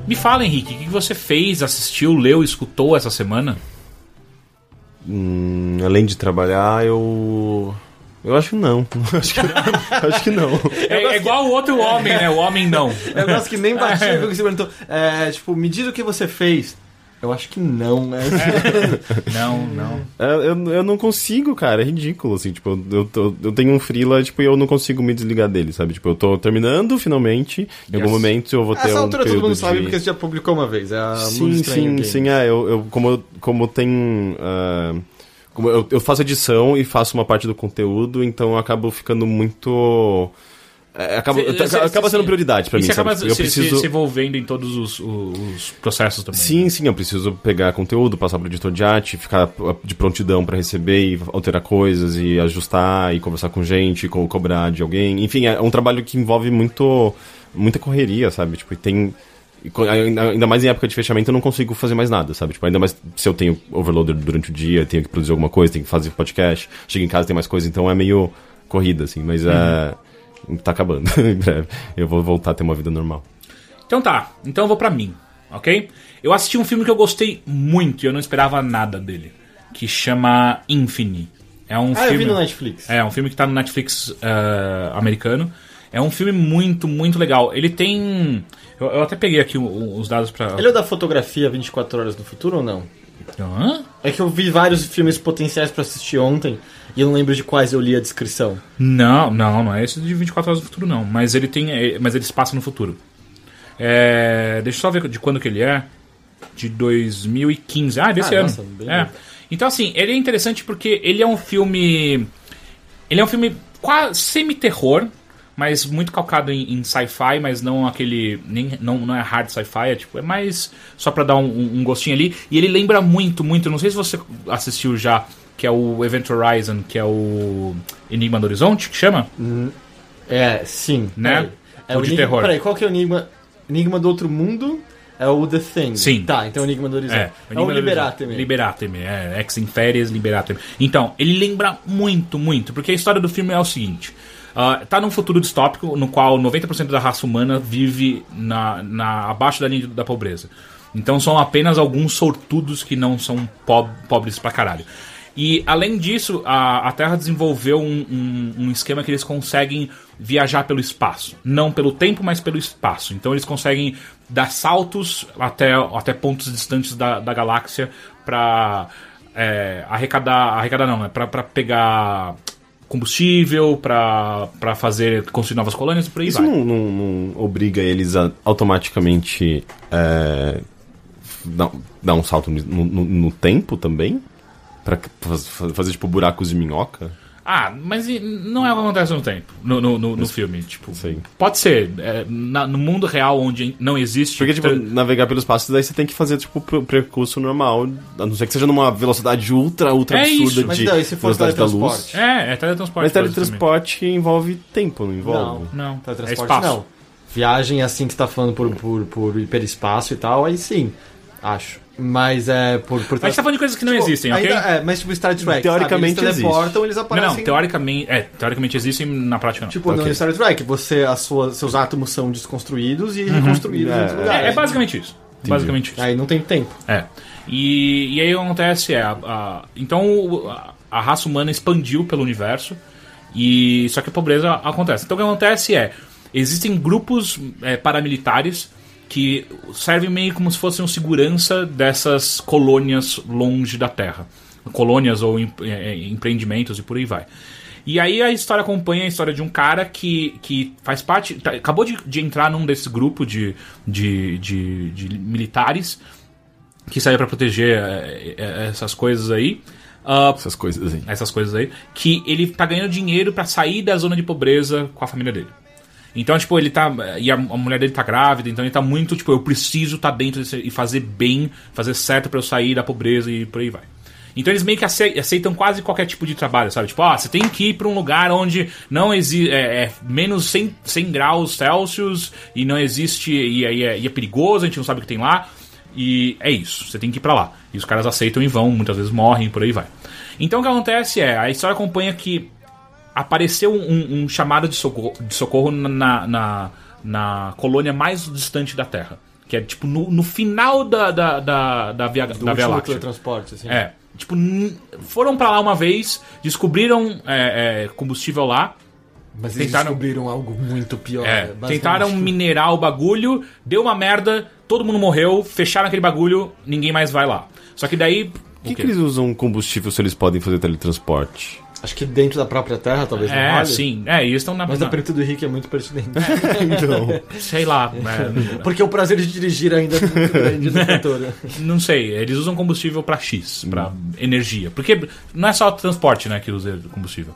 Speaker 2: Me fala, Henrique, o que você fez, assistiu, leu, escutou essa semana?
Speaker 3: Hum, além de trabalhar, eu. Eu acho que não. acho, que, acho que não.
Speaker 2: É, é igual o outro homem, né? O homem não.
Speaker 1: Eu gosto É um que nem bati com o que você perguntou. É, tipo, me diz o que você fez. Eu acho que não, né?
Speaker 2: Não, não.
Speaker 3: É, Eu, eu não consigo, cara, é ridículo, assim, tipo, eu- eu, tô- eu tenho um freela, tipo, e eu não consigo me desligar dele, sabe? Tipo, eu tô terminando, finalmente, em algum
Speaker 2: Yes.
Speaker 3: momento eu vou ter
Speaker 1: Essa
Speaker 3: um
Speaker 1: altura todo
Speaker 3: período
Speaker 1: mundo sabe
Speaker 3: de...
Speaker 1: porque você já publicou uma vez. É a Mundo
Speaker 3: Sim,
Speaker 1: Estranho
Speaker 3: sim,
Speaker 1: Games.
Speaker 3: sim, é, eu, eu- como, eu- como tem... ah, como eu, eu faço edição e faço uma parte do conteúdo, então eu acabo ficando muito... é, acaba,
Speaker 2: Cê- cê-
Speaker 3: acaba
Speaker 2: cê-
Speaker 3: sendo prioridade pra
Speaker 2: E
Speaker 3: mim,
Speaker 2: você
Speaker 3: sabe?
Speaker 2: acaba
Speaker 3: Tipo,
Speaker 2: se,
Speaker 3: eu
Speaker 2: se-
Speaker 3: preciso...
Speaker 2: se envolvendo em todos os, os processos também.
Speaker 3: Sim, sim, eu preciso pegar conteúdo, passar pro editor de arte, ficar ah, de prontidão pra receber e alterar coisas e ajustar e conversar com gente, co cobrar de alguém. Enfim, é um trabalho que envolve muito muita correria, sabe? Tipo, e tem e co- ainda ainda mais em época de fechamento eu não consigo fazer mais nada, sabe? Tipo, ainda mais se eu tenho overloader durante o dia, tenho que produzir alguma coisa, tenho que fazer podcast, chego em casa tem mais coisa, então é meio corrida assim, mas é tá acabando em breve. Eu vou voltar a ter uma vida normal.
Speaker 2: Então tá, então eu vou pra mim, ok? Eu assisti um filme que eu gostei muito e eu não esperava nada dele, que chama Infini. É um
Speaker 1: Ah, eu
Speaker 2: filme.
Speaker 1: vi no Netflix.
Speaker 2: É, um filme que tá no Netflix eh, americano. É um filme muito, muito legal. Ele tem. Eu, eu até peguei aqui o- o- os dados pra.
Speaker 1: Ele é o da fotografia 24 horas do futuro ou não?
Speaker 2: Hã?
Speaker 1: É que eu vi vários filmes potenciais pra assistir ontem e eu não lembro de quais eu li a descrição.
Speaker 2: Não, não, não é esse de 24 horas do futuro, não. Mas ele tem. eh, Mas ele se passa no futuro. É, deixa eu só ver de quando que ele é. De 2015. Ah, é desse
Speaker 1: Ah,
Speaker 2: ano.
Speaker 1: nossa, bem
Speaker 2: É.
Speaker 1: novo.
Speaker 2: Então, assim, ele é interessante porque ele é um filme. Ele é um filme quase semi-terror, mas muito calcado em, em sci-fi, mas não aquele. Nem, não, não é hard sci-fi, é tipo, é mais só pra dar um, um- um gostinho ali. E ele lembra muito, muito. Não sei se você assistiu já, que é o Event Horizon, que é o Enigma do Horizonte, que chama?
Speaker 1: É, sim.
Speaker 2: Né?
Speaker 1: Peraí. É
Speaker 2: Ou
Speaker 1: o
Speaker 2: de
Speaker 1: enigma,
Speaker 2: terror.
Speaker 1: Peraí, qual que é o enigma? Enigma do Outro Mundo é o The Thing.
Speaker 2: Sim.
Speaker 1: Tá, então é o Enigma do Horizonte. É, o
Speaker 2: Enigma da
Speaker 1: Liberatemi.
Speaker 2: Ilusão. Liberatemi, é. Ex in Férias, Liberatemi. Então, ele lembra muito, muito, porque a história do filme é o seguinte. ah, tá num futuro distópico no qual 90% da raça humana vive na, na, abaixo da linha da pobreza. Então são apenas alguns sortudos que não são po- pobres pra caralho. E além disso, a, a Terra desenvolveu um, um- um esquema que eles conseguem viajar pelo espaço. Não pelo tempo, mas pelo espaço. Então eles conseguem dar saltos até, até pontos distantes da, da galáxia pra é, arrecadar. Arrecadar não, né? Pra, pra pegar combustível, pra, pra fazer. construir novas colônias, por aí
Speaker 3: Isso
Speaker 2: vai.
Speaker 3: não, não- não obriga eles a automaticamente é, f- dar, dar um salto no, no- no tempo também? Pra que- faz- faz- fazer tipo buracos de minhoca?
Speaker 2: Ah, mas e- não é o que acontece no tempo, no, no, no- no filme. Tipo,
Speaker 3: Sim.
Speaker 2: pode ser. é, na- no mundo real onde não existe.
Speaker 3: Porque, tipo,
Speaker 2: tra-
Speaker 1: Então-
Speaker 3: navegar pelos passos, daí você tem que fazer, tipo, o percurso normal. A não ser que seja numa velocidade ultra, ultra
Speaker 2: É
Speaker 3: absurda
Speaker 2: isso,
Speaker 1: mas
Speaker 3: de
Speaker 1: não, e se for
Speaker 3: velocidade da luz.
Speaker 1: teletransporte?
Speaker 2: É, é teletransporte.
Speaker 3: Mas
Speaker 2: basicamente.
Speaker 3: teletransporte envolve tempo, não envolve?
Speaker 1: Não.
Speaker 2: Não, é
Speaker 1: Teletransporte
Speaker 2: espaço.
Speaker 1: não. Viagem assim que você tá falando por, por, por hiperespaço e tal, aí sim, acho. Mas é por... por
Speaker 2: A gente tá falando de coisas que não
Speaker 1: Tipo,
Speaker 2: existem, ok?
Speaker 1: ainda- é, mas tipo Star Trek,
Speaker 3: Teoricamente
Speaker 1: sabe? eles teleportam, eles
Speaker 2: não,
Speaker 1: aparecem...
Speaker 2: não, teoricamente, é, teoricamente existem, na prática não.
Speaker 1: Tipo,
Speaker 3: Ok.
Speaker 1: no Star Trek, você, a sua, seus átomos são desconstruídos e reconstruídos
Speaker 3: É,
Speaker 1: em outros
Speaker 3: é.
Speaker 2: é, é
Speaker 1: lugares.
Speaker 2: basicamente isso. Basicamente isso.
Speaker 1: Aí não tem tempo.
Speaker 2: É. E, e aí o que acontece é. a- a- então o- a, a raça humana expandiu pelo universo. E só que a pobreza acontece. Então o que acontece é. Existem grupos é, paramilitares que servem meio como se fossem o segurança dessas colônias longe da Terra. Colônias ou em- é, é, empreendimentos e por aí vai. E aí a história acompanha a história de um cara que, que faz parte. tá- acabou de, de entrar num desse grupo de, de, de, de militares que saiu pra proteger é, é, essas coisas aí. Ah,
Speaker 3: Essas coisas
Speaker 1: É,
Speaker 3: assim.
Speaker 2: essas coisas aí, que ele tá ganhando dinheiro pra sair da zona de pobreza com a família dele. Então, tipo, ele tá. E a, a mulher dele tá grávida, então ele tá muito, tipo, eu preciso tá dentro desse, e fazer bem, fazer certo pra eu sair da pobreza e por aí vai. Então eles meio que ace- aceitam quase qualquer tipo de trabalho, sabe? Tipo, ó, você tem que ir pra um lugar onde não existe. É, é menos 100, 100 graus Celsius e não existe. E aí é, e é perigoso, a gente não sabe o que tem lá. E é isso, você tem que ir pra lá. E os caras aceitam e vão, muitas vezes morrem, por aí vai. Então o que acontece é, a história acompanha que apareceu um, um chamado de socorro, de socorro na, na, na colônia mais distante da Terra. Que é tipo no, no final da, da, da, da, via, da Via
Speaker 1: último
Speaker 2: Láctea.
Speaker 1: teletransporte, assim.
Speaker 2: É. Tipo, n- foram pra lá uma vez, descobriram é, é, combustível lá,
Speaker 1: Mas eles
Speaker 2: Tentaram-
Speaker 1: descobriram algo muito
Speaker 2: é,
Speaker 1: pior. né? Basicamente,
Speaker 2: tentaram
Speaker 1: tipo,
Speaker 2: minerar o bagulho, deu uma merda, todo mundo morreu, fecharam aquele bagulho, ninguém mais vai lá. Só que daí.
Speaker 3: Por que,
Speaker 2: o quê?
Speaker 3: que eles usam combustível se eles podem fazer teletransporte?
Speaker 1: Acho que dentro da própria Terra, talvez não
Speaker 2: É,
Speaker 1: vale.
Speaker 2: sim. É, eles estão na.
Speaker 1: Mas a
Speaker 2: na
Speaker 1: pergunta do Rick é muito pertinente.
Speaker 3: Então.
Speaker 2: sei lá. né?
Speaker 1: Porque o prazer de dirigir ainda é muito grande na cantora.
Speaker 2: Não sei, eles usam combustível pra X, pra
Speaker 1: Uhum.
Speaker 2: energia. Porque não é só transporte, né, que usa combustível.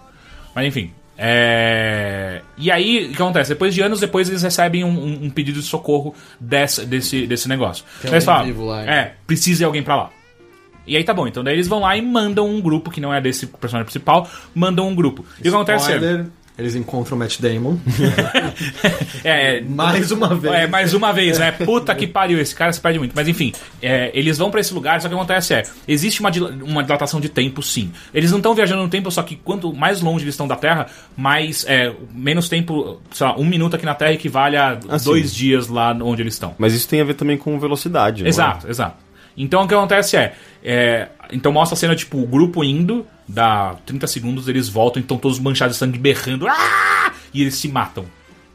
Speaker 2: Mas enfim. é, E aí, o que acontece? Depois de anos, depois eles recebem um, um- um pedido de socorro dessa- desse, desse negócio. Daí eles
Speaker 1: alguém
Speaker 2: falam,
Speaker 1: vivo lá, né?
Speaker 2: é, precisa ir alguém pra lá. E aí tá bom, então daí eles vão lá e mandam um grupo, que não é desse personagem principal, mandam um grupo. E o que acontece? é-
Speaker 1: Spoiler, Eles encontram o Matt Damon.
Speaker 2: É,
Speaker 1: Mais uma vez.
Speaker 2: É, mais uma vez, né? Puta que pariu, esse cara se perde muito. Mas enfim, é, eles vão pra esse lugar, só que o que acontece é, existe uma, dila- uma dilatação de tempo, sim. Eles não estão viajando no tempo, só que quanto mais longe eles estão da Terra, mais é, menos tempo, sei lá, um minuto aqui na Terra equivale a dois dias lá onde eles estão.
Speaker 3: Mas isso tem a ver também com velocidade, não é?
Speaker 2: Exato, exato. Então o que acontece é, é, Então mostra a cena, tipo, o grupo indo, dá 30 segundos, eles voltam, então todos manchados de sangue berrando. "Ah!" E eles se matam.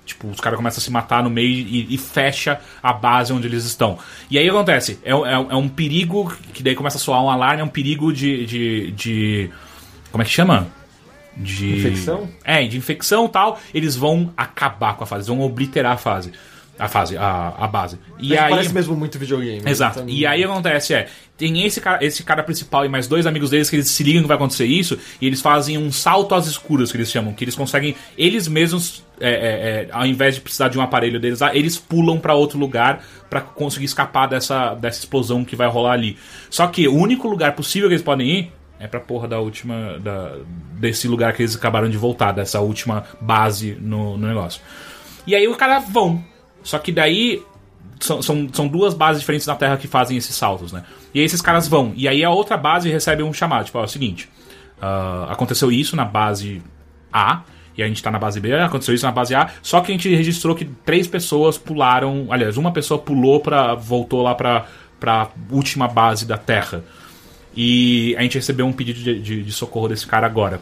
Speaker 2: Tipo, os caras começam a se matar no meio e, e fecha a base onde eles estão. E aí o que acontece? É, um- é um- é um perigo, que daí começa a soar um alarme, é um perigo de. de, de- como é que chama? De.
Speaker 1: Infecção?
Speaker 2: É, de infecção e tal. Eles vão acabar com a fase, eles vão obliterar a fase. A fase, a, a base. É, E aí...
Speaker 1: Parece mesmo muito videogame.
Speaker 2: Exato.
Speaker 1: Então,
Speaker 2: E aí o que acontece é, tem esse cara, esse cara principal e mais dois amigos deles que eles se ligam que vai acontecer isso, e eles fazem um salto às escuras, que eles chamam, que eles conseguem, eles mesmos, é, é, é, ao invés de precisar de um aparelho deles lá, eles pulam pra outro lugar pra conseguir escapar dessa, dessa explosão que vai rolar ali. Só que o único lugar possível que eles podem ir é pra porra da última. da- desse lugar que eles acabaram de voltar, dessa última base no, no negócio. E aí os caras vão. Só que daí são, são, são duas bases diferentes na Terra que fazem esses saltos, né? E aí esses caras vão. E aí a outra base recebe um chamado. Tipo, ó, é o seguinte. ah, aconteceu isso na base A. E a gente tá na base B, aconteceu isso na base A. Só que a gente registrou que três pessoas pularam. Aliás, uma pessoa pulou pra. voltou lá pra, pra última base da Terra. E a gente recebeu um pedido de- de- de socorro desse cara agora.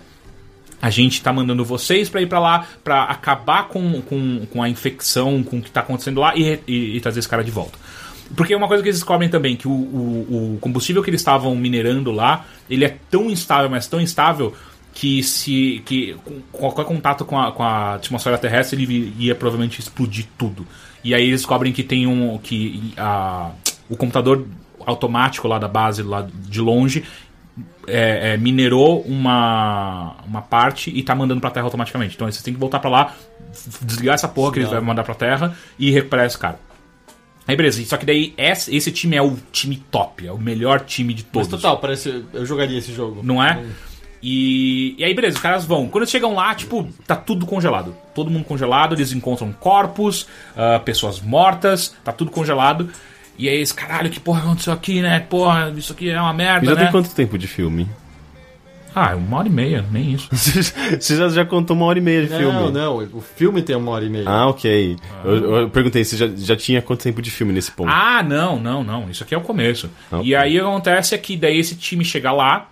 Speaker 2: A gente tá mandando vocês pra ir pra lá pra acabar com, com, com a infecção, com o que tá acontecendo lá e, e- e trazer esse cara de volta. Porque uma coisa que eles descobrem também, que o, o- o combustível que eles estavam minerando lá, ele é tão instável, mas tão instável, que se que com- qualquer contato com a, com a atmosfera terrestre ele vi- ia provavelmente explodir tudo. E aí eles descobrem que tem um. que a, o computador automático lá da base, lá de longe, é, é, minerou uma, uma parte e tá mandando pra terra automaticamente. Então vocês têm que voltar pra lá, f- desligar essa porra que eles vão mandar pra terra e recuperar esse cara. Aí beleza, só que daí esse, esse time é o time top, é o melhor time de
Speaker 1: Mas
Speaker 2: todos.
Speaker 1: total, parece. Eu jogaria esse jogo.
Speaker 2: Não é? E, e aí, beleza, os caras vão. Quando eles chegam lá, tipo, tá tudo congelado. Todo mundo congelado, eles encontram corpos, ah, pessoas mortas, tá tudo congelado. E aí, eles, caralho, que porra aconteceu aqui, né? Porra, isso aqui é uma merda,
Speaker 3: E já
Speaker 2: né?
Speaker 3: tem quanto tempo de filme?
Speaker 2: Ah, uma hora e meia, nem isso.
Speaker 3: Você já, já contou uma hora e meia de
Speaker 1: Não,
Speaker 3: filme.
Speaker 1: não, o filme tem uma hora e meia.
Speaker 3: Ah, ok. Eu, eu perguntei se já, já tinha quanto tempo de filme nesse ponto.
Speaker 2: Ah, não, não, não. Isso aqui é o começo.
Speaker 3: Ok.
Speaker 2: E aí o que acontece é que daí esse time chega lá,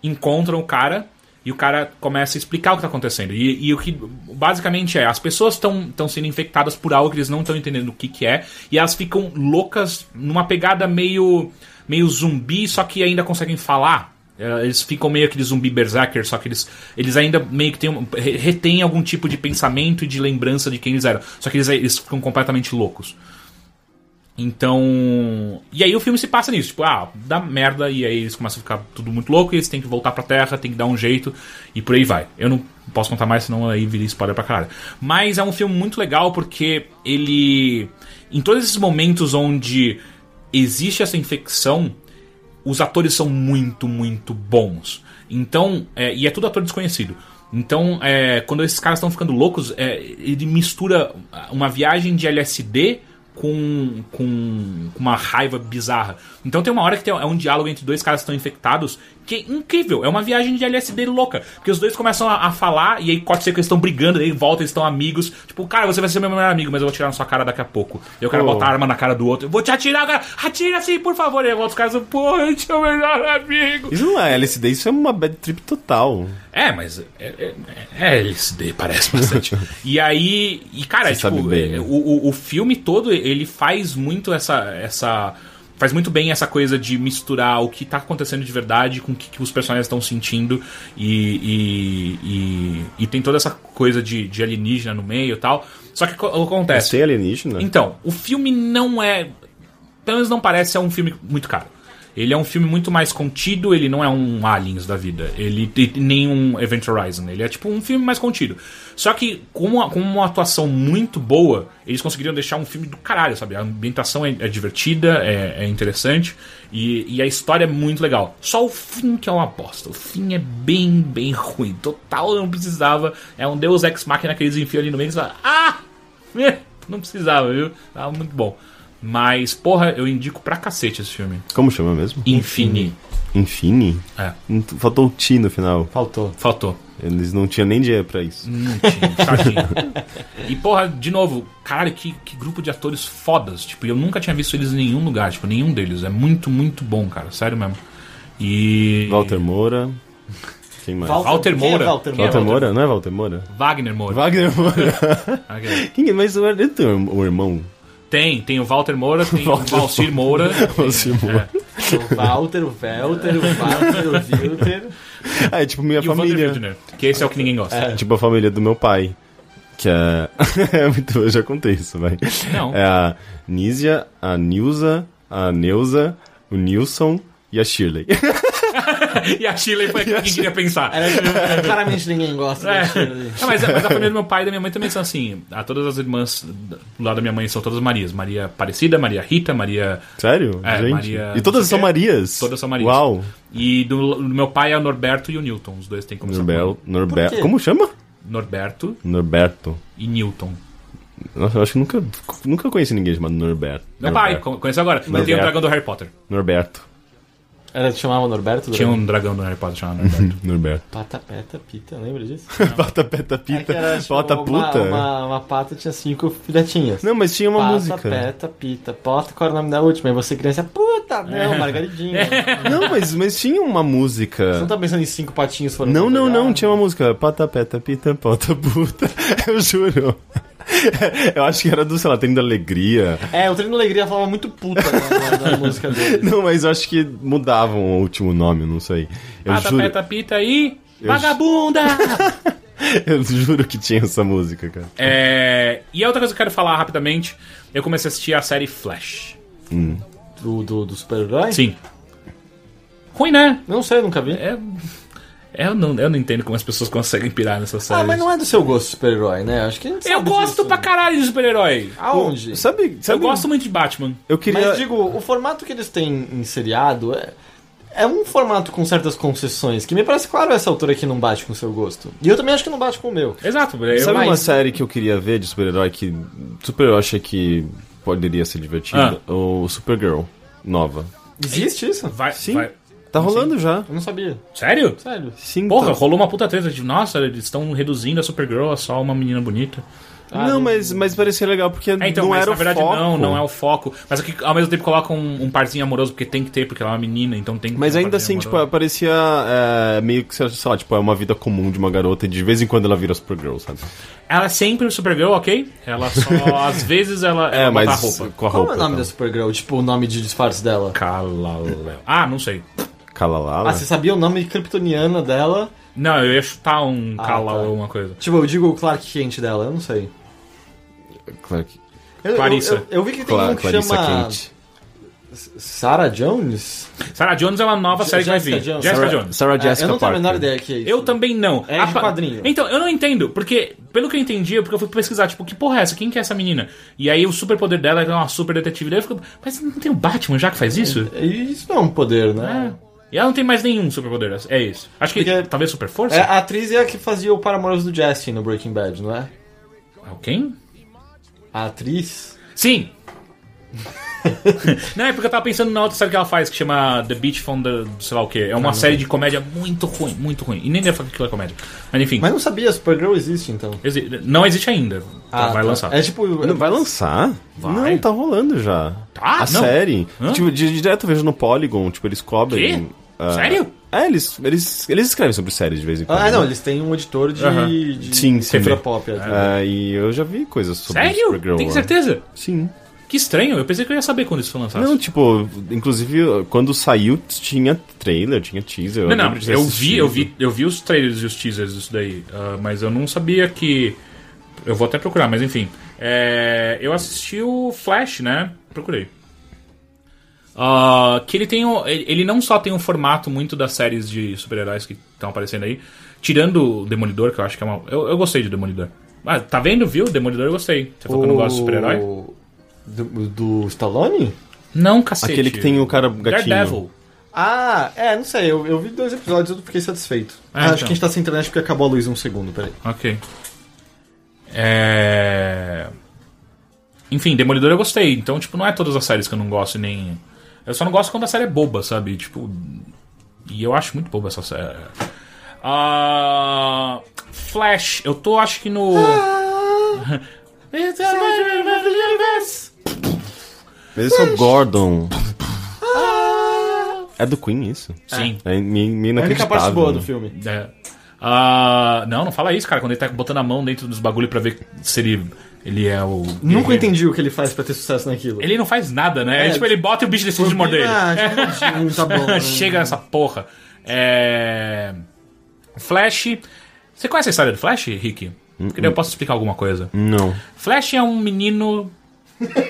Speaker 2: encontra o cara e o cara começa a explicar o que tá acontecendo. E, e o que basicamente é, as pessoas estão sendo infectadas por algo que eles não estão entendendo o que que é e elas ficam loucas numa pegada meio meio zumbi, só que ainda conseguem falar. É, Eles ficam meio aquele zumbi berserker, só que eles, eles ainda meio que têm um- re- retêm algum tipo de pensamento e de lembrança de quem eles eram. Só que eles, eles ficam completamente loucos. Então. E aí o filme se passa nisso, tipo, ah, dá merda, e aí eles começam a ficar tudo muito louco, e eles têm que voltar pra terra, tem que dar um jeito, e por aí vai. Eu não posso contar mais, senão aí vira spoiler pra caralho. Mas é um filme muito legal porque ele. Em todos esses momentos onde existe essa infecção, os atores são muito, muito bons. Então, é, e é tudo ator desconhecido. Então, é, quando esses caras estão ficando loucos, é, ele mistura uma viagem de LSD com, com, com uma raiva bizarra. Então tem uma hora que tem, é um diálogo entre dois caras que estão infectados, que é incrível, é uma viagem de LSD louca. Porque os dois começam a, a falar, e aí corta ser que eles estão brigando, aí volta, eles estão amigos. Tipo, cara, você vai ser meu melhor amigo, mas eu vou atirar na sua cara daqui a pouco. Eu quero
Speaker 3: Pô.
Speaker 2: botar a arma na cara do outro. Eu vou te atirar, cara. Atira sim, por favor. E aí volta os caras, pô, eu te é o melhor amigo.
Speaker 3: Isso não é LSD, isso é uma bad trip total.
Speaker 2: É, mas é, é, é LSD, parece bastante. e aí, e cara,
Speaker 3: Você
Speaker 2: tipo,
Speaker 3: sabe bem,
Speaker 2: é,
Speaker 3: né?
Speaker 2: o, o, o filme todo ele faz muito essa, essa, faz muito bem essa coisa de misturar o que tá acontecendo de verdade com o que, que os personagens estão sentindo e, e, e, e tem toda essa coisa de, de alienígena no meio e tal. Só que co- acontece.
Speaker 3: Tem alienígena?
Speaker 2: Então, o filme não é. Pelo menos não parece ser um filme muito caro. Ele é um filme muito mais contido, ele não é um Aliens da vida. Ele tem nem um Event Horizon. Ele é tipo um filme mais contido. Só que, com uma, com uma atuação muito boa, eles conseguiriam deixar um filme do caralho, sabe? A ambientação é, é divertida, é, é interessante e, e a história é muito legal. Só o fim que é uma bosta. O fim é bem, bem ruim. Total, não precisava. É um Deus Ex Machina que eles enfiam ali no meio e falam, ah! Eh, Não precisava, viu? Tava muito bom. Mas, porra, eu indico pra cacete esse filme.
Speaker 3: Como chama mesmo?
Speaker 2: Infini.
Speaker 3: Infine?
Speaker 2: É,
Speaker 3: Não t- Faltou o T no final.
Speaker 1: Faltou.
Speaker 2: faltou.
Speaker 3: Eles não tinham nem dinheiro pra isso.
Speaker 2: Não tinha, tadinho. E, porra, de novo, caralho, que, que grupo de atores fodas. Tipo, eu nunca tinha visto eles em nenhum lugar. Tipo, nenhum deles. É muito, muito bom, cara. Sério mesmo. E.
Speaker 3: Walter Moura. Quem mais?
Speaker 1: Walter-
Speaker 2: Walter
Speaker 1: Quem é
Speaker 2: Moura.
Speaker 1: Walter
Speaker 2: Quem é
Speaker 3: Walter Moura? Não é Walter Moura?
Speaker 2: Wagner Moura.
Speaker 3: Wagner Moura.
Speaker 2: Wagner.
Speaker 3: Quem, mas o, ele tem um um irmão.
Speaker 2: Tem, tem o Walter Moura, tem o
Speaker 3: Walter
Speaker 2: Valcir Moura.
Speaker 3: Walter
Speaker 2: tem-
Speaker 3: Moura.
Speaker 2: é.
Speaker 1: O Walter, o Welter, o Walter, o Wilter.
Speaker 3: Ah, é tipo
Speaker 2: E
Speaker 3: minha
Speaker 2: o Vander
Speaker 3: família.
Speaker 2: Wildner, que esse é o que ninguém gosta.
Speaker 3: É Tipo a família do meu pai. Que é. é muito, eu já contei isso, vai.
Speaker 2: Não.
Speaker 3: É a Nízia, a Nilza, a Neuza, o Nilson e a Shirley.
Speaker 2: E a Shirley foi quem queria pensar.
Speaker 1: Era- Claramente ninguém gosta
Speaker 2: É.
Speaker 1: desse cheiro ali.
Speaker 2: Não, mas, mas a família do meu pai e da minha mãe também são assim. A todas as irmãs do lado da minha mãe são todas Marias. Maria Aparecida, Maria Rita, Maria.
Speaker 3: Sério?
Speaker 2: É,
Speaker 3: Gente.
Speaker 2: Maria-
Speaker 3: E todas são Marias?
Speaker 2: Todas são Marias.
Speaker 3: Uau.
Speaker 2: E do, do meu pai é o Norberto e o Newton. Os dois têm como
Speaker 3: Norbel,
Speaker 1: Por
Speaker 3: Norberto.
Speaker 1: quê?
Speaker 3: Como chama?
Speaker 2: Norberto
Speaker 3: Norberto.
Speaker 2: e Newton.
Speaker 3: Nossa, eu acho que nunca, nunca conheci ninguém chamado Norberto.
Speaker 2: Meu pai,
Speaker 3: Norberto.
Speaker 2: con- conheço agora. Mas tem um
Speaker 3: Norberto.
Speaker 2: dragão do Harry Potter.
Speaker 3: Norberto.
Speaker 1: Era te chamava Norberto?
Speaker 2: Tinha um dragão do Harry Potter chamado Norberto.
Speaker 3: Norberto.
Speaker 1: Pata, peta, pita, lembra disso?
Speaker 3: Bota peta
Speaker 1: É que
Speaker 3: pita.
Speaker 1: era, tipo,
Speaker 3: bota
Speaker 1: uma-
Speaker 3: puta.
Speaker 1: Uma, uma pata tinha cinco filhotinhas.
Speaker 3: Não, mas tinha uma
Speaker 1: pata, né?
Speaker 3: música.
Speaker 1: peta, pita, pota, qual era o nome da última? E você criança, puta,
Speaker 3: É.
Speaker 1: não, margaridinha.
Speaker 3: Não, mas, mas tinha uma
Speaker 1: Você
Speaker 3: música.
Speaker 1: não tá pensando em cinco patinhos foram
Speaker 3: Não, não, não,
Speaker 1: pegar?
Speaker 3: tinha uma música. Pata peta pita, pota puta. Eu juro. Eu acho que era do, sei lá, Tendo Alegria.
Speaker 1: É, o Treino Alegria falava muito puta na, na- na música dele.
Speaker 3: Não, mas eu acho que mudavam o último nome, não sei. Eu
Speaker 2: Pata,
Speaker 3: juro,
Speaker 2: peta, pita e.
Speaker 3: Eu-
Speaker 2: Vagabunda!
Speaker 3: eu juro que tinha essa música, cara.
Speaker 2: é, e a outra coisa que eu quero falar rapidamente: eu comecei a assistir a série Flash.
Speaker 1: Do, do, do super-herói?
Speaker 2: Sim. Ruim, né?
Speaker 1: Não sei, nunca vi.
Speaker 2: É. Eu não, eu não entendo como as pessoas conseguem pirar nessa série.
Speaker 1: Ah, mas não é do seu gosto super-herói, né? Acho que a gente
Speaker 2: Eu
Speaker 1: sabe
Speaker 2: gosto
Speaker 1: disso.
Speaker 2: pra caralho de super-herói.
Speaker 1: Aonde?
Speaker 3: Sabe,
Speaker 2: Eu
Speaker 3: né? sabe um-
Speaker 2: gosto muito de Batman.
Speaker 3: Eu queria.
Speaker 1: Mas digo, o formato que eles têm em seriado é, é um formato com certas concessões, que me parece claro essa altura que não bate com o seu gosto. E eu também acho que não bate com o meu.
Speaker 2: Exato, eu,
Speaker 3: Sabe
Speaker 2: mas-
Speaker 3: uma série que eu queria ver de super-herói que super-herói acha que
Speaker 2: Ah.
Speaker 3: poderia ser divertida? O Supergirl, nova. É.
Speaker 1: Existe isso?
Speaker 2: vai,
Speaker 3: Sim. Então.
Speaker 2: vai-
Speaker 3: Tá rolando já.
Speaker 1: Eu não sabia.
Speaker 2: Sério?
Speaker 1: Sério.
Speaker 3: Sim,
Speaker 2: Porra,
Speaker 3: tá.
Speaker 2: rolou uma puta treta de, nossa, eles estão reduzindo a Supergirl a só uma menina bonita.
Speaker 3: Não, mas, mas parecia legal porque
Speaker 2: É, então,
Speaker 3: não
Speaker 2: mas
Speaker 3: era
Speaker 2: na verdade
Speaker 3: o foco.
Speaker 2: não, não é o foco. Mas aqui, ao mesmo tempo colocam um, um parzinho amoroso, porque tem que ter, porque ela é uma menina, então tem que
Speaker 3: Mas
Speaker 2: ter um
Speaker 3: ainda assim,
Speaker 2: parzinho
Speaker 3: tipo,
Speaker 2: amoroso.
Speaker 3: parecia é, meio que, sei lá, tipo, é uma vida comum de uma garota e de vez em quando ela vira Supergirl, sabe?
Speaker 2: Ela é sempre Supergirl, ok? Ela só, às vezes, ela, ela
Speaker 3: É,
Speaker 2: bota
Speaker 3: mas
Speaker 2: a roupa.
Speaker 3: com a
Speaker 1: Qual
Speaker 3: roupa.
Speaker 1: é o nome
Speaker 3: então.
Speaker 1: da Supergirl? Tipo, o nome de disfarce dela?
Speaker 2: Kal-El. Ah, não sei.
Speaker 3: Kalalala.
Speaker 1: Ah, você sabia o nome kryptoniana dela?
Speaker 2: Não, eu ia chutar um
Speaker 1: Ah,
Speaker 2: Kal-El
Speaker 1: tá.
Speaker 2: ou uma coisa.
Speaker 1: Tipo, eu digo o Clark Kent dela, eu não sei.
Speaker 3: Claro que-
Speaker 1: Eu- eu-
Speaker 2: Clarissa.
Speaker 1: Eu, eu vi que tem
Speaker 3: Cla-
Speaker 1: um que
Speaker 3: Clarissa
Speaker 1: chama...
Speaker 3: Kent.
Speaker 1: Sarah Jones?
Speaker 2: Sarah Jones é uma nova
Speaker 1: Je-
Speaker 2: série que vai
Speaker 1: Jessica
Speaker 2: vir.
Speaker 1: Jones.
Speaker 2: Jessica
Speaker 3: Sarah,
Speaker 2: Jones.
Speaker 3: Sarah
Speaker 1: É,
Speaker 3: Jessica
Speaker 1: eu não tenho
Speaker 3: Parker.
Speaker 1: a menor ideia que é isso.
Speaker 2: Eu também não.
Speaker 1: É
Speaker 2: A
Speaker 1: de
Speaker 2: pa-
Speaker 1: quadrinho.
Speaker 2: Então, eu não entendo, porque, pelo que eu entendi, é porque eu fui pesquisar, tipo, que porra é essa? Quem que é essa menina? E aí o superpoder dela é uma super detetive. Daí eu fico, mas não tem o Batman já que faz isso?
Speaker 1: Isso não é um poder,
Speaker 2: É.
Speaker 1: né?
Speaker 2: E ela não tem mais nenhum superpoder, é isso. Acho que
Speaker 1: Porque-
Speaker 2: talvez super
Speaker 1: É,
Speaker 2: força?
Speaker 1: a atriz é a que fazia o Paramoroso do Justin no Breaking Bad, não é?
Speaker 2: Quem?
Speaker 1: A atriz?
Speaker 2: Sim! não, é porque eu tava pensando na outra série que ela faz, que chama The Beach from the... sei lá o que. É uma série de comédia muito ruim, muito ruim. E nem deve falar que aquilo é comédia. Mas enfim,
Speaker 1: Mas não sabia, a Supergirl existe então.
Speaker 2: exi- não existe ainda. Ela Ah, vai
Speaker 1: tá.
Speaker 2: lançar.
Speaker 1: É tipo.
Speaker 3: Não, vai lançar?
Speaker 2: Vai.
Speaker 3: Não, tá rolando já.
Speaker 2: Tá?
Speaker 3: a
Speaker 2: Não.
Speaker 3: série.
Speaker 2: Hã?
Speaker 3: Tipo, di- direto eu vejo no Polygon, tipo, eles cobrem.
Speaker 2: Quê?
Speaker 3: ah,
Speaker 2: Sério?
Speaker 3: É, eles, eles, eles escrevem sobre séries de vez em quando.
Speaker 1: Ah, não,
Speaker 3: né?
Speaker 1: eles têm um editor de.
Speaker 2: Aham.
Speaker 1: de
Speaker 3: Sim, sim.
Speaker 1: cultura pop. é.
Speaker 3: Ah, e eu já vi coisas sobre
Speaker 2: Sério?
Speaker 3: Supergirl.
Speaker 2: Tem
Speaker 3: lá.
Speaker 2: certeza?
Speaker 3: Sim.
Speaker 2: Que estranho, eu pensei que eu ia saber quando isso foi lançado.
Speaker 3: Não, tipo, inclusive quando saiu tinha trailer, tinha teaser.
Speaker 2: Não, não,
Speaker 3: lembro de ter
Speaker 2: eu vi, eu
Speaker 3: assistido.
Speaker 2: vi, eu vi os trailers e os teasers disso daí, ah, mas eu não sabia que. Eu vou até procurar, mas enfim. É, eu assisti o Flash, né? Procurei. Ah, que ele tem o- ele ele não só tem um formato muito das séries de super-heróis que estão aparecendo aí, tirando o Demolidor, que eu acho que é uma. Eu, eu gostei de Demolidor. Ah, tá vendo, viu? Demolidor eu gostei. Você falou que eu não gosto de super-herói?
Speaker 1: Do, do Stallone?
Speaker 2: Não, cacete.
Speaker 3: Aquele que tem o cara gatinho.
Speaker 2: Daredevil.
Speaker 1: Ah, é, não sei, eu, eu vi dois episódios e eu fiquei satisfeito.
Speaker 2: Ah,
Speaker 1: Ah,
Speaker 2: então.
Speaker 1: Acho que a gente tá sem internet porque acabou a luz um segundo, peraí.
Speaker 2: Ok. É... Enfim, Demolidor eu gostei. Então, tipo, não é todas as séries que eu não gosto e nem. Eu só não gosto quando a série é boba, sabe? Tipo. E eu acho muito boba essa série. Ah, Flash, eu tô acho que no.
Speaker 1: Ah.
Speaker 2: It's a matter of the universe.
Speaker 3: Mas esse é o Gordon.
Speaker 1: Ah.
Speaker 3: é do Queen isso?
Speaker 2: Sim.
Speaker 3: É
Speaker 1: É
Speaker 3: meio meio
Speaker 1: a única
Speaker 3: inacreditável.
Speaker 1: parte boa do
Speaker 3: né?
Speaker 1: filme.
Speaker 2: É. Ah, não, não fala isso, cara. Quando ele tá botando a mão dentro dos bagulhos pra ver se ele, ele é o.
Speaker 1: Nunca entendi o que ele faz pra ter sucesso naquilo.
Speaker 2: Ele não faz nada, né?
Speaker 1: É,
Speaker 2: tipo, ele bota e o É bicho decide de morder ele.
Speaker 1: Ah, tipo, tá bom. né?
Speaker 2: Chega nessa porra. É... Flash. Você conhece a história do Flash, Rick?
Speaker 1: Hum,
Speaker 2: Porque daí eu posso explicar alguma coisa.
Speaker 3: Não.
Speaker 2: Flash é um menino.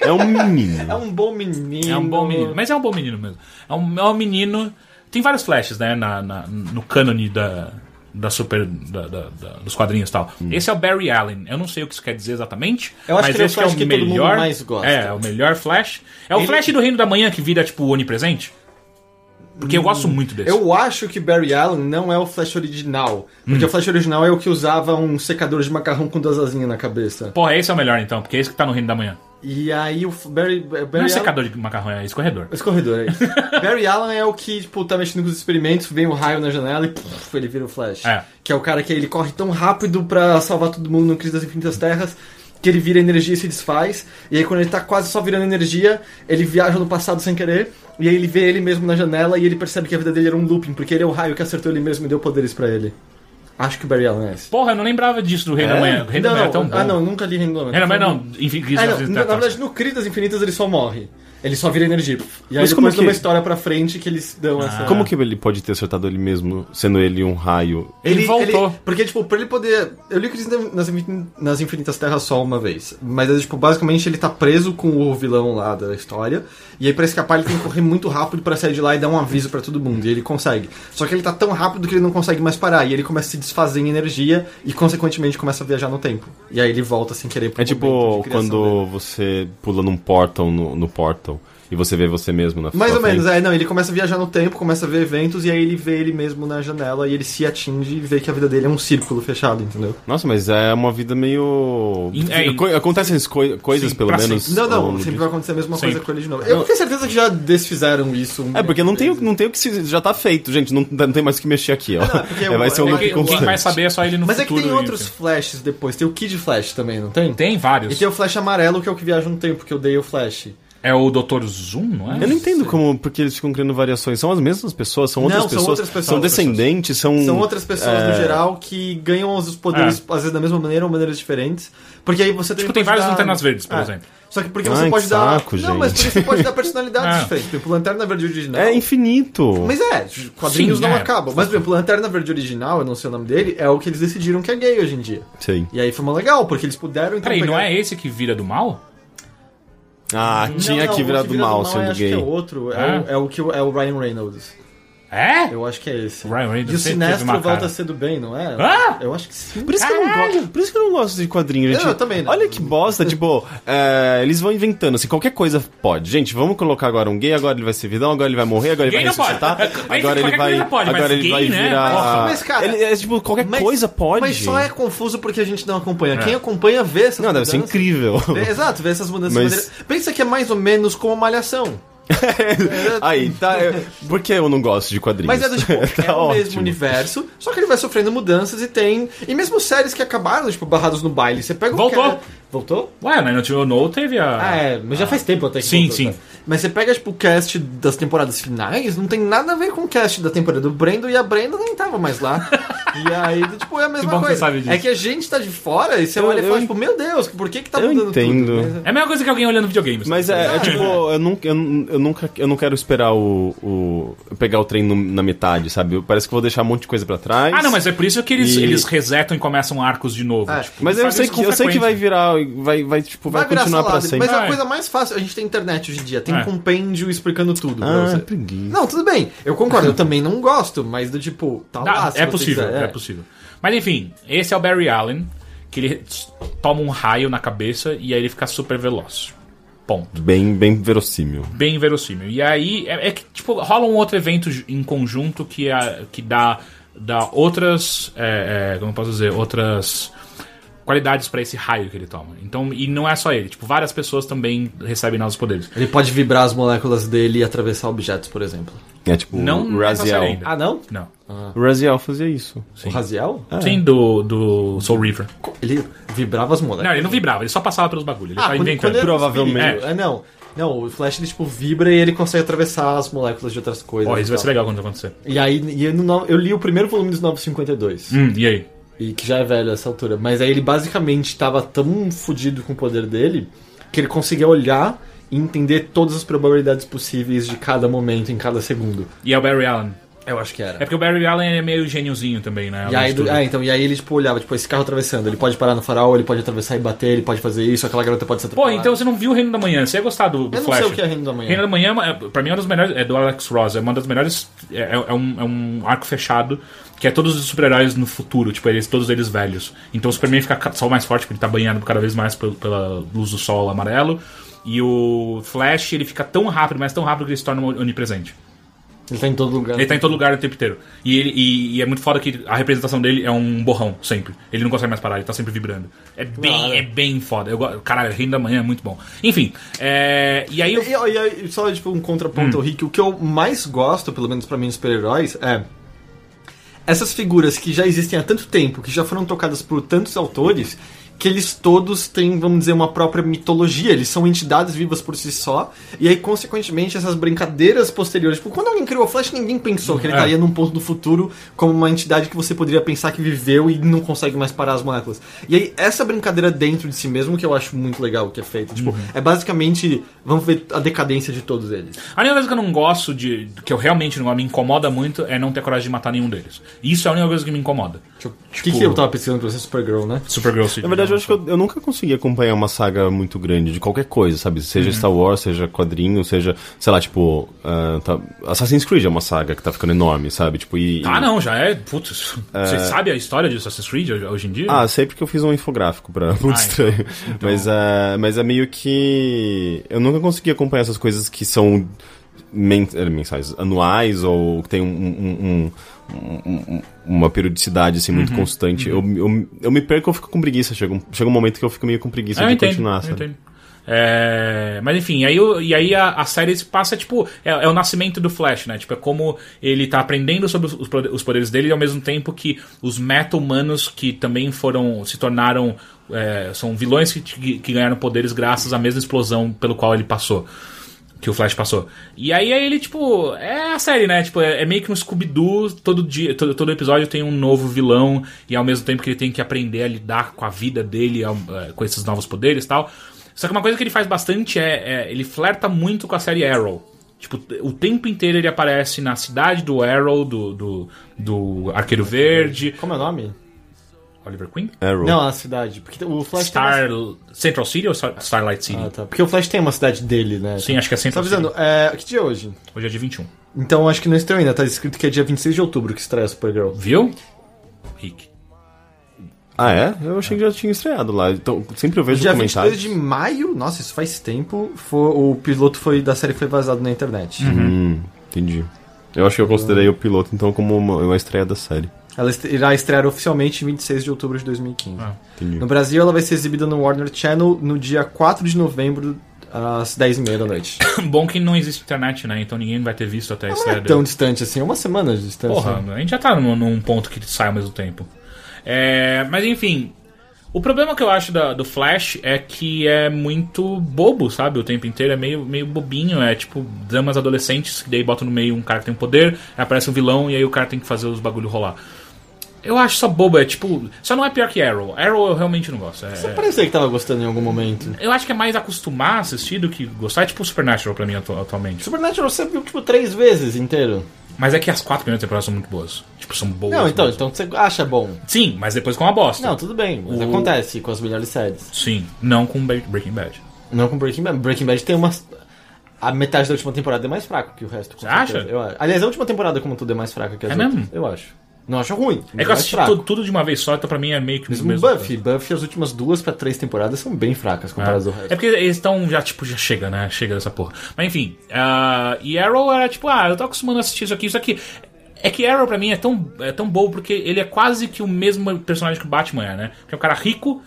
Speaker 3: É um
Speaker 1: É
Speaker 3: menino.
Speaker 1: um bom menino.
Speaker 2: É um bom menino. Mas é um bom menino mesmo. É um, é um menino. Tem vários flashes, né? Na, na- no cânone da. Da super. da- da- da- dos quadrinhos e tal. Esse é o Barry Allen. Eu não sei o que isso quer dizer exatamente.
Speaker 1: Hum. Eu acho
Speaker 2: mas
Speaker 1: que ele é o
Speaker 2: esse
Speaker 1: Flash que todo mundo mais gosta.
Speaker 2: É, é o melhor Flash. É o
Speaker 1: Ele-
Speaker 2: Flash do Reino da Manhã que vira, tipo, onipresente. Porque eu gosto muito desse.
Speaker 1: Eu acho que Barry Allen não é o Flash original.
Speaker 2: Hum.
Speaker 1: Porque o Flash original é o que usava um secador de macarrão com duas asinhas na cabeça.
Speaker 2: Porra, esse é o melhor então, porque é esse que tá no Reino da Manhã.
Speaker 1: E aí o F- Barry. Barry
Speaker 2: Não é
Speaker 1: Allen-
Speaker 2: secador de macarrão, é escorredor.
Speaker 1: Esse corredor aí. Barry Allen é o que, tipo, tá mexendo com os experimentos, vem o raio na janela e puf, ele vira o Flash.
Speaker 2: É.
Speaker 1: Que é o cara que ele corre tão rápido pra salvar todo mundo no Crise das Infinitas Terras que ele vira energia e se desfaz. E aí quando ele tá quase só virando energia, ele viaja no passado sem querer. E aí ele vê ele mesmo na janela e ele percebe que a vida dele era um looping, porque ele é o raio que acertou ele mesmo e deu poderes pra ele. Acho que o Barry Allen é esse.
Speaker 2: Porra, eu não lembrava disso do Reino da Manhã. O Reino da
Speaker 1: não,
Speaker 2: Manhã é tão bom.
Speaker 1: ah, não, nunca li Reino da Manhã.
Speaker 2: Reino da Manhã não, enfim, que
Speaker 1: Ah,
Speaker 2: isso-
Speaker 1: não,
Speaker 2: isso-
Speaker 1: na, na verdade, no Crise das Infinitas ele só morre. Ele só vira energia. E aí
Speaker 3: Mas como
Speaker 1: depois
Speaker 3: que-
Speaker 1: numa história pra frente que eles dão
Speaker 2: Ah.
Speaker 1: essa.
Speaker 3: Como que ele pode ter acertado ele mesmo, sendo ele um raio?
Speaker 2: Ele, voltou.
Speaker 1: porque, tipo, pra ele poder. Eu li Crise nas, Infin- nas Infinitas Terras só uma vez. Mas, é, tipo, basicamente ele tá preso com o vilão lá da história. E aí, pra escapar, ele tem que correr muito rápido pra sair de lá e dar um aviso pra todo mundo. E ele consegue. Só que ele tá tão rápido que ele não consegue mais parar. E ele começa a se desfazer em energia e, consequentemente, começa a viajar no tempo. E aí ele volta sem querer pro
Speaker 3: É
Speaker 1: momento
Speaker 3: tipo
Speaker 1: de criação
Speaker 3: quando
Speaker 1: dele.
Speaker 3: você pula num portal no, no portal. e você vê você mesmo na
Speaker 1: Mais
Speaker 3: na
Speaker 1: ou menos,
Speaker 3: frente.
Speaker 1: é, não, ele começa a viajar no tempo, começa a ver eventos, e aí ele vê ele mesmo na janela, e ele se atinge e vê que a vida dele é um círculo fechado, entendeu?
Speaker 3: Nossa, mas é uma vida meio.
Speaker 2: In- é, in-
Speaker 3: Co- Acontecem as coi- coisas,
Speaker 2: Sim,
Speaker 3: pelo
Speaker 2: pra
Speaker 3: menos.
Speaker 1: Não,
Speaker 3: ao
Speaker 1: não,
Speaker 3: longo
Speaker 1: sempre
Speaker 3: disso.
Speaker 1: vai acontecer a mesma
Speaker 2: Sempre.
Speaker 1: coisa com ele de novo. Eu tenho certeza que já desfizeram isso. um
Speaker 3: É, porque
Speaker 1: milhão
Speaker 3: não
Speaker 1: de
Speaker 3: tem, o-
Speaker 1: vezes.
Speaker 3: não tem o que se. Já tá feito, gente. Não, não tem mais o que mexer aqui, ó.
Speaker 1: Não, é porque
Speaker 3: É,
Speaker 1: o-
Speaker 3: vai ser
Speaker 1: é
Speaker 3: um
Speaker 1: que-
Speaker 3: loop
Speaker 1: quem- quem
Speaker 2: Quem
Speaker 3: constante.
Speaker 2: vai saber é só ele no
Speaker 1: Mas é que
Speaker 2: futuro.
Speaker 1: tem
Speaker 2: e-
Speaker 1: outros flashes depois. Tem o Kid Flash também, não tem?
Speaker 2: Tem
Speaker 1: E
Speaker 2: vários.
Speaker 1: tem o Flash amarelo, que é o que viaja no tempo, que eu dei o Flash.
Speaker 2: É o Dr. Zoom, não é?
Speaker 3: Eu não entendo como, porque eles ficam criando variações. São as mesmas pessoas, são outras,
Speaker 1: Não, são
Speaker 3: pessoas,
Speaker 1: outras pessoas,
Speaker 3: São
Speaker 1: outras
Speaker 3: descendentes, são.
Speaker 1: São outras pessoas
Speaker 3: é,
Speaker 1: no geral que ganham os poderes, às vezes da mesma maneira ou maneiras diferentes. Porque aí você tem É.
Speaker 2: Tipo, tem
Speaker 1: pode
Speaker 2: várias lanternas verdes,
Speaker 1: Ah,
Speaker 2: por exemplo.
Speaker 1: Só que porque
Speaker 3: Ai,
Speaker 1: você
Speaker 3: que
Speaker 1: pode
Speaker 3: saco,
Speaker 1: dar. Não, mas
Speaker 3: gente.
Speaker 1: porque você pode dar personalidades
Speaker 2: É.
Speaker 1: diferentes. Por exemplo, Tipo, Lanterna Verde original.
Speaker 3: É infinito.
Speaker 1: Mas é, quadrinhos
Speaker 2: Sim,
Speaker 1: não
Speaker 2: é.
Speaker 1: acabam. Mas, por exemplo, Lanterna Verde original, eu não sei o nome dele, é o que eles decidiram que é gay hoje em dia.
Speaker 3: Sei.
Speaker 1: E aí foi uma legal, porque eles puderam então.
Speaker 2: Peraí, não
Speaker 1: pegar-
Speaker 2: é esse que vira do mal?
Speaker 3: Ah,
Speaker 1: Não,
Speaker 3: tinha
Speaker 1: não,
Speaker 3: que virar
Speaker 1: o
Speaker 3: do mal
Speaker 1: é,
Speaker 3: sendo
Speaker 1: acho que
Speaker 3: gay.
Speaker 1: é outro. É,
Speaker 2: Ah.
Speaker 1: o, é o que é o Ryan Reynolds.
Speaker 2: É?
Speaker 1: Eu acho que é esse.
Speaker 2: Ryan Reynolds
Speaker 1: e o
Speaker 2: sempre teve uma
Speaker 1: Sinestro volta
Speaker 2: cara.
Speaker 1: a ser do bem, não é?
Speaker 2: Ah!
Speaker 1: Eu acho que sim.
Speaker 3: Por isso, que eu não gosto, por isso que eu não gosto de quadrinho, gente.
Speaker 1: Eu também não.
Speaker 3: Olha que bosta, tipo, é, eles vão inventando, assim, qualquer coisa pode. Gente, vamos colocar agora um gay, agora ele vai ser vidão, agora ele vai morrer, agora ele
Speaker 2: Gay
Speaker 3: vai
Speaker 2: não pode.
Speaker 3: ressuscitar,
Speaker 2: Aí
Speaker 3: agora ele
Speaker 2: qualquer
Speaker 3: vai.
Speaker 2: coisa pode, mas
Speaker 3: agora ele
Speaker 2: gay,
Speaker 3: vai
Speaker 2: né?
Speaker 3: virar.
Speaker 2: Porra.
Speaker 1: Mas, cara,
Speaker 3: ele, é, tipo, qualquer
Speaker 1: Mas-
Speaker 3: coisa pode.
Speaker 1: Mas só é confuso porque a gente não
Speaker 2: É.
Speaker 1: acompanha. Quem acompanha vê essas
Speaker 3: Não, deve
Speaker 1: mudanças.
Speaker 3: ser incrível.
Speaker 1: Vê- Exato, vê essas mudanças.
Speaker 3: Tipo, Mas-
Speaker 1: de maneira- Pensa que é mais ou menos como a malhação.
Speaker 3: Aí, tá. é- por que eu não gosto de quadrinhos? Tá
Speaker 1: Mas é do tipo, é o mesmo
Speaker 3: ótimo.
Speaker 1: universo, só que ele vai sofrendo mudanças e tem. E mesmo séries que acabaram, tipo, barrados no baile, você pega o
Speaker 2: Voltou.
Speaker 1: cara. Voltou?
Speaker 2: Ué, na Not No teve a.
Speaker 1: Ah, é, mas já faz tempo até que
Speaker 2: Sim,
Speaker 1: voltou,
Speaker 2: sim.
Speaker 1: tá? Mas você pega, tipo, o cast das temporadas finais, não tem nada a ver com o cast da temporada do Brendo e a Brenda nem tava mais lá. e aí, tipo, é a mesma
Speaker 2: bom que
Speaker 1: coisa.
Speaker 2: você sabe disso.
Speaker 1: É que a gente tá de fora e você
Speaker 3: Eu-
Speaker 1: olha e
Speaker 3: eu
Speaker 1: fala,
Speaker 3: en-
Speaker 1: tipo, meu Deus, por que que tá
Speaker 3: Eu
Speaker 1: mudando
Speaker 3: entendo.
Speaker 1: tudo? Mas-
Speaker 2: É a mesma coisa que alguém olhando videogames.
Speaker 3: Mas é, é tipo, eu nunca, eu, nun- eu nunca eu não quero esperar o. o- eu pegar o trem no- na metade, sabe? Eu- Parece que eu vou deixar um monte de coisa pra trás.
Speaker 2: Ah, não, mas é por isso que eles,
Speaker 3: E-
Speaker 2: eles resetam e começam arcos de novo.
Speaker 1: É.
Speaker 2: tipo,
Speaker 3: Mas
Speaker 2: eles
Speaker 3: eu
Speaker 2: fazem
Speaker 3: sei,
Speaker 2: isso
Speaker 3: que,
Speaker 2: com
Speaker 3: eu sei que vai
Speaker 2: frequência.
Speaker 3: virar, vai, vai, tipo, vai,
Speaker 1: Vai virar
Speaker 3: continuar pra
Speaker 1: salada,
Speaker 3: sempre.
Speaker 1: mas é a
Speaker 2: Ah, é.
Speaker 1: coisa mais fácil. A gente tem internet hoje em dia, tem
Speaker 2: É.
Speaker 1: compêndio explicando tudo. pra
Speaker 3: Ah,
Speaker 1: você.
Speaker 3: preguiça.
Speaker 1: Não, tudo bem. Eu concordo, eu também não gosto, mas do tipo, tá
Speaker 2: Dá-
Speaker 1: lá. se
Speaker 2: é
Speaker 1: você
Speaker 2: possível,
Speaker 1: quiser,
Speaker 2: é. possível. Mas enfim, esse é o Barry Allen, que ele s- toma um raio na cabeça e aí ele fica super veloz. Ponto.
Speaker 3: Bem, bem verossímil.
Speaker 2: Bem verossímil. E aí é, é que tipo, rola um outro evento ju- em conjunto que, a, que dá, dá outras. é, é, como eu posso dizer? Outras qualidades pra esse raio que ele toma. Então, e não é só ele, tipo, várias pessoas também recebem novos poderes.
Speaker 1: Ele pode vibrar as moléculas dele e atravessar objetos, por exemplo.
Speaker 3: É tipo,
Speaker 2: Não-
Speaker 3: o
Speaker 2: não é pra
Speaker 3: Raziel.
Speaker 2: ser ainda.
Speaker 1: Ah, não?
Speaker 2: Não.
Speaker 3: o Raziel fazia isso.
Speaker 1: O Raziel?
Speaker 3: É.
Speaker 2: Sim, do, do Soul River.
Speaker 1: Ele vibrava as moléculas.
Speaker 2: Não, ele não vibrava, ele só passava pelos bagulhos. Ele só
Speaker 1: Ah, quando-
Speaker 2: inventando.
Speaker 1: quando ele-
Speaker 3: Provavelmente.
Speaker 1: É, não. Não, o Flash ele tipo vibra e ele consegue atravessar as moléculas de outras coisas.
Speaker 2: Ó,
Speaker 1: e
Speaker 2: isso vai
Speaker 1: tal.
Speaker 2: ser legal quando acontecer.
Speaker 1: E aí, e no no- eu li o primeiro volume dos 952,
Speaker 2: Hum, e aí?
Speaker 1: e que já é velho essa altura, mas aí ele basicamente tava tão fudido com o poder dele que ele conseguia olhar e entender todas as probabilidades possíveis de cada momento, em cada segundo.
Speaker 2: E é o Barry Allen.
Speaker 1: Eu acho que era.
Speaker 2: É porque o Barry Allen é meio gêniozinho também, né?
Speaker 1: E aí,
Speaker 2: Além de
Speaker 1: do-
Speaker 2: tudo.
Speaker 1: é, então, e aí ele, tipo, olhava, tipo, esse carro atravessando, ele pode parar no farol, ele pode atravessar e bater, ele pode fazer isso, aquela garota pode ser
Speaker 2: Pô,
Speaker 1: atropelada.
Speaker 2: então você não viu o Reino da Manhã, você ia gostar do, do
Speaker 1: Eu não
Speaker 2: Flash.
Speaker 1: sei o que é Reino da Manhã.
Speaker 2: Reino da Manhã, é uma- é, pra mim, é uma das melhores. É do Alex Ross, é uma das melhores. É, é- é um, é um arco fechado, que é todos os super-heróis no futuro, tipo, eles, todos eles velhos. Então o Superman fica ca- só mais forte, porque ele tá banhando cada vez mais pelo- pela luz do sol amarelo. E o Flash, ele fica tão rápido, mas tão rápido que ele se torna um onipresente.
Speaker 1: Ele tá em todo lugar.
Speaker 2: Ele tá em todo lugar o tempo inteiro. E, ele, e, e é muito foda que a representação dele é um borrão, sempre. Ele não consegue mais parar, ele tá sempre vibrando. É bem,
Speaker 1: Claro.
Speaker 2: é bem foda. Eu, go- caralho, Reino da Manhã é muito bom. Enfim, é, e aí eu.
Speaker 1: E, e aí, só tipo, um
Speaker 2: Hum.
Speaker 1: contraponto ao Rick, o que eu mais gosto, pelo menos pra mim, dos super-heróis, é. Essas figuras que já existem há tanto tempo, que já foram tocadas por tantos autores, que eles todos têm, vamos dizer, uma própria mitologia, eles são entidades vivas por si só, e aí, consequentemente, essas brincadeiras posteriores. Tipo, quando alguém criou o Flash, ninguém pensou que ele
Speaker 2: É.
Speaker 1: estaria num ponto do futuro como uma entidade que você poderia pensar que viveu e não consegue mais parar as moléculas. E aí, essa brincadeira dentro de si mesmo que eu acho muito legal que é feito. Tipo, é basicamente, vamos ver a decadência de todos eles.
Speaker 2: A única coisa que eu não gosto de. que eu realmente não me incomoda muito é não ter coragem de matar nenhum deles. Isso é a única coisa que me incomoda.
Speaker 1: Tipo, O que, que eu tava pesquisando pra você, Supergirl, né?
Speaker 2: Supergirl City.
Speaker 3: Na verdade, verdade, eu acho que eu, eu nunca consegui acompanhar uma saga muito grande de qualquer coisa, sabe? Seja
Speaker 2: Uhum.
Speaker 3: Star Wars, seja quadrinho, seja, sei lá, tipo. ah, tá- Assassin's Creed é uma saga que tá ficando enorme, sabe? Tipo, e.
Speaker 2: Ah,
Speaker 3: e-
Speaker 2: não, já é. Putz, você sabe a história de Assassin's Creed hoje- hoje em dia?
Speaker 3: Ah, sei porque eu fiz um infográfico pra
Speaker 2: Ah, então.
Speaker 3: muito estranho. Mas, é, mas é meio que. Eu nunca consegui acompanhar essas coisas que são men- eh, mensais, anuais, ou que tem um- um- um- um- um- uma periodicidade assim,
Speaker 2: Uhum.
Speaker 3: muito constante. Eu, eu, eu me perco eu fico com preguiça. Chega um, chega um momento que eu fico meio com preguiça
Speaker 2: Ah, eu
Speaker 3: de
Speaker 2: entendo,
Speaker 3: continuar.
Speaker 2: eu
Speaker 3: sabe?
Speaker 2: entendo. É, mas enfim, aí, o- e aí a, a série se passa, tipo, é, é o nascimento do Flash, né? Tipo, é como ele tá aprendendo sobre os, os prode- os poderes dele e ao mesmo tempo que os meta-humanos que também foram, se tornaram, é, são vilões que, que- que ganharam poderes graças à mesma explosão pelo qual ele passou. Que o Flash passou. E aí, aí ele, tipo, é a série, né? Tipo, é, é meio que um Scooby-Doo. Todo, dia- todo, todo episódio tem um novo vilão. E ao mesmo tempo que ele tem que aprender a lidar com a vida dele, ao- eh, com esses novos poderes e tal. Só que uma coisa que ele faz bastante é, é. Ele flerta muito com a série Arrow. Tipo, o tempo inteiro ele aparece na cidade do Arrow, do, do, do Arqueiro Verde.
Speaker 1: Como é o nome?
Speaker 2: Oliver Queen?
Speaker 3: Arrow.
Speaker 1: Não, a cidade. Porque o Flash
Speaker 2: Star.
Speaker 1: tem.
Speaker 2: Central City ou Star- Starlight City?
Speaker 1: Uma... é Ah, tá. Porque o Flash tem uma cidade dele, né?
Speaker 2: Sim, acho que é
Speaker 1: Só
Speaker 2: Central
Speaker 1: avisando, é... que dia é hoje?
Speaker 2: City. Hoje é dia 21.
Speaker 1: Então acho que não estreou ainda, tá escrito que é dia 26 de outubro que estreia a Supergirl.
Speaker 2: Viu? Rick.
Speaker 3: Ah, é? Eu achei que já tinha estreado lá. Então, sempre eu vejo
Speaker 1: Dia
Speaker 3: comentários.
Speaker 1: 22 de maio, nossa, isso faz tempo, foi- o piloto foi da série foi vazado na internet.
Speaker 2: Uhum.
Speaker 3: Hum, entendi. Eu acho que eu considerei o piloto, então, como uma, uma estreia da série.
Speaker 1: Ela est- irá estrear oficialmente em 26 de outubro de 2015.
Speaker 2: Ah.
Speaker 3: Entendi.
Speaker 1: No Brasil, ela vai ser exibida no Warner Channel no dia 4 de novembro, às 10h30 da noite.
Speaker 2: Bom que não existe internet, né? Então ninguém vai ter visto até a
Speaker 1: Não é
Speaker 2: estreia
Speaker 1: tão
Speaker 2: dele.
Speaker 1: distante assim, é uma semana de distância.
Speaker 2: Porra, a gente já tá num, num ponto que sai ao mesmo tempo. É, mas enfim, o problema que eu acho da- do Flash é que é muito bobo, sabe? O tempo inteiro é meio, meio bobinho. É tipo dramas adolescentes que daí botam no meio um cara que tem um poder, aí aparece um vilão e aí o cara tem que fazer os bagulho rolar. Eu acho só bobo, é tipo. Só não é pior que Arrow. Arrow eu realmente não gosto. é-
Speaker 1: Você
Speaker 2: é-
Speaker 1: parecia que tava gostando em algum momento.
Speaker 2: eu acho que é mais acostumar a assistir do que gostar. É tipo Supernatural pra mim atu- atualmente.
Speaker 1: Supernatural você viu tipo três vezes inteiro.
Speaker 2: Mas é que as quatro primeiras temporadas são muito boas. Tipo, são boas.
Speaker 1: Não, então,
Speaker 2: boas.
Speaker 1: então você acha bom.
Speaker 2: Sim, mas depois com uma bosta.
Speaker 1: Não, tudo bem, mas
Speaker 2: O-
Speaker 1: acontece com as melhores séries.
Speaker 2: Sim, não com Be- Breaking Bad. É
Speaker 1: Não com Breaking Bad. Breaking Bad tem umas. A metade da última temporada é mais fraca que o resto. com
Speaker 2: Você
Speaker 1: certeza.
Speaker 2: acha?
Speaker 1: Eu acho. Aliás, a última temporada, como tudo, é mais fraca que as
Speaker 2: É
Speaker 1: outras.
Speaker 2: mesmo?
Speaker 1: Eu acho. Não acho ruim. mas
Speaker 2: É que eu
Speaker 1: mais
Speaker 2: assisti
Speaker 1: fraco.
Speaker 2: tudo, tudo de uma vez só, então pra mim é meio que o
Speaker 1: Mesmo Buffy. Buffy, as últimas duas pra três temporadas são bem fracas comparadas ao
Speaker 2: É.
Speaker 1: resto.
Speaker 2: é porque eles estão já, tipo, já chega, né? Chega dessa porra. Mas enfim, ah, e Arrow era tipo, ah, eu tô acostumando a assistir isso aqui, isso aqui. É que Arrow pra mim é tão, é tão bom porque ele é quase que o mesmo personagem que o Batman é, né? Que é um cara rico,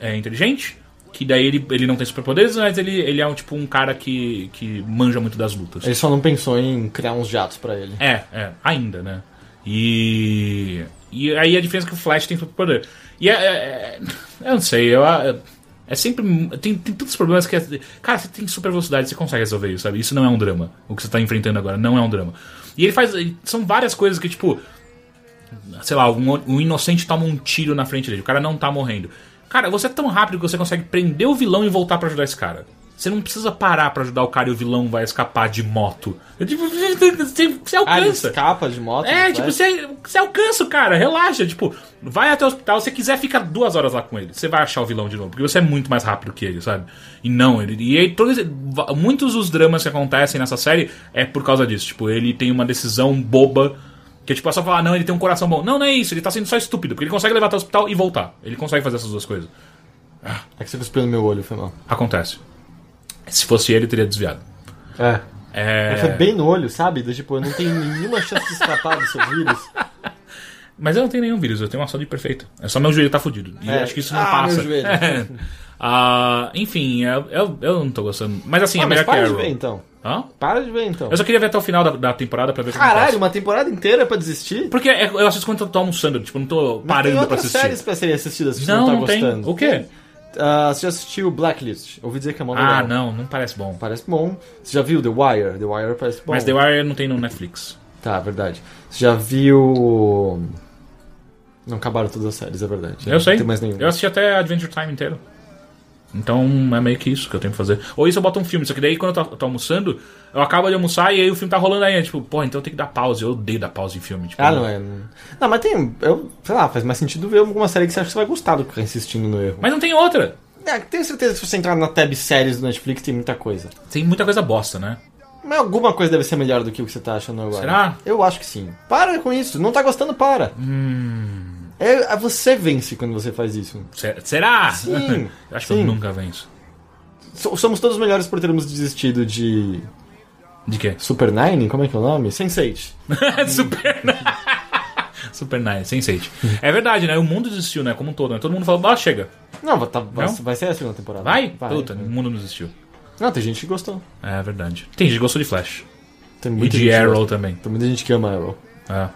Speaker 2: é, inteligente, que daí ele, ele não tem superpoderes, mas ele, ele é um tipo um cara que, que manja muito das lutas.
Speaker 1: Ele só não pensou em criar uns jatos pra ele.
Speaker 2: É, é, ainda, né? E. E aí a diferença é que o Flash tem superpoder. E é, é- é- Eu não sei, eu. é- É sempre. Tem, tem tantos problemas que. é- Cara, você tem super velocidade, você consegue resolver isso, sabe? Isso não é um drama. O que você tá enfrentando agora não é um drama. E ele faz. São várias coisas que, tipo sei lá, um, um inocente toma um tiro na frente dele, o cara não tá morrendo. Cara, você é tão rápido que você consegue prender o vilão e voltar pra ajudar esse cara. Você não precisa parar pra ajudar o cara e o vilão vai escapar de moto. Eu, tipo, você, você
Speaker 1: Ah, ele
Speaker 2: alcança.
Speaker 1: escapa de moto.
Speaker 2: é,
Speaker 1: no
Speaker 2: tipo,
Speaker 1: Flash?
Speaker 2: você, você alcança o cara, relaxa. Tipo, vai até o hospital, se quiser, fica duas horas lá com ele. Você vai achar o vilão de novo, porque você é muito mais rápido que ele, sabe? E não, ele. E aí, todos, muitos dos dramas que acontecem nessa série é por causa disso. Tipo, ele tem uma decisão boba que tipo, é só falar, não, ele tem um coração bom. Não, não é isso, ele tá sendo só estúpido, porque ele consegue levar até o hospital e voltar. Ele consegue fazer essas duas coisas. assim-
Speaker 1: É que você cuspiu no meu olho, foi mal.
Speaker 2: Acontece. Se fosse ele, teria desviado.
Speaker 1: É.
Speaker 2: É...
Speaker 1: Foi bem no olho, sabe? Do Tipo, eu não tenho nenhuma chance de escapar do seu vírus.
Speaker 2: Mas eu não tenho nenhum vírus, eu tenho uma saúde perfeita. É só meu joelho tá fudido. E
Speaker 1: É.
Speaker 2: acho que isso não
Speaker 1: Ah,
Speaker 2: passa.
Speaker 1: meu joelho.
Speaker 2: É. Ah, enfim, eu, eu, eu não tô gostando. Mas assim, é
Speaker 1: Ah, mas
Speaker 2: melhor que
Speaker 1: para de
Speaker 2: Arrow.
Speaker 1: ver então.
Speaker 2: Hã?
Speaker 1: Para de ver então.
Speaker 2: Eu um só queria ver até o final da, da temporada pra ver como
Speaker 1: Caralho,
Speaker 2: passa.
Speaker 1: uma temporada inteira pra desistir?
Speaker 2: Porque é- eu assisto quando eu tô almoçando, tipo, não tô
Speaker 1: Mas
Speaker 2: parando
Speaker 1: tem
Speaker 2: pra
Speaker 1: outras
Speaker 2: assistir.
Speaker 1: séries pra serem assistidas que
Speaker 2: Não,
Speaker 1: você
Speaker 2: não,
Speaker 1: não tá
Speaker 2: tem.
Speaker 1: gostando.
Speaker 2: O quê?
Speaker 1: Ah, você já assistiu Blacklist? Ouvi dizer que é mó legal.
Speaker 2: Ah, não, não parece bom.
Speaker 1: Parece bom. Você já viu The Wire? The Wire parece bom.
Speaker 2: Mas The Wire não tem no Netflix.
Speaker 1: Tá, verdade. Você já viu... Não acabaram todas as séries, é verdade.
Speaker 2: Eu sei.
Speaker 1: Não tem mais nenhuma.
Speaker 2: Eu assisti até Adventure Time inteiro. Então é meio que isso que eu tenho que fazer. Ou isso eu boto um filme, só que daí quando eu tô, eu tô almoçando, eu acabo de almoçar e aí o filme tá rolando aí. é Tipo, pô, então eu tenho que dar pausa. Eu odeio dar pausa em filme. Tipo,
Speaker 1: Ah, não é. Não, Não, mas tem. Eu, sei lá, faz mais sentido ver alguma série que você acha que você vai gostar do que ficar insistindo no erro.
Speaker 2: Mas não tem outra.
Speaker 1: É, tenho certeza que se você entrar na tab séries do Netflix tem muita coisa.
Speaker 2: Tem muita coisa bosta, né?
Speaker 1: Mas alguma coisa deve ser melhor do que o que você tá achando agora.
Speaker 2: Será?
Speaker 1: Eu acho que sim. Para com isso. Não tá gostando, para.
Speaker 2: Hum.
Speaker 1: É, é você vence quando você faz isso.
Speaker 2: Se- Será?
Speaker 1: Sim,
Speaker 2: Eu acho que
Speaker 1: sim.
Speaker 2: eu nunca venço.
Speaker 1: So- somos todos melhores por termos desistido de.
Speaker 2: De quê?
Speaker 1: Super Nine? Como é que é o nome? Sense8.
Speaker 2: Super Super nice, sense É verdade, né? O mundo desistiu, né? Como um todo, né? Todo mundo falou, ah, chega.
Speaker 1: Não, vai- tá- vai,
Speaker 2: Não?
Speaker 1: vai ser a segunda temporada.
Speaker 2: Vai? Puta, né? o mundo não desistiu.
Speaker 1: Não, tem gente que gostou.
Speaker 2: É verdade. Tem gente que gostou de Flash.
Speaker 1: Tem muita
Speaker 2: e
Speaker 1: gente
Speaker 2: de
Speaker 1: que
Speaker 2: Arrow
Speaker 1: gosta.
Speaker 2: também.
Speaker 1: Tem muita gente que ama Arrow.
Speaker 2: É.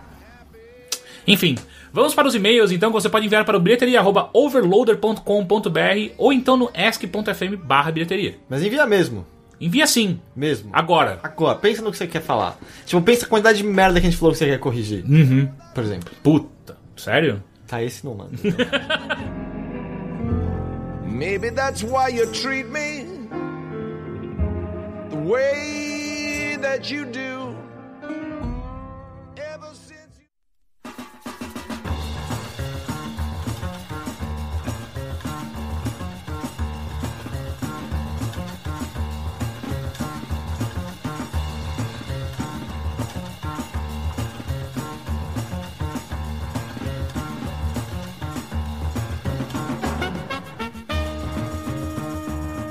Speaker 2: Enfim, vamos para os e-mails, então, que você pode enviar para o bilheteria.overloader.com.br ou então no ask.fm barra bilheteria.
Speaker 1: Mas envia mesmo.
Speaker 2: Envia sim,
Speaker 1: Mesmo.
Speaker 2: agora.
Speaker 1: Agora, pensa no que você quer falar. Tipo, pensa a quantidade de merda que a gente falou que você quer corrigir.
Speaker 3: Uhum.
Speaker 1: Por exemplo.
Speaker 2: Puta, sério?
Speaker 1: Tá, esse não manda.
Speaker 4: Maybe that's why you treat me the way that you do. Ever since you-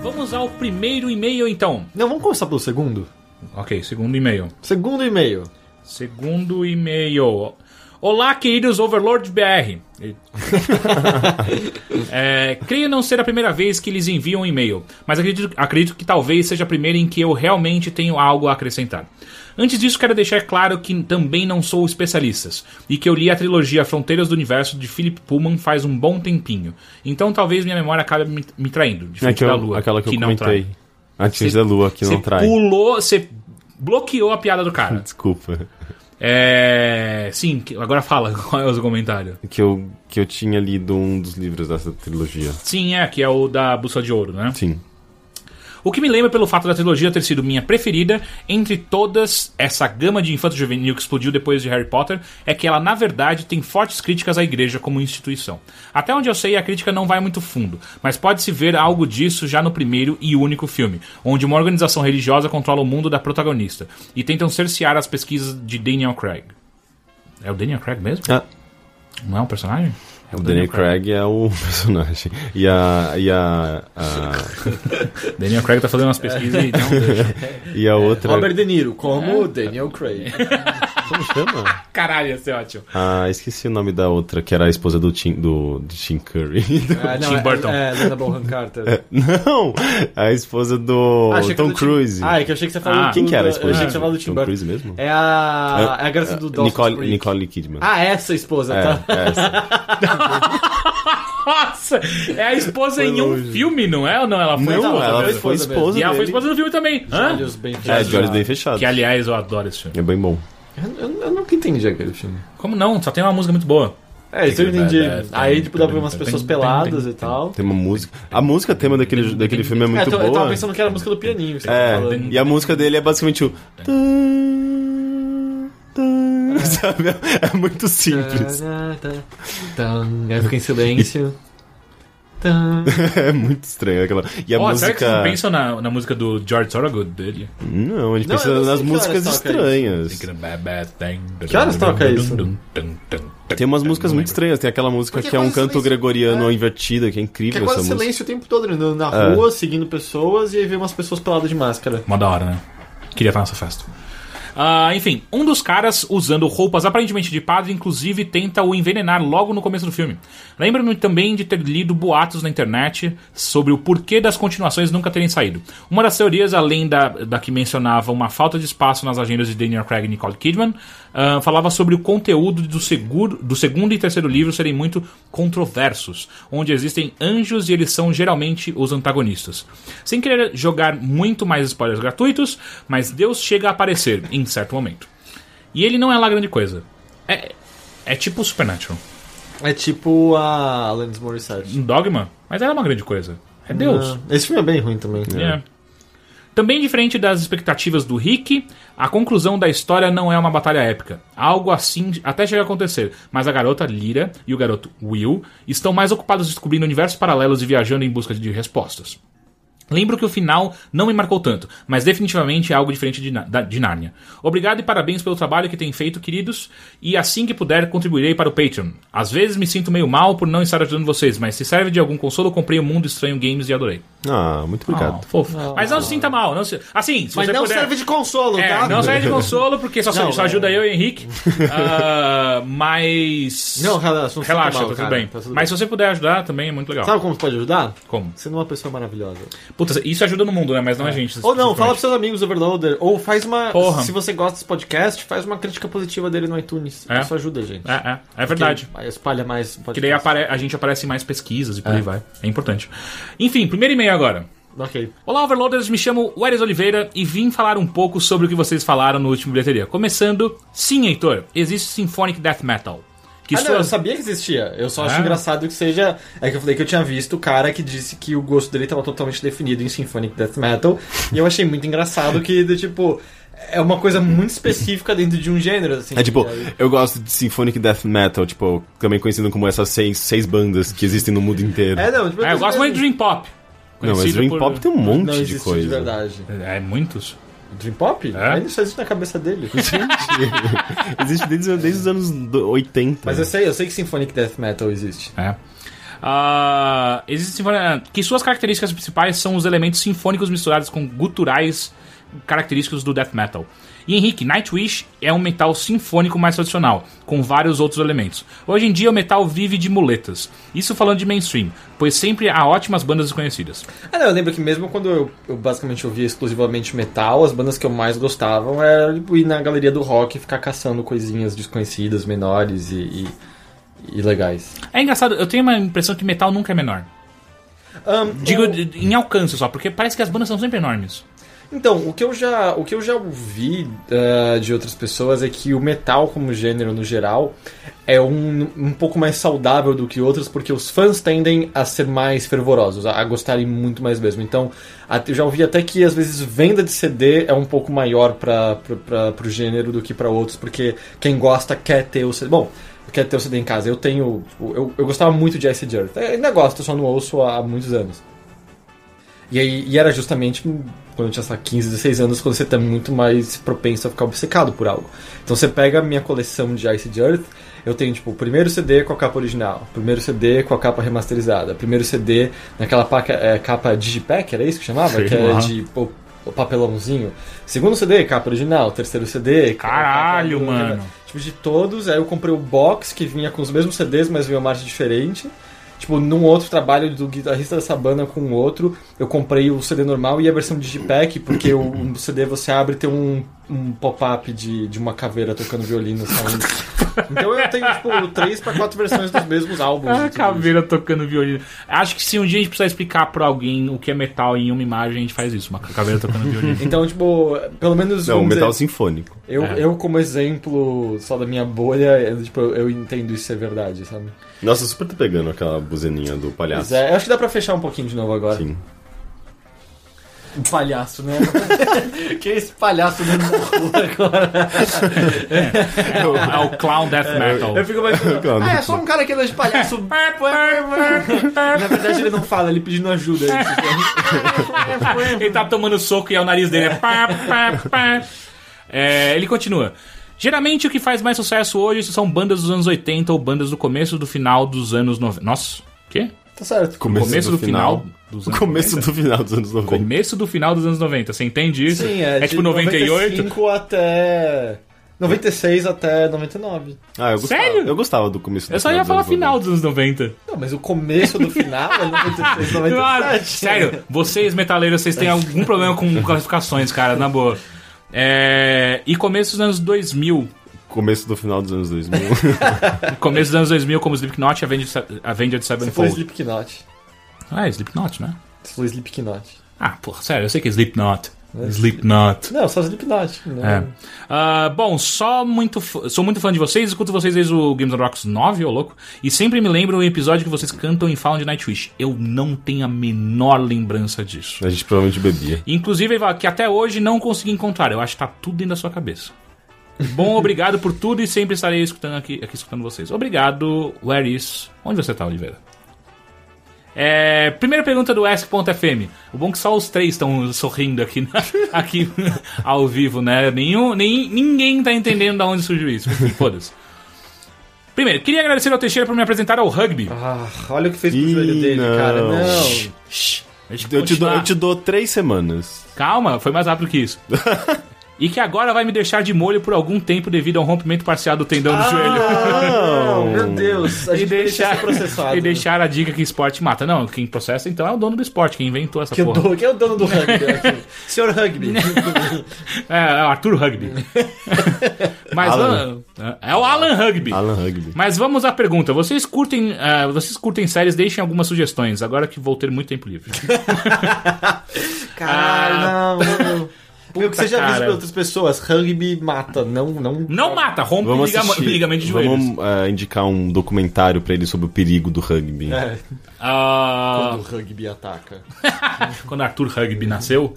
Speaker 2: Vamos ao primeiro e-mail, então.
Speaker 1: não, vamos começar pelo segundo.
Speaker 2: Ok, segundo e-mail.
Speaker 1: Segundo e-mail.
Speaker 2: Segundo e-mail. Olá, queridos Overlord BR. E- é, creio não ser a primeira vez que lhes enviam um e-mail, mas acredito, acredito que talvez seja a primeira em que eu realmente tenho algo a acrescentar. Antes disso, quero deixar claro que também não sou especialista e que eu li a trilogia Fronteiras do Universo de Philip Pullman faz um bom tempinho, então talvez minha memória acabe me, me traindo.
Speaker 3: É
Speaker 2: diferente
Speaker 3: que eu-
Speaker 2: da Lua,
Speaker 3: aquela que, eu
Speaker 2: não
Speaker 3: comentei.
Speaker 2: trai.
Speaker 3: A atriz
Speaker 2: Cê-
Speaker 3: da lua que
Speaker 2: Você
Speaker 3: não trai.
Speaker 2: pulou, você bloqueou a piada do cara.
Speaker 3: Desculpa.
Speaker 2: É. Sim, que- agora fala qual é o seu comentário.
Speaker 3: Que eu, que eu tinha lido um dos livros dessa trilogia.
Speaker 2: Sim, é, que é o da Bússola de Ouro, né?
Speaker 3: Sim.
Speaker 2: O que me lembra pelo fato da trilogia ter sido minha preferida entre todas essa gama de infanto juvenil que explodiu depois de Harry Potter é que ela, na verdade, tem fortes críticas à igreja como instituição. Até onde eu sei, a crítica não vai muito fundo, mas pode-se ver algo disso já no primeiro e único filme, onde uma organização religiosa controla o mundo da protagonista e tentam cercear as pesquisas de Daniel Craig. É o Daniel Craig mesmo?
Speaker 3: Ah,
Speaker 2: Não é um personagem? É
Speaker 3: o Daniel Craig é o personagem. E a. E a. a-
Speaker 2: Daniel Craig tá fazendo umas pesquisas e então deixa.
Speaker 3: e a outra.
Speaker 1: Robert De Niro, como
Speaker 2: É.
Speaker 1: Daniel Craig.
Speaker 3: Como chama?
Speaker 2: Caralho, ia ser ótimo.
Speaker 3: Ah, esqueci o nome da outra, que era a esposa do Tim, do, do Tim Curry.
Speaker 1: Ah,
Speaker 2: Tim
Speaker 1: é-
Speaker 2: Burton.
Speaker 1: É, Lena Bonham Carter.
Speaker 3: Não! A esposa do
Speaker 1: Ah, achei que
Speaker 3: Tom
Speaker 1: era do Tim-
Speaker 3: Cruise.
Speaker 1: Ah, é que eu achei que você falou
Speaker 2: Ah,
Speaker 1: do-
Speaker 3: Quem que era a
Speaker 1: do- Eu
Speaker 3: esposa
Speaker 1: achei
Speaker 3: do
Speaker 1: que você falou do Tim
Speaker 3: Tom
Speaker 1: Burton.
Speaker 3: Cruise mesmo?
Speaker 1: É a, é a garota do Dawson's
Speaker 3: Nicole,
Speaker 1: Creek.
Speaker 3: Nicole Kidman.
Speaker 1: Ah, essa esposa,
Speaker 3: é,
Speaker 1: tá?
Speaker 3: é essa.
Speaker 2: Nossa, é a esposa em um
Speaker 3: longe.
Speaker 2: filme, não é? Ou não? Ela foi
Speaker 3: Não,
Speaker 2: esposa
Speaker 3: ela
Speaker 2: mesmo?
Speaker 3: foi
Speaker 1: esposa mesmo.
Speaker 3: esposa
Speaker 2: E ela foi
Speaker 3: dele.
Speaker 2: esposa no filme também. Hã?
Speaker 1: Olhos bem
Speaker 3: É, de olhos bem
Speaker 1: fechados.
Speaker 3: fechados.
Speaker 2: Que, aliás, eu adoro esse filme.
Speaker 3: É bem bom.
Speaker 1: Eu, eu nunca entendi aquele filme.
Speaker 2: Como não? Só tem uma música muito boa.
Speaker 1: É, isso eu
Speaker 2: Tem-
Speaker 1: entendi.
Speaker 2: tem-
Speaker 1: Aí, tipo, dá pra ver umas
Speaker 2: tem-
Speaker 1: pessoas
Speaker 2: tem-
Speaker 1: peladas
Speaker 2: tem-
Speaker 1: e tal.
Speaker 3: Tem uma música. A música tema daquele, daquele filme é
Speaker 1: É, eu
Speaker 3: muito
Speaker 1: tava- eu
Speaker 3: boa.
Speaker 1: tava pensando que era a música do pianinho. que você
Speaker 3: É,
Speaker 1: tava falando.
Speaker 3: e a música dele é basicamente o. Sabe? É muito simples.
Speaker 1: Aí fica em silêncio. Tan.
Speaker 3: É muito estranho aquela. E a
Speaker 2: Ó, será que vocês
Speaker 3: É música.
Speaker 2: não pensam na, na música do George Thorogood dele?
Speaker 3: Não, a gente
Speaker 1: Não,
Speaker 3: pensa
Speaker 1: eu não sei
Speaker 3: nas
Speaker 1: que horas
Speaker 3: músicas
Speaker 1: toca
Speaker 3: estranhas.
Speaker 2: Que
Speaker 1: Que horas toca isso?
Speaker 3: Tem
Speaker 1: É
Speaker 3: umas músicas muito estranhas. Tem aquela música
Speaker 1: Porque
Speaker 3: que é um
Speaker 1: quase
Speaker 3: canto
Speaker 1: silêncio.
Speaker 3: gregoriano invertido, que é
Speaker 1: Que
Speaker 3: incrível
Speaker 1: é
Speaker 3: essa
Speaker 1: quase
Speaker 3: música. É.
Speaker 1: silêncio o tempo todo, andando na rua, seguindo pessoas, e aí vê umas pessoas peladas de máscara.
Speaker 2: Mó da hora, né? Queria estar nessa festa. Ah, enfim, um dos caras, usando roupas aparentemente de padre, inclusive tenta o envenenar logo no começo do filme. Lembro-me também de ter lido boatos na internet sobre o porquê das continuações nunca terem saído. Uma das teorias, além da, da que mencionava uma falta de espaço nas agendas de Daniel Craig e Nicole Kidman, ah, falava sobre o conteúdo do, seguro, do segundo e terceiro livro serem muito controversos, onde existem anjos e eles são geralmente os antagonistas. Sem querer jogar muito mais spoilers gratuitos, mas Deus chega a aparecer em certo momento. E ele não é lá grande coisa. É, é tipo Supernatural.
Speaker 1: É tipo a Alanis Morissette.
Speaker 2: Um dogma, mas ela é uma grande coisa. É Deus.
Speaker 1: Ah, Esse filme é bem ruim também.
Speaker 2: É. Também diferente das expectativas do Rick, a conclusão da história não é uma batalha épica. Algo assim até chega a acontecer, mas a garota Lyra e o garoto Will estão mais ocupados descobrindo universos paralelos e viajando em busca de respostas. Lembro que o final não me marcou tanto, mas definitivamente é algo diferente de, Na- da- de Nárnia. Obrigado e parabéns pelo trabalho que tem feito, queridos, e assim que puder, contribuirei para o Patreon. Às vezes me sinto meio mal por não estar ajudando vocês, mas se serve de algum consolo, comprei o Mundo Estranho Games e adorei.
Speaker 3: Ah, muito obrigado.
Speaker 2: Ah, fofo. Mas não se sinta mal. Não se... Assim, se
Speaker 1: Mas
Speaker 2: você
Speaker 1: não
Speaker 2: puder...
Speaker 1: serve de consolo,
Speaker 2: É,
Speaker 1: tá?
Speaker 2: não serve de consolo, porque só,
Speaker 1: Não,
Speaker 2: só ajuda eu e o Henrique. Ah, mas.
Speaker 1: Não, relaxa, não se
Speaker 2: Relaxa,
Speaker 1: sinta
Speaker 2: tá, tudo
Speaker 1: mal, cara,
Speaker 2: bem.
Speaker 1: tá tudo
Speaker 2: Mas se você puder ajudar também é muito legal.
Speaker 1: Sabe como você pode ajudar?
Speaker 2: Como?
Speaker 1: Sendo uma pessoa maravilhosa.
Speaker 2: Puta, isso ajuda no mundo, né? Mas não a gente.
Speaker 1: É. Ou não, fala pros seus amigos Overloader. Ou faz uma.
Speaker 2: Porra.
Speaker 1: Se você gosta desse podcast, faz uma crítica positiva dele no iTunes.
Speaker 2: É.
Speaker 1: Isso ajuda a gente.
Speaker 2: É, é, é verdade.
Speaker 1: Aí espalha mais podcast.
Speaker 2: Que daí apare- a gente aparece em mais pesquisas e por aí vai. É importante. Enfim, primeiro e-mail agora.
Speaker 1: Ok.
Speaker 2: Olá, Overloaders, me chamo Wérez Oliveira e vim falar um pouco sobre o que vocês falaram no último bilheteria. Começando, sim, Heitor, existe Symphonic Death Metal. Que
Speaker 1: ah, não, eu
Speaker 2: suas-
Speaker 1: sabia que existia. Eu só acho
Speaker 2: é- Ah.
Speaker 1: engraçado que seja. É que eu falei que eu tinha visto o cara que disse que o gosto dele tava totalmente definido em Symphonic Death Metal. e eu achei muito engraçado que, do tipo, é uma coisa muito específica dentro de um gênero, assim.
Speaker 3: É tipo,
Speaker 1: E aí-
Speaker 3: eu gosto de Symphonic Death Metal, tipo, também conhecido como essas seis, seis bandas que existem no mundo inteiro.
Speaker 1: É, não, tipo,
Speaker 2: É, eu gosto muito de Dream Pop.
Speaker 3: não, mas
Speaker 2: Conhecido
Speaker 3: Dream
Speaker 2: por-
Speaker 3: Pop tem um monte
Speaker 1: Não
Speaker 3: de
Speaker 1: existe
Speaker 3: coisa.
Speaker 1: de verdade.
Speaker 2: É, muitos.
Speaker 1: Dream Pop?
Speaker 2: É?
Speaker 1: Ainda só existe na cabeça dele.
Speaker 3: Existe desde, desde os anos do- 80.
Speaker 1: Mas é eu sei, eu sei que Symphonic Death Metal existe.
Speaker 2: É. Ah, existe sinfonia- que suas características principais são os elementos sinfônicos misturados com guturais característicos do death metal. E Henrique, Nightwish é um metal sinfônico mais tradicional, com vários outros elementos. Hoje em dia o metal vive de muletas. Isso falando de mainstream, pois sempre há ótimas bandas desconhecidas.
Speaker 1: Ah, não, eu lembro que mesmo quando eu, eu basicamente ouvia exclusivamente metal, as bandas que eu mais gostavam era tipo, ir na galeria do rock e ficar caçando coisinhas desconhecidas, menores e, e- e legais.
Speaker 2: É engraçado, eu tenho uma impressão que metal nunca é menor.
Speaker 1: Ahn,
Speaker 2: Digo
Speaker 1: o-
Speaker 2: de- em alcance só, porque parece que as bandas são sempre enormes.
Speaker 1: Então, o que eu já, o que eu já ouvi ah, de outras pessoas é que o metal como gênero no geral é um, um pouco mais saudável do que outros porque os fãs tendem a ser mais fervorosos, a, a gostarem muito mais mesmo. Então, a- eu já ouvi até que às vezes venda de CD é um pouco maior para o gênero do que para outros porque quem gosta quer ter o CD. Bom, quer ter o CD em casa. Eu tenho, eu, eu gostava muito de Ice Earth. Eu ainda gosto, só não ouço há muitos anos. E, aí, e era justamente quando eu tinha sei lá, 15, 16 anos, quando você tá muito mais propenso a ficar obcecado por algo. Então você pega a minha coleção de Ice de Earth, eu tenho tipo o primeiro CD com a capa original, o primeiro CD com a capa remasterizada, o primeiro CD naquela paca, é, capa Digipack, era isso que chamava?
Speaker 2: Sei
Speaker 1: que era
Speaker 2: lá.
Speaker 1: de pô, o papelãozinho. Segundo CD, capa original, terceiro CD, capa-
Speaker 2: Caralho,
Speaker 1: capa-
Speaker 2: mano.
Speaker 1: Tipo, de todos, aí eu comprei o box que vinha com os mesmos CDs, mas vinha uma arte diferente. Tipo, num outro trabalho do guitarrista dessa banda com outro, eu comprei o CD normal e a versão digipack, porque o um CD você abre e tem um, um pop-up de, de uma caveira tocando violino saindo. Então eu tenho, tipo, três pra quatro versões dos mesmos álbuns.
Speaker 2: Ah,
Speaker 1: de tudo isso.
Speaker 2: caveira tocando violino. Acho que se um dia a gente precisar explicar pra alguém o que é metal em uma imagem, a gente faz isso, uma caveira tocando violino.
Speaker 1: Então, tipo, pelo menos.
Speaker 3: Não,
Speaker 1: vamos
Speaker 3: metal
Speaker 1: dizer,
Speaker 3: sinfônico.
Speaker 1: eu,
Speaker 2: É.
Speaker 1: eu, como exemplo só da minha bolha, eu, tipo, eu entendo isso ser verdade, sabe?
Speaker 3: Nossa, super tá pegando aquela buzininha do
Speaker 1: Mas
Speaker 3: palhaço. assim.
Speaker 1: é, eu acho que dá pra fechar um pouquinho de novo agora.
Speaker 3: Ah. Sim.
Speaker 1: Um palhaço, né? que esse palhaço dentro da rua agora?
Speaker 2: É, é é, o clown death metal.
Speaker 1: Eu fico mais.
Speaker 3: Claro.
Speaker 1: Ah, é só um cara que anda de palhaço.
Speaker 2: é,
Speaker 1: Na verdade, ele não fala, ele pedindo ajuda. é
Speaker 2: Ele tá tomando soco e é o nariz dele. É pá, pá, pá. É, ele continua. Geralmente o que faz mais sucesso hoje são bandas dos anos 80 ou bandas do começo do final dos anos 90. Nossa, o quê?
Speaker 1: tá certo.
Speaker 3: Começo,
Speaker 2: Começo do final dos
Speaker 3: O
Speaker 2: anos
Speaker 3: começo
Speaker 2: 90?
Speaker 3: do final dos anos 90.
Speaker 2: Começo do final dos anos 90, você entende isso?
Speaker 1: é
Speaker 2: tipo 98?
Speaker 1: 95 até. 96 até 99.
Speaker 3: Ah, eu gostava,
Speaker 2: Sério?
Speaker 3: Eu gostava do começo do
Speaker 2: Eu só ia
Speaker 3: dos
Speaker 2: falar
Speaker 3: anos
Speaker 2: final dos anos 90.
Speaker 1: Não, mas o começo do final é 96, 97.
Speaker 2: Ah, sério, vocês metaleiros, vocês têm algum problema com classificações, cara, na boa. É, e começo dos anos 2000.
Speaker 3: Começo do final dos anos 2000.
Speaker 2: Começo dos anos 2000, como Slipknot e Avenged, Avenged
Speaker 1: Você foi
Speaker 2: Sevenfold.
Speaker 1: Slipknot.
Speaker 2: Ah, é Slipknot, né?
Speaker 1: Você foi Slipknot.
Speaker 2: Ah, porra, sério, eu sei que é Slipknot. Slipknot.
Speaker 1: Não, só Slipknot.
Speaker 2: É.
Speaker 1: Né?
Speaker 2: Ah, bom, só muito. fã- Sou muito fã de vocês, escuto vocês desde o Games on Rocks 9, ô louco. E sempre me lembro o episódio que vocês cantam e falam de Nightwish. Eu não tenho a menor lembrança disso.
Speaker 3: A gente provavelmente bebia.
Speaker 2: Inclusive, Eva, que até hoje não consegui encontrar. Eu acho que tá tudo dentro da sua cabeça. Bom, obrigado por tudo e sempre estarei escutando aqui, aqui escutando vocês. Obrigado, Where is? Onde você tá, Oliveira? É, primeira pergunta do Ask.fm. O bom é que só os três estão sorrindo aqui, na- aqui ao vivo, né? Nenhum, nem, ninguém tá entendendo de onde surgiu isso. Enfim, Foda-se. Primeiro, queria agradecer ao Teixeira por me apresentar ao rugby.
Speaker 1: Ah, olha o que fez com o
Speaker 3: Ih,
Speaker 1: joelho dele, cara.
Speaker 3: não.
Speaker 1: Não.
Speaker 2: Shhh, deixa
Speaker 3: Eu te, dou,
Speaker 2: continuar.
Speaker 3: eu te dou três semanas.
Speaker 2: Calma, foi mais rápido que isso. e que agora vai me deixar de molho por algum tempo devido ao rompimento parcial do tendão
Speaker 3: Ah,
Speaker 2: do joelho.
Speaker 1: Não, meu Deus. A
Speaker 2: E
Speaker 1: gente deixa
Speaker 2: deixar,
Speaker 1: isso processado.
Speaker 3: né?
Speaker 2: e deixar a dica que esporte mata. Não, quem processa então é o dono do esporte, quem inventou essa
Speaker 1: Que o
Speaker 2: porra.
Speaker 1: dono- que é o dono do rugby aqui? Senhor Rugby.
Speaker 2: É, é o Arthur Rugby. Mas
Speaker 3: Alan.
Speaker 2: ah, é o Alan Rugby.
Speaker 3: Alan Rugby.
Speaker 2: Mas vamos à pergunta. Vocês curtem, ah, vocês curtem séries? Deixem algumas sugestões. Agora que vou ter muito tempo livre.
Speaker 1: Caralho,
Speaker 2: Ah.
Speaker 1: não, não. Meu, que
Speaker 2: Puta,
Speaker 1: você já
Speaker 2: cara.
Speaker 1: viu pra outras pessoas, rugby mata, não, não.
Speaker 2: Não mata, rompe
Speaker 3: Vamos
Speaker 2: ligama-
Speaker 3: assistir.
Speaker 2: ligamento de joelhos.
Speaker 3: Vamos eh, indicar um documentário pra ele sobre o perigo do rugby.
Speaker 1: É,
Speaker 2: Ah,
Speaker 1: quando o rugby ataca.
Speaker 2: quando Arthur Rugby nasceu.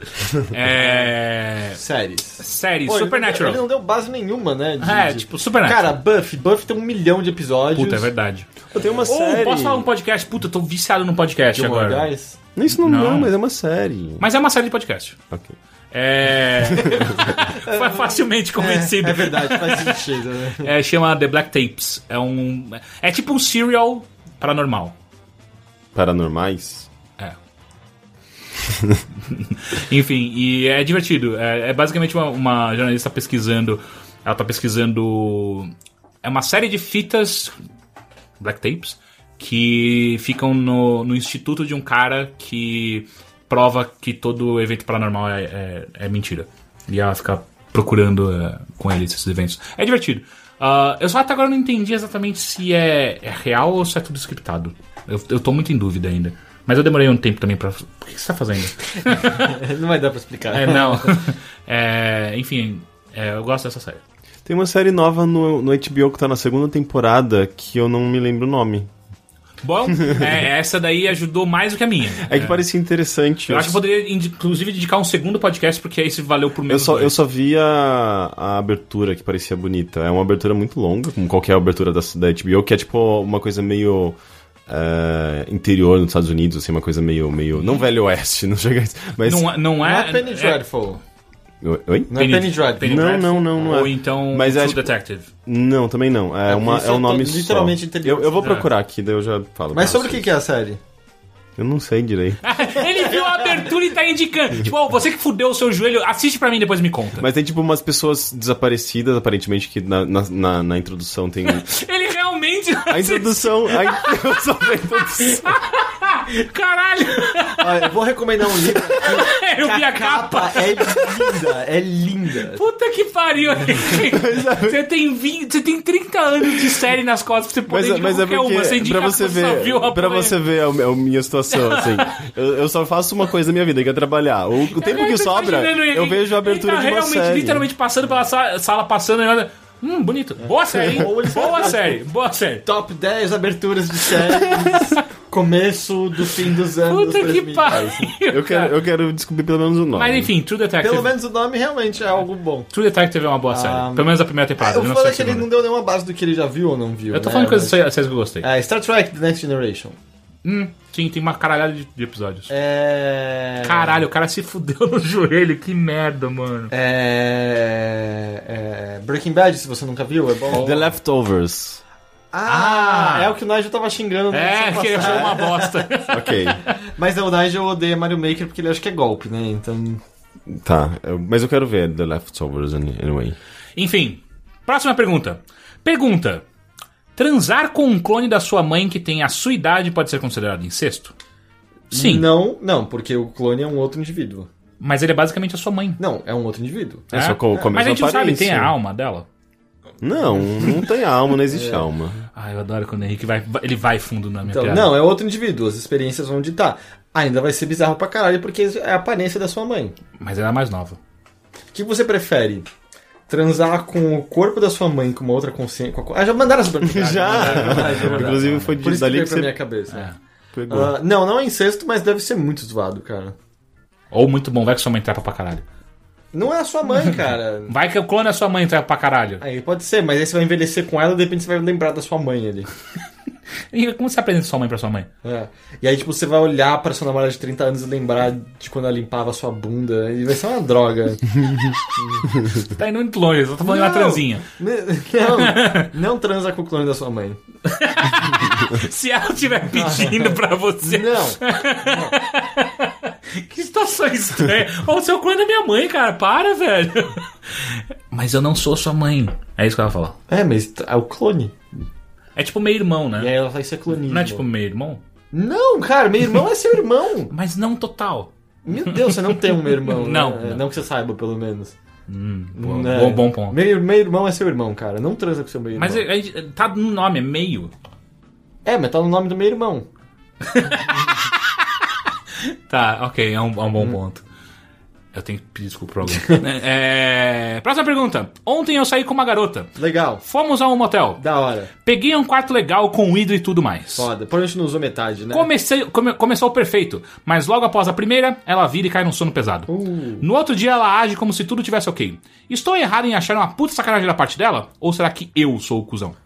Speaker 2: é...
Speaker 1: Séries.
Speaker 2: Série,
Speaker 1: Pô, ele não-
Speaker 2: Supernatural.
Speaker 1: Ele não deu base nenhuma, né? de-
Speaker 2: É,
Speaker 1: de-
Speaker 2: tipo, Supernatural.
Speaker 1: Cara, Buff, Buff tem um milhão de episódios.
Speaker 2: Puta, é verdade.
Speaker 3: Eu tenho uma
Speaker 2: Ou posso falar um podcast? Puta, eu tô viciado no podcast
Speaker 1: Gilmore
Speaker 2: agora.
Speaker 1: Guys.
Speaker 3: Isso não, não.
Speaker 2: Não.
Speaker 3: mas é uma série.
Speaker 2: Mas é uma série de podcast.
Speaker 3: Ok.
Speaker 2: É. Foi facilmente convencido.
Speaker 1: É verdade, faz sentido, né?
Speaker 2: É, chama The Black Tapes. É um. É tipo um serial paranormal.
Speaker 3: Paranormais?
Speaker 2: É. Enfim, e é divertido. É, é basicamente uma, uma jornalista pesquisando. Ela tá pesquisando. É uma série de fitas. Black tapes. Que ficam no, no instituto de um cara que prova que todo evento paranormal é, é- é mentira. E ela fica procurando é, com ele esses eventos. É divertido. Ah, eu só até agora não entendi exatamente se é, é real ou se é tudo scriptado. Eu, eu tô muito em dúvida ainda. Mas eu demorei um tempo também pra. O que que você tá fazendo?
Speaker 1: Não vai dar pra explicar.
Speaker 2: É, não. É, enfim, é, eu gosto dessa série.
Speaker 3: Tem uma série nova no, no HBO que tá na segunda temporada que eu não me lembro o nome.
Speaker 2: Bom, é, essa daí ajudou mais do que a minha.
Speaker 3: É que parecia interessante.
Speaker 2: Eu acho que eu
Speaker 3: só-
Speaker 2: poderia, indi- inclusive, dedicar um segundo podcast, porque aí se valeu por
Speaker 3: eu
Speaker 2: menos
Speaker 3: só, eu
Speaker 2: dois.
Speaker 3: só vi a, a abertura que parecia bonita. É uma abertura muito longa, como qualquer abertura da, da HBO, que é tipo uma coisa meio eh, interior nos Estados Unidos, assim, uma coisa meio. meio não velho oeste, não chega a isso. Mas.
Speaker 2: Não, é- não
Speaker 1: Não
Speaker 2: é.
Speaker 1: é Penny Dreadful.
Speaker 3: Oi?
Speaker 1: Não é Penny Dreadful.
Speaker 2: Penny
Speaker 3: Não,
Speaker 2: Dreadful.
Speaker 3: não, não, não é.
Speaker 2: Ou então
Speaker 3: Mas é,
Speaker 2: True
Speaker 3: tipo,
Speaker 2: Detective.
Speaker 3: Não, também não. É,
Speaker 1: É,
Speaker 3: uma,
Speaker 1: isso
Speaker 3: é
Speaker 1: eu
Speaker 3: um
Speaker 1: tô
Speaker 3: nome só.
Speaker 1: literalmente interior.
Speaker 3: Eu, eu vou
Speaker 2: É.
Speaker 3: procurar aqui, daí eu já falo.
Speaker 1: Mas
Speaker 3: pra
Speaker 1: sobre o
Speaker 3: vocês.
Speaker 1: que que é a série?
Speaker 3: Eu não sei direito.
Speaker 2: Ele viu a abertura e tá indicando. Tipo, ó, você que fudeu o seu joelho, assiste pra mim e depois me conta.
Speaker 3: Mas tem tipo umas pessoas desaparecidas, aparentemente, que na, na, na- na introdução tem.
Speaker 2: Ele realmente.
Speaker 3: A introdução. A... Eu só vi a introdução.
Speaker 2: Caralho!
Speaker 1: Olha, eu vou recomendar um livro.
Speaker 2: Eu vi a
Speaker 1: capa
Speaker 2: capa.
Speaker 1: é linda, é linda.
Speaker 2: Puta que pariu, Henrique.
Speaker 3: é
Speaker 2: Você tem 20, você tem 30 anos de série nas costas pra você poder
Speaker 3: Mas,
Speaker 2: indicar
Speaker 3: mas é
Speaker 2: qualquer uma. Você
Speaker 3: porque.
Speaker 2: indica
Speaker 3: Pra você
Speaker 2: que só viu a
Speaker 3: ver, pra
Speaker 2: porra.
Speaker 3: você ver a, a minha situação, assim. Eu, eu só faço uma coisa na minha vida, que é trabalhar. O, o tempo
Speaker 2: Eu
Speaker 3: que
Speaker 2: tô
Speaker 3: sobra,
Speaker 2: imaginando ele-
Speaker 3: eu vejo a abertura
Speaker 2: ele tá
Speaker 3: de uma
Speaker 2: realmente,
Speaker 3: série. É.
Speaker 2: literalmente passando pela sa- sala, passando e olha... Hum, bonito. Boa série, hein? Boa série, boa série.
Speaker 1: Top 10 aberturas de séries. começo do fim dos anos.
Speaker 2: Puta que
Speaker 1: 2000.
Speaker 2: pariu,
Speaker 3: assim, Eu quero,
Speaker 2: cara.
Speaker 3: eu quero descobrir pelo menos o nome.
Speaker 2: Mas enfim, True Detective.
Speaker 1: Pelo menos o nome realmente é algo bom.
Speaker 2: True Detective é uma
Speaker 3: Ah,
Speaker 2: boa série. Pelo menos a primeira temporada.
Speaker 1: o
Speaker 2: Ah, eu não
Speaker 1: foda
Speaker 2: sei
Speaker 1: é
Speaker 2: a
Speaker 1: que ele
Speaker 2: segunda.
Speaker 1: não deu nenhuma base do que ele já viu ou não viu.
Speaker 2: Eu tô
Speaker 1: né?
Speaker 3: É,
Speaker 2: falando coisas
Speaker 1: Mas-
Speaker 2: sérias que eu gostei.
Speaker 1: É, Star Trek The Next Generation.
Speaker 2: Hum, sim, tem uma caralhada de, de episódios.
Speaker 1: É.
Speaker 2: Caralho, o cara se fudeu no joelho, que merda, mano.
Speaker 1: É... é, Breaking Bad, se você nunca viu, é bom.
Speaker 3: The Leftovers.
Speaker 1: Ah,
Speaker 2: Ah.
Speaker 1: é o que o Nigel tava xingando. na
Speaker 2: É,
Speaker 1: edição
Speaker 2: que ele
Speaker 1: passada.
Speaker 2: achou uma bosta.
Speaker 3: Ok.
Speaker 1: Mas é, o Nigel odeia Mario Maker porque ele acha que é golpe, né? Então.
Speaker 3: tá. eu- mas eu quero ver The Leftovers anyway.
Speaker 2: Enfim, próxima pergunta. Pergunta: Transar com um clone da sua mãe que tem a sua idade pode ser considerado incesto? Sim,
Speaker 1: Não, não, porque o clone é um outro indivíduo.
Speaker 2: mas ele é basicamente a sua mãe. né?
Speaker 1: Não, é um outro indivíduo.
Speaker 3: É, só com, com a
Speaker 2: mas a
Speaker 3: mesma
Speaker 2: gente não sabe,
Speaker 3: aparência.
Speaker 2: tem a alma É. dela.
Speaker 3: Não, não tem alma, não existe alma.
Speaker 2: Ah, eu adoro quando o Henrique vai, ele vai fundo na minha
Speaker 1: Então,
Speaker 2: piada.
Speaker 1: não, é outro indivíduo, as experiências vão ditar. ainda vai ser bizarro pra caralho, porque é a aparência da sua mãe.
Speaker 2: Mas ela é mais nova.
Speaker 1: O que você prefere? Transar com o corpo da sua mãe com uma outra consciência. com a co- Ah, já mandaram essa pergunta.
Speaker 3: Já! É. Inclusive foi
Speaker 1: Por
Speaker 3: de,
Speaker 1: isso que
Speaker 3: dali
Speaker 1: veio
Speaker 3: que
Speaker 1: pra minha
Speaker 3: você
Speaker 1: cabeça.
Speaker 3: pegou.
Speaker 1: Ah, não, não é incesto, mas deve ser muito zoado, cara.
Speaker 2: Ou muito bom, vai que sua mãe trapa pra caralho.
Speaker 1: Não é a sua mãe, cara.
Speaker 2: Vai que o clone é sua mãe trapa pra caralho.
Speaker 1: Aí pode ser, mas aí você vai envelhecer com ela e de repente você vai lembrar da sua mãe ali.
Speaker 2: E como você apresenta sua mãe pra sua mãe?
Speaker 1: É. E aí, tipo, você vai olhar pra sua namorada de 30 anos e lembrar de quando ela limpava a sua bunda. E vai ser uma droga.
Speaker 2: Você tá indo muito longe, eu tô falando de uma
Speaker 1: Não.
Speaker 2: transinha.
Speaker 1: não, não transa com o clone da sua mãe.
Speaker 2: Se ela estiver pedindo pra você.
Speaker 1: Não.
Speaker 2: Que situação estranha. Ó, o seu clone é minha mãe, cara. Para, velho. Mas eu não sou sua mãe. É isso que ela fala.
Speaker 1: É, mas t- é o clone.
Speaker 2: É tipo meio irmão,
Speaker 1: E
Speaker 2: né?
Speaker 1: aí ela vai ser clonismo.
Speaker 2: Não é tipo meio irmão?
Speaker 1: Não, cara, meu irmão é seu irmão.
Speaker 2: Mas não total.
Speaker 1: Meu Deus, você não tem um meu irmão. né?
Speaker 2: Não,
Speaker 1: É,
Speaker 2: não.
Speaker 1: Não que você saiba, pelo menos.
Speaker 2: Bom,
Speaker 1: É.
Speaker 2: bom, bom ponto.
Speaker 1: Meu, meu irmão é seu irmão, cara. Não transa com seu meio irmão.
Speaker 2: Mas é- é- tá no nome, é meio.
Speaker 1: É, mas tá no nome do meu irmão.
Speaker 2: Tá, ok, é um, é um bom ponto. Eu tenho que pedir desculpa pra alguém. É, Próxima pergunta. Ontem eu saí com uma garota.
Speaker 1: Legal.
Speaker 2: Fomos a um motel.
Speaker 1: Da hora.
Speaker 2: Peguei um quarto legal com hidro e tudo mais.
Speaker 1: Foda. Provavelmente não usou metade, né?
Speaker 2: Comecei, come- começou perfeito, mas logo após a primeira, ela vira e cai num sono pesado. No outro dia, ela age como se tudo tivesse ok. Estou errado em achar uma puta sacanagem da parte dela? Ou será que eu sou o cuzão?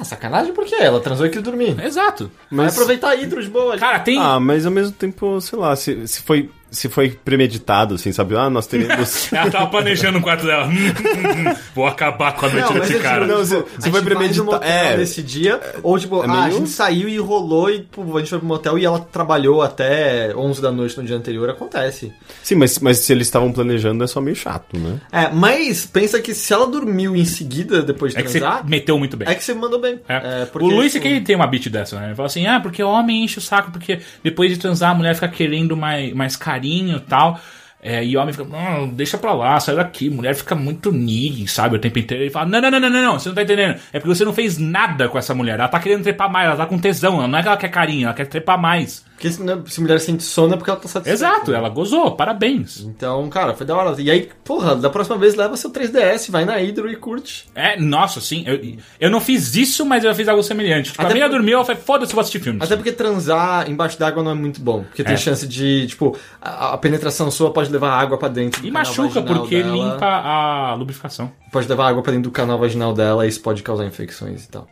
Speaker 1: Ah, sacanagem porque ela transou e quis dormir.
Speaker 2: Exato.
Speaker 1: Mas... Vai aproveitar hidro de boa ali.
Speaker 2: Cara, tem.
Speaker 3: Ah, mas ao mesmo tempo, sei lá, se, se, foi, se foi premeditado, assim, sabe? Ah, nós teremos.
Speaker 2: Ela tava planejando o quarto dela. Hum, hum, hum, Vou acabar com a noite
Speaker 1: mas
Speaker 2: desse
Speaker 1: é
Speaker 2: cara.
Speaker 1: tipo,
Speaker 3: Não, se-
Speaker 1: tipo,
Speaker 3: se
Speaker 1: a
Speaker 3: foi
Speaker 1: gente vai
Speaker 3: premedita-
Speaker 1: no motel
Speaker 3: é.
Speaker 1: nesse dia, ou tipo,
Speaker 3: É
Speaker 1: ah, a
Speaker 3: meio-
Speaker 1: gente saiu e rolou e pô, a gente foi pro motel e ela trabalhou até 11 da noite no dia anterior, acontece.
Speaker 3: Sim, mas, mas se eles estavam planejando é só meio chato, né?
Speaker 1: É, mas pensa que se ela dormiu em seguida depois de
Speaker 2: É que você
Speaker 1: transar,
Speaker 2: meteu muito bem.
Speaker 1: é que você mandou bem.
Speaker 2: É.
Speaker 1: É, porque,
Speaker 2: o Luiz
Speaker 1: tipo,
Speaker 2: que tem uma beat dessa, né? Ele fala assim, ah, porque o homem enche o saco, porque depois de transar a mulher fica querendo mais, mais carinho e tal. É, e o homem fica, não, deixa pra lá, sai daqui. Mulher fica muito nigga, sabe, o tempo inteiro. Ele fala, não, não, não, não, não, não, você não tá entendendo. É porque você não fez nada com essa mulher. Ela tá querendo trepar mais, ela tá com tesão. Ela não é que ela quer carinho, ela quer trepar mais.
Speaker 1: Porque se, né, se mulher sente sono é porque ela tá satisfeita.
Speaker 2: Exato, ela gozou, parabéns.
Speaker 1: Então, cara, foi da hora. E aí, porra, da próxima vez leva seu 3DS, vai na Hidro e curte.
Speaker 2: É, nossa, sim, eu, eu não fiz isso, mas eu fiz algo semelhante. Tipo, a
Speaker 1: Até
Speaker 2: menina
Speaker 1: por-
Speaker 2: dormiu, ela falou, foda-se, eu vou assistir filmes.
Speaker 1: Até é porque transar embaixo d'água não é muito bom. Porque tem
Speaker 2: É.
Speaker 1: chance de, tipo, a, a penetração sua pode levar água pra dentro. do
Speaker 2: E
Speaker 1: canal
Speaker 2: machuca,
Speaker 1: vaginal
Speaker 2: porque
Speaker 1: dela.
Speaker 2: limpa a lubrificação.
Speaker 1: pode levar água pra dentro do canal vaginal dela e isso pode causar infecções e tal.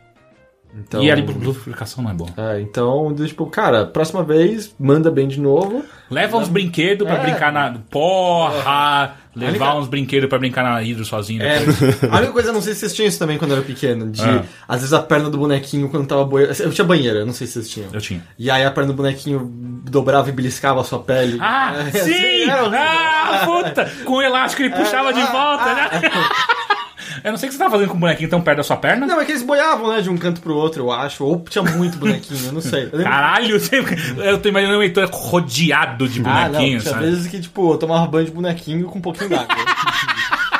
Speaker 1: Então,
Speaker 2: E a lubrificação não é bom.
Speaker 1: é, então, tipo, cara, próxima vez, manda bem de novo.
Speaker 2: Leva uns brinquedos pra
Speaker 1: É.
Speaker 2: brincar na. Porra! Levar
Speaker 1: A única-
Speaker 2: uns brinquedos pra brincar na hidro sozinho.
Speaker 1: É,
Speaker 2: depois.
Speaker 1: a única coisa, não sei se vocês tinham isso também quando eu era pequeno, de
Speaker 2: Ah.
Speaker 1: às vezes a perna do bonequinho quando tava boiando. Eu tinha banheira, não sei se vocês tinham.
Speaker 2: Eu tinha.
Speaker 1: E aí a perna do bonequinho dobrava e beliscava a sua pele.
Speaker 2: Ah,
Speaker 1: É,
Speaker 2: sim!
Speaker 1: era horrível.
Speaker 2: Ah, puta! Com o elástico ele puxava de
Speaker 1: ah,
Speaker 2: volta, né? Eu não sei o que você tá fazendo com o bonequinho tão perto da sua perna.
Speaker 1: Não, é que eles boiavam, né, de um canto pro outro, eu acho. Ou tinha muito bonequinho, eu não sei. Eu lembro-
Speaker 2: Caralho, eu sempre- eu tô imaginando o Heitor rodeado de
Speaker 1: Ah, não, tinha
Speaker 2: bonequinhos, sabe?
Speaker 1: vezes que, tipo, eu tomava banho de bonequinho com um pouquinho d'água.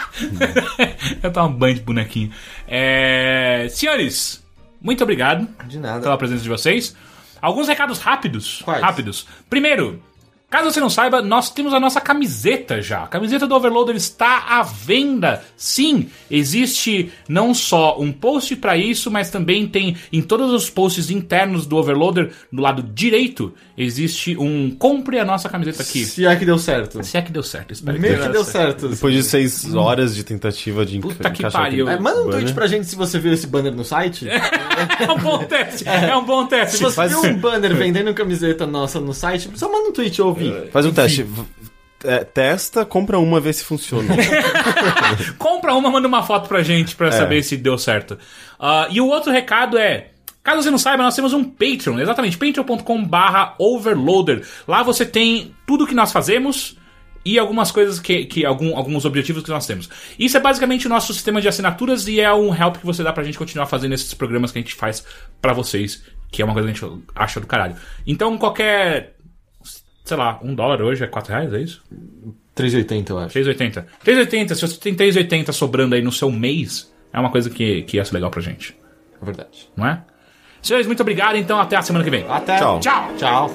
Speaker 2: Eu tava um banho de bonequinho. É... Senhores, muito obrigado.
Speaker 1: De nada.
Speaker 2: pela presença de vocês. Alguns recados rápidos.
Speaker 1: Quais?
Speaker 2: Rápidos. Primeiro, caso você não saiba, nós temos a nossa camiseta já. A camiseta do Overloader está à venda. Sim, existe não só um post para isso, mas também tem em todos os posts internos do Overloader, do lado direito, existe um compre a nossa camiseta aqui.
Speaker 1: Se é que deu certo.
Speaker 2: Se é que deu certo, espero
Speaker 1: Meio
Speaker 2: tenha
Speaker 1: que deu certo.
Speaker 3: Depois de seis horas de tentativa de enca-
Speaker 2: Uhum. Puta que
Speaker 3: encaixar
Speaker 2: pariu.
Speaker 1: É,
Speaker 3: aquele né?
Speaker 1: manda um
Speaker 3: banner.
Speaker 1: tweet pra gente se você viu esse banner no site.
Speaker 2: É um bom teste, é, um bom teste.
Speaker 1: Se você
Speaker 3: faz-
Speaker 1: viu um banner vendendo camiseta nossa no site, só manda um tweet, eu ouvi.
Speaker 3: Faz um teste. V- é, testa, compra uma, vê se funciona.
Speaker 2: Compra uma, manda uma foto pra gente pra saber se deu certo. Ah, e o outro recado é. Caso você não saiba, nós temos um Patreon, exatamente, patreon.com barra overloader. Lá você tem tudo que nós fazemos e algumas coisas que. que algum- alguns objetivos que nós temos. Isso é basicamente o nosso sistema de assinaturas e é um help que você dá pra gente continuar fazendo esses programas que a gente faz pra vocês, que é uma coisa que a gente acha do caralho. Então qualquer. Sei lá, um dólar hoje é quatro reais, é isso?
Speaker 1: 3,80, eu acho.
Speaker 2: 3,80. 3,80. Se você tem 3,80 sobrando aí no seu mês, é uma coisa que, que ia ser legal pra gente,
Speaker 1: É verdade.
Speaker 2: não é? Senhores, muito obrigado. Então, até a semana que vem.
Speaker 1: Até.
Speaker 3: Tchau.
Speaker 2: Tchau!
Speaker 1: Tchau.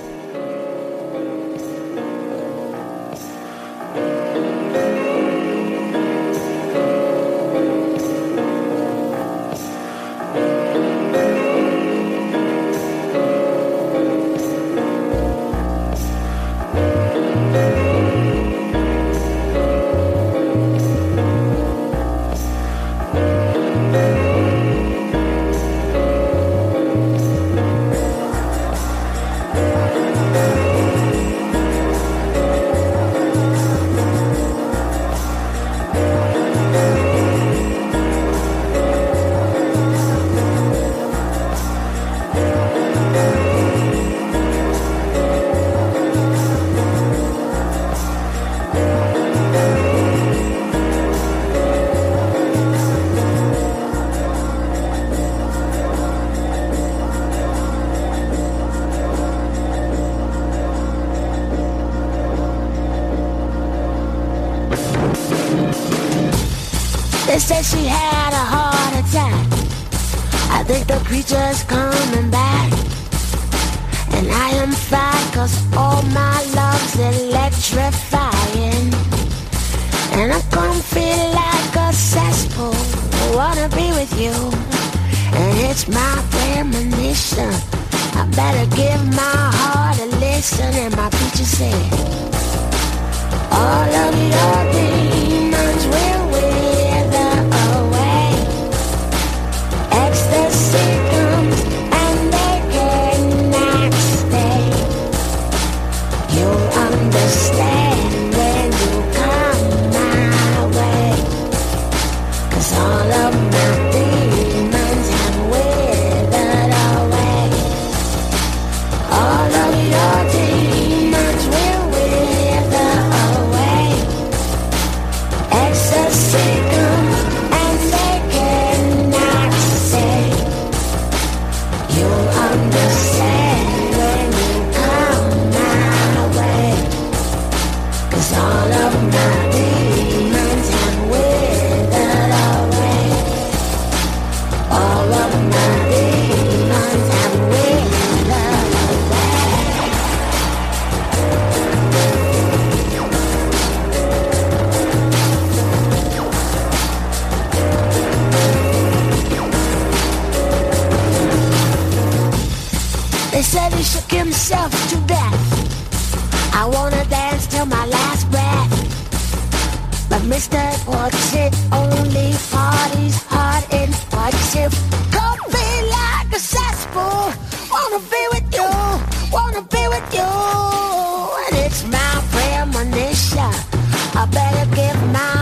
Speaker 5: said she had a heart attack. I think the creature's coming back. And I am fine, cause all my love's electrifying. And I'm comfy like a cesspool. I wanna be with you. And it's my premonition. I better give my heart a listen. And my preacher said, All of your demons will wither away. Ecstasy comes and they cannot stay. You'll understand when you come my way. Cause all of my demons have withered away. All of your demons will wither away. Ecstasy comes and they cannot say. You'll understand when you come my way. Cause all of my demons have withered away. All of my demons have withered away. They said he shook himself to death. I wanna dance till my last breath. But Mr. Quartzit only parties hard in hardship. Coffee like a cesspool. Wanna be with you, wanna be with you. And it's my premonition. I better give my Oh, Oh.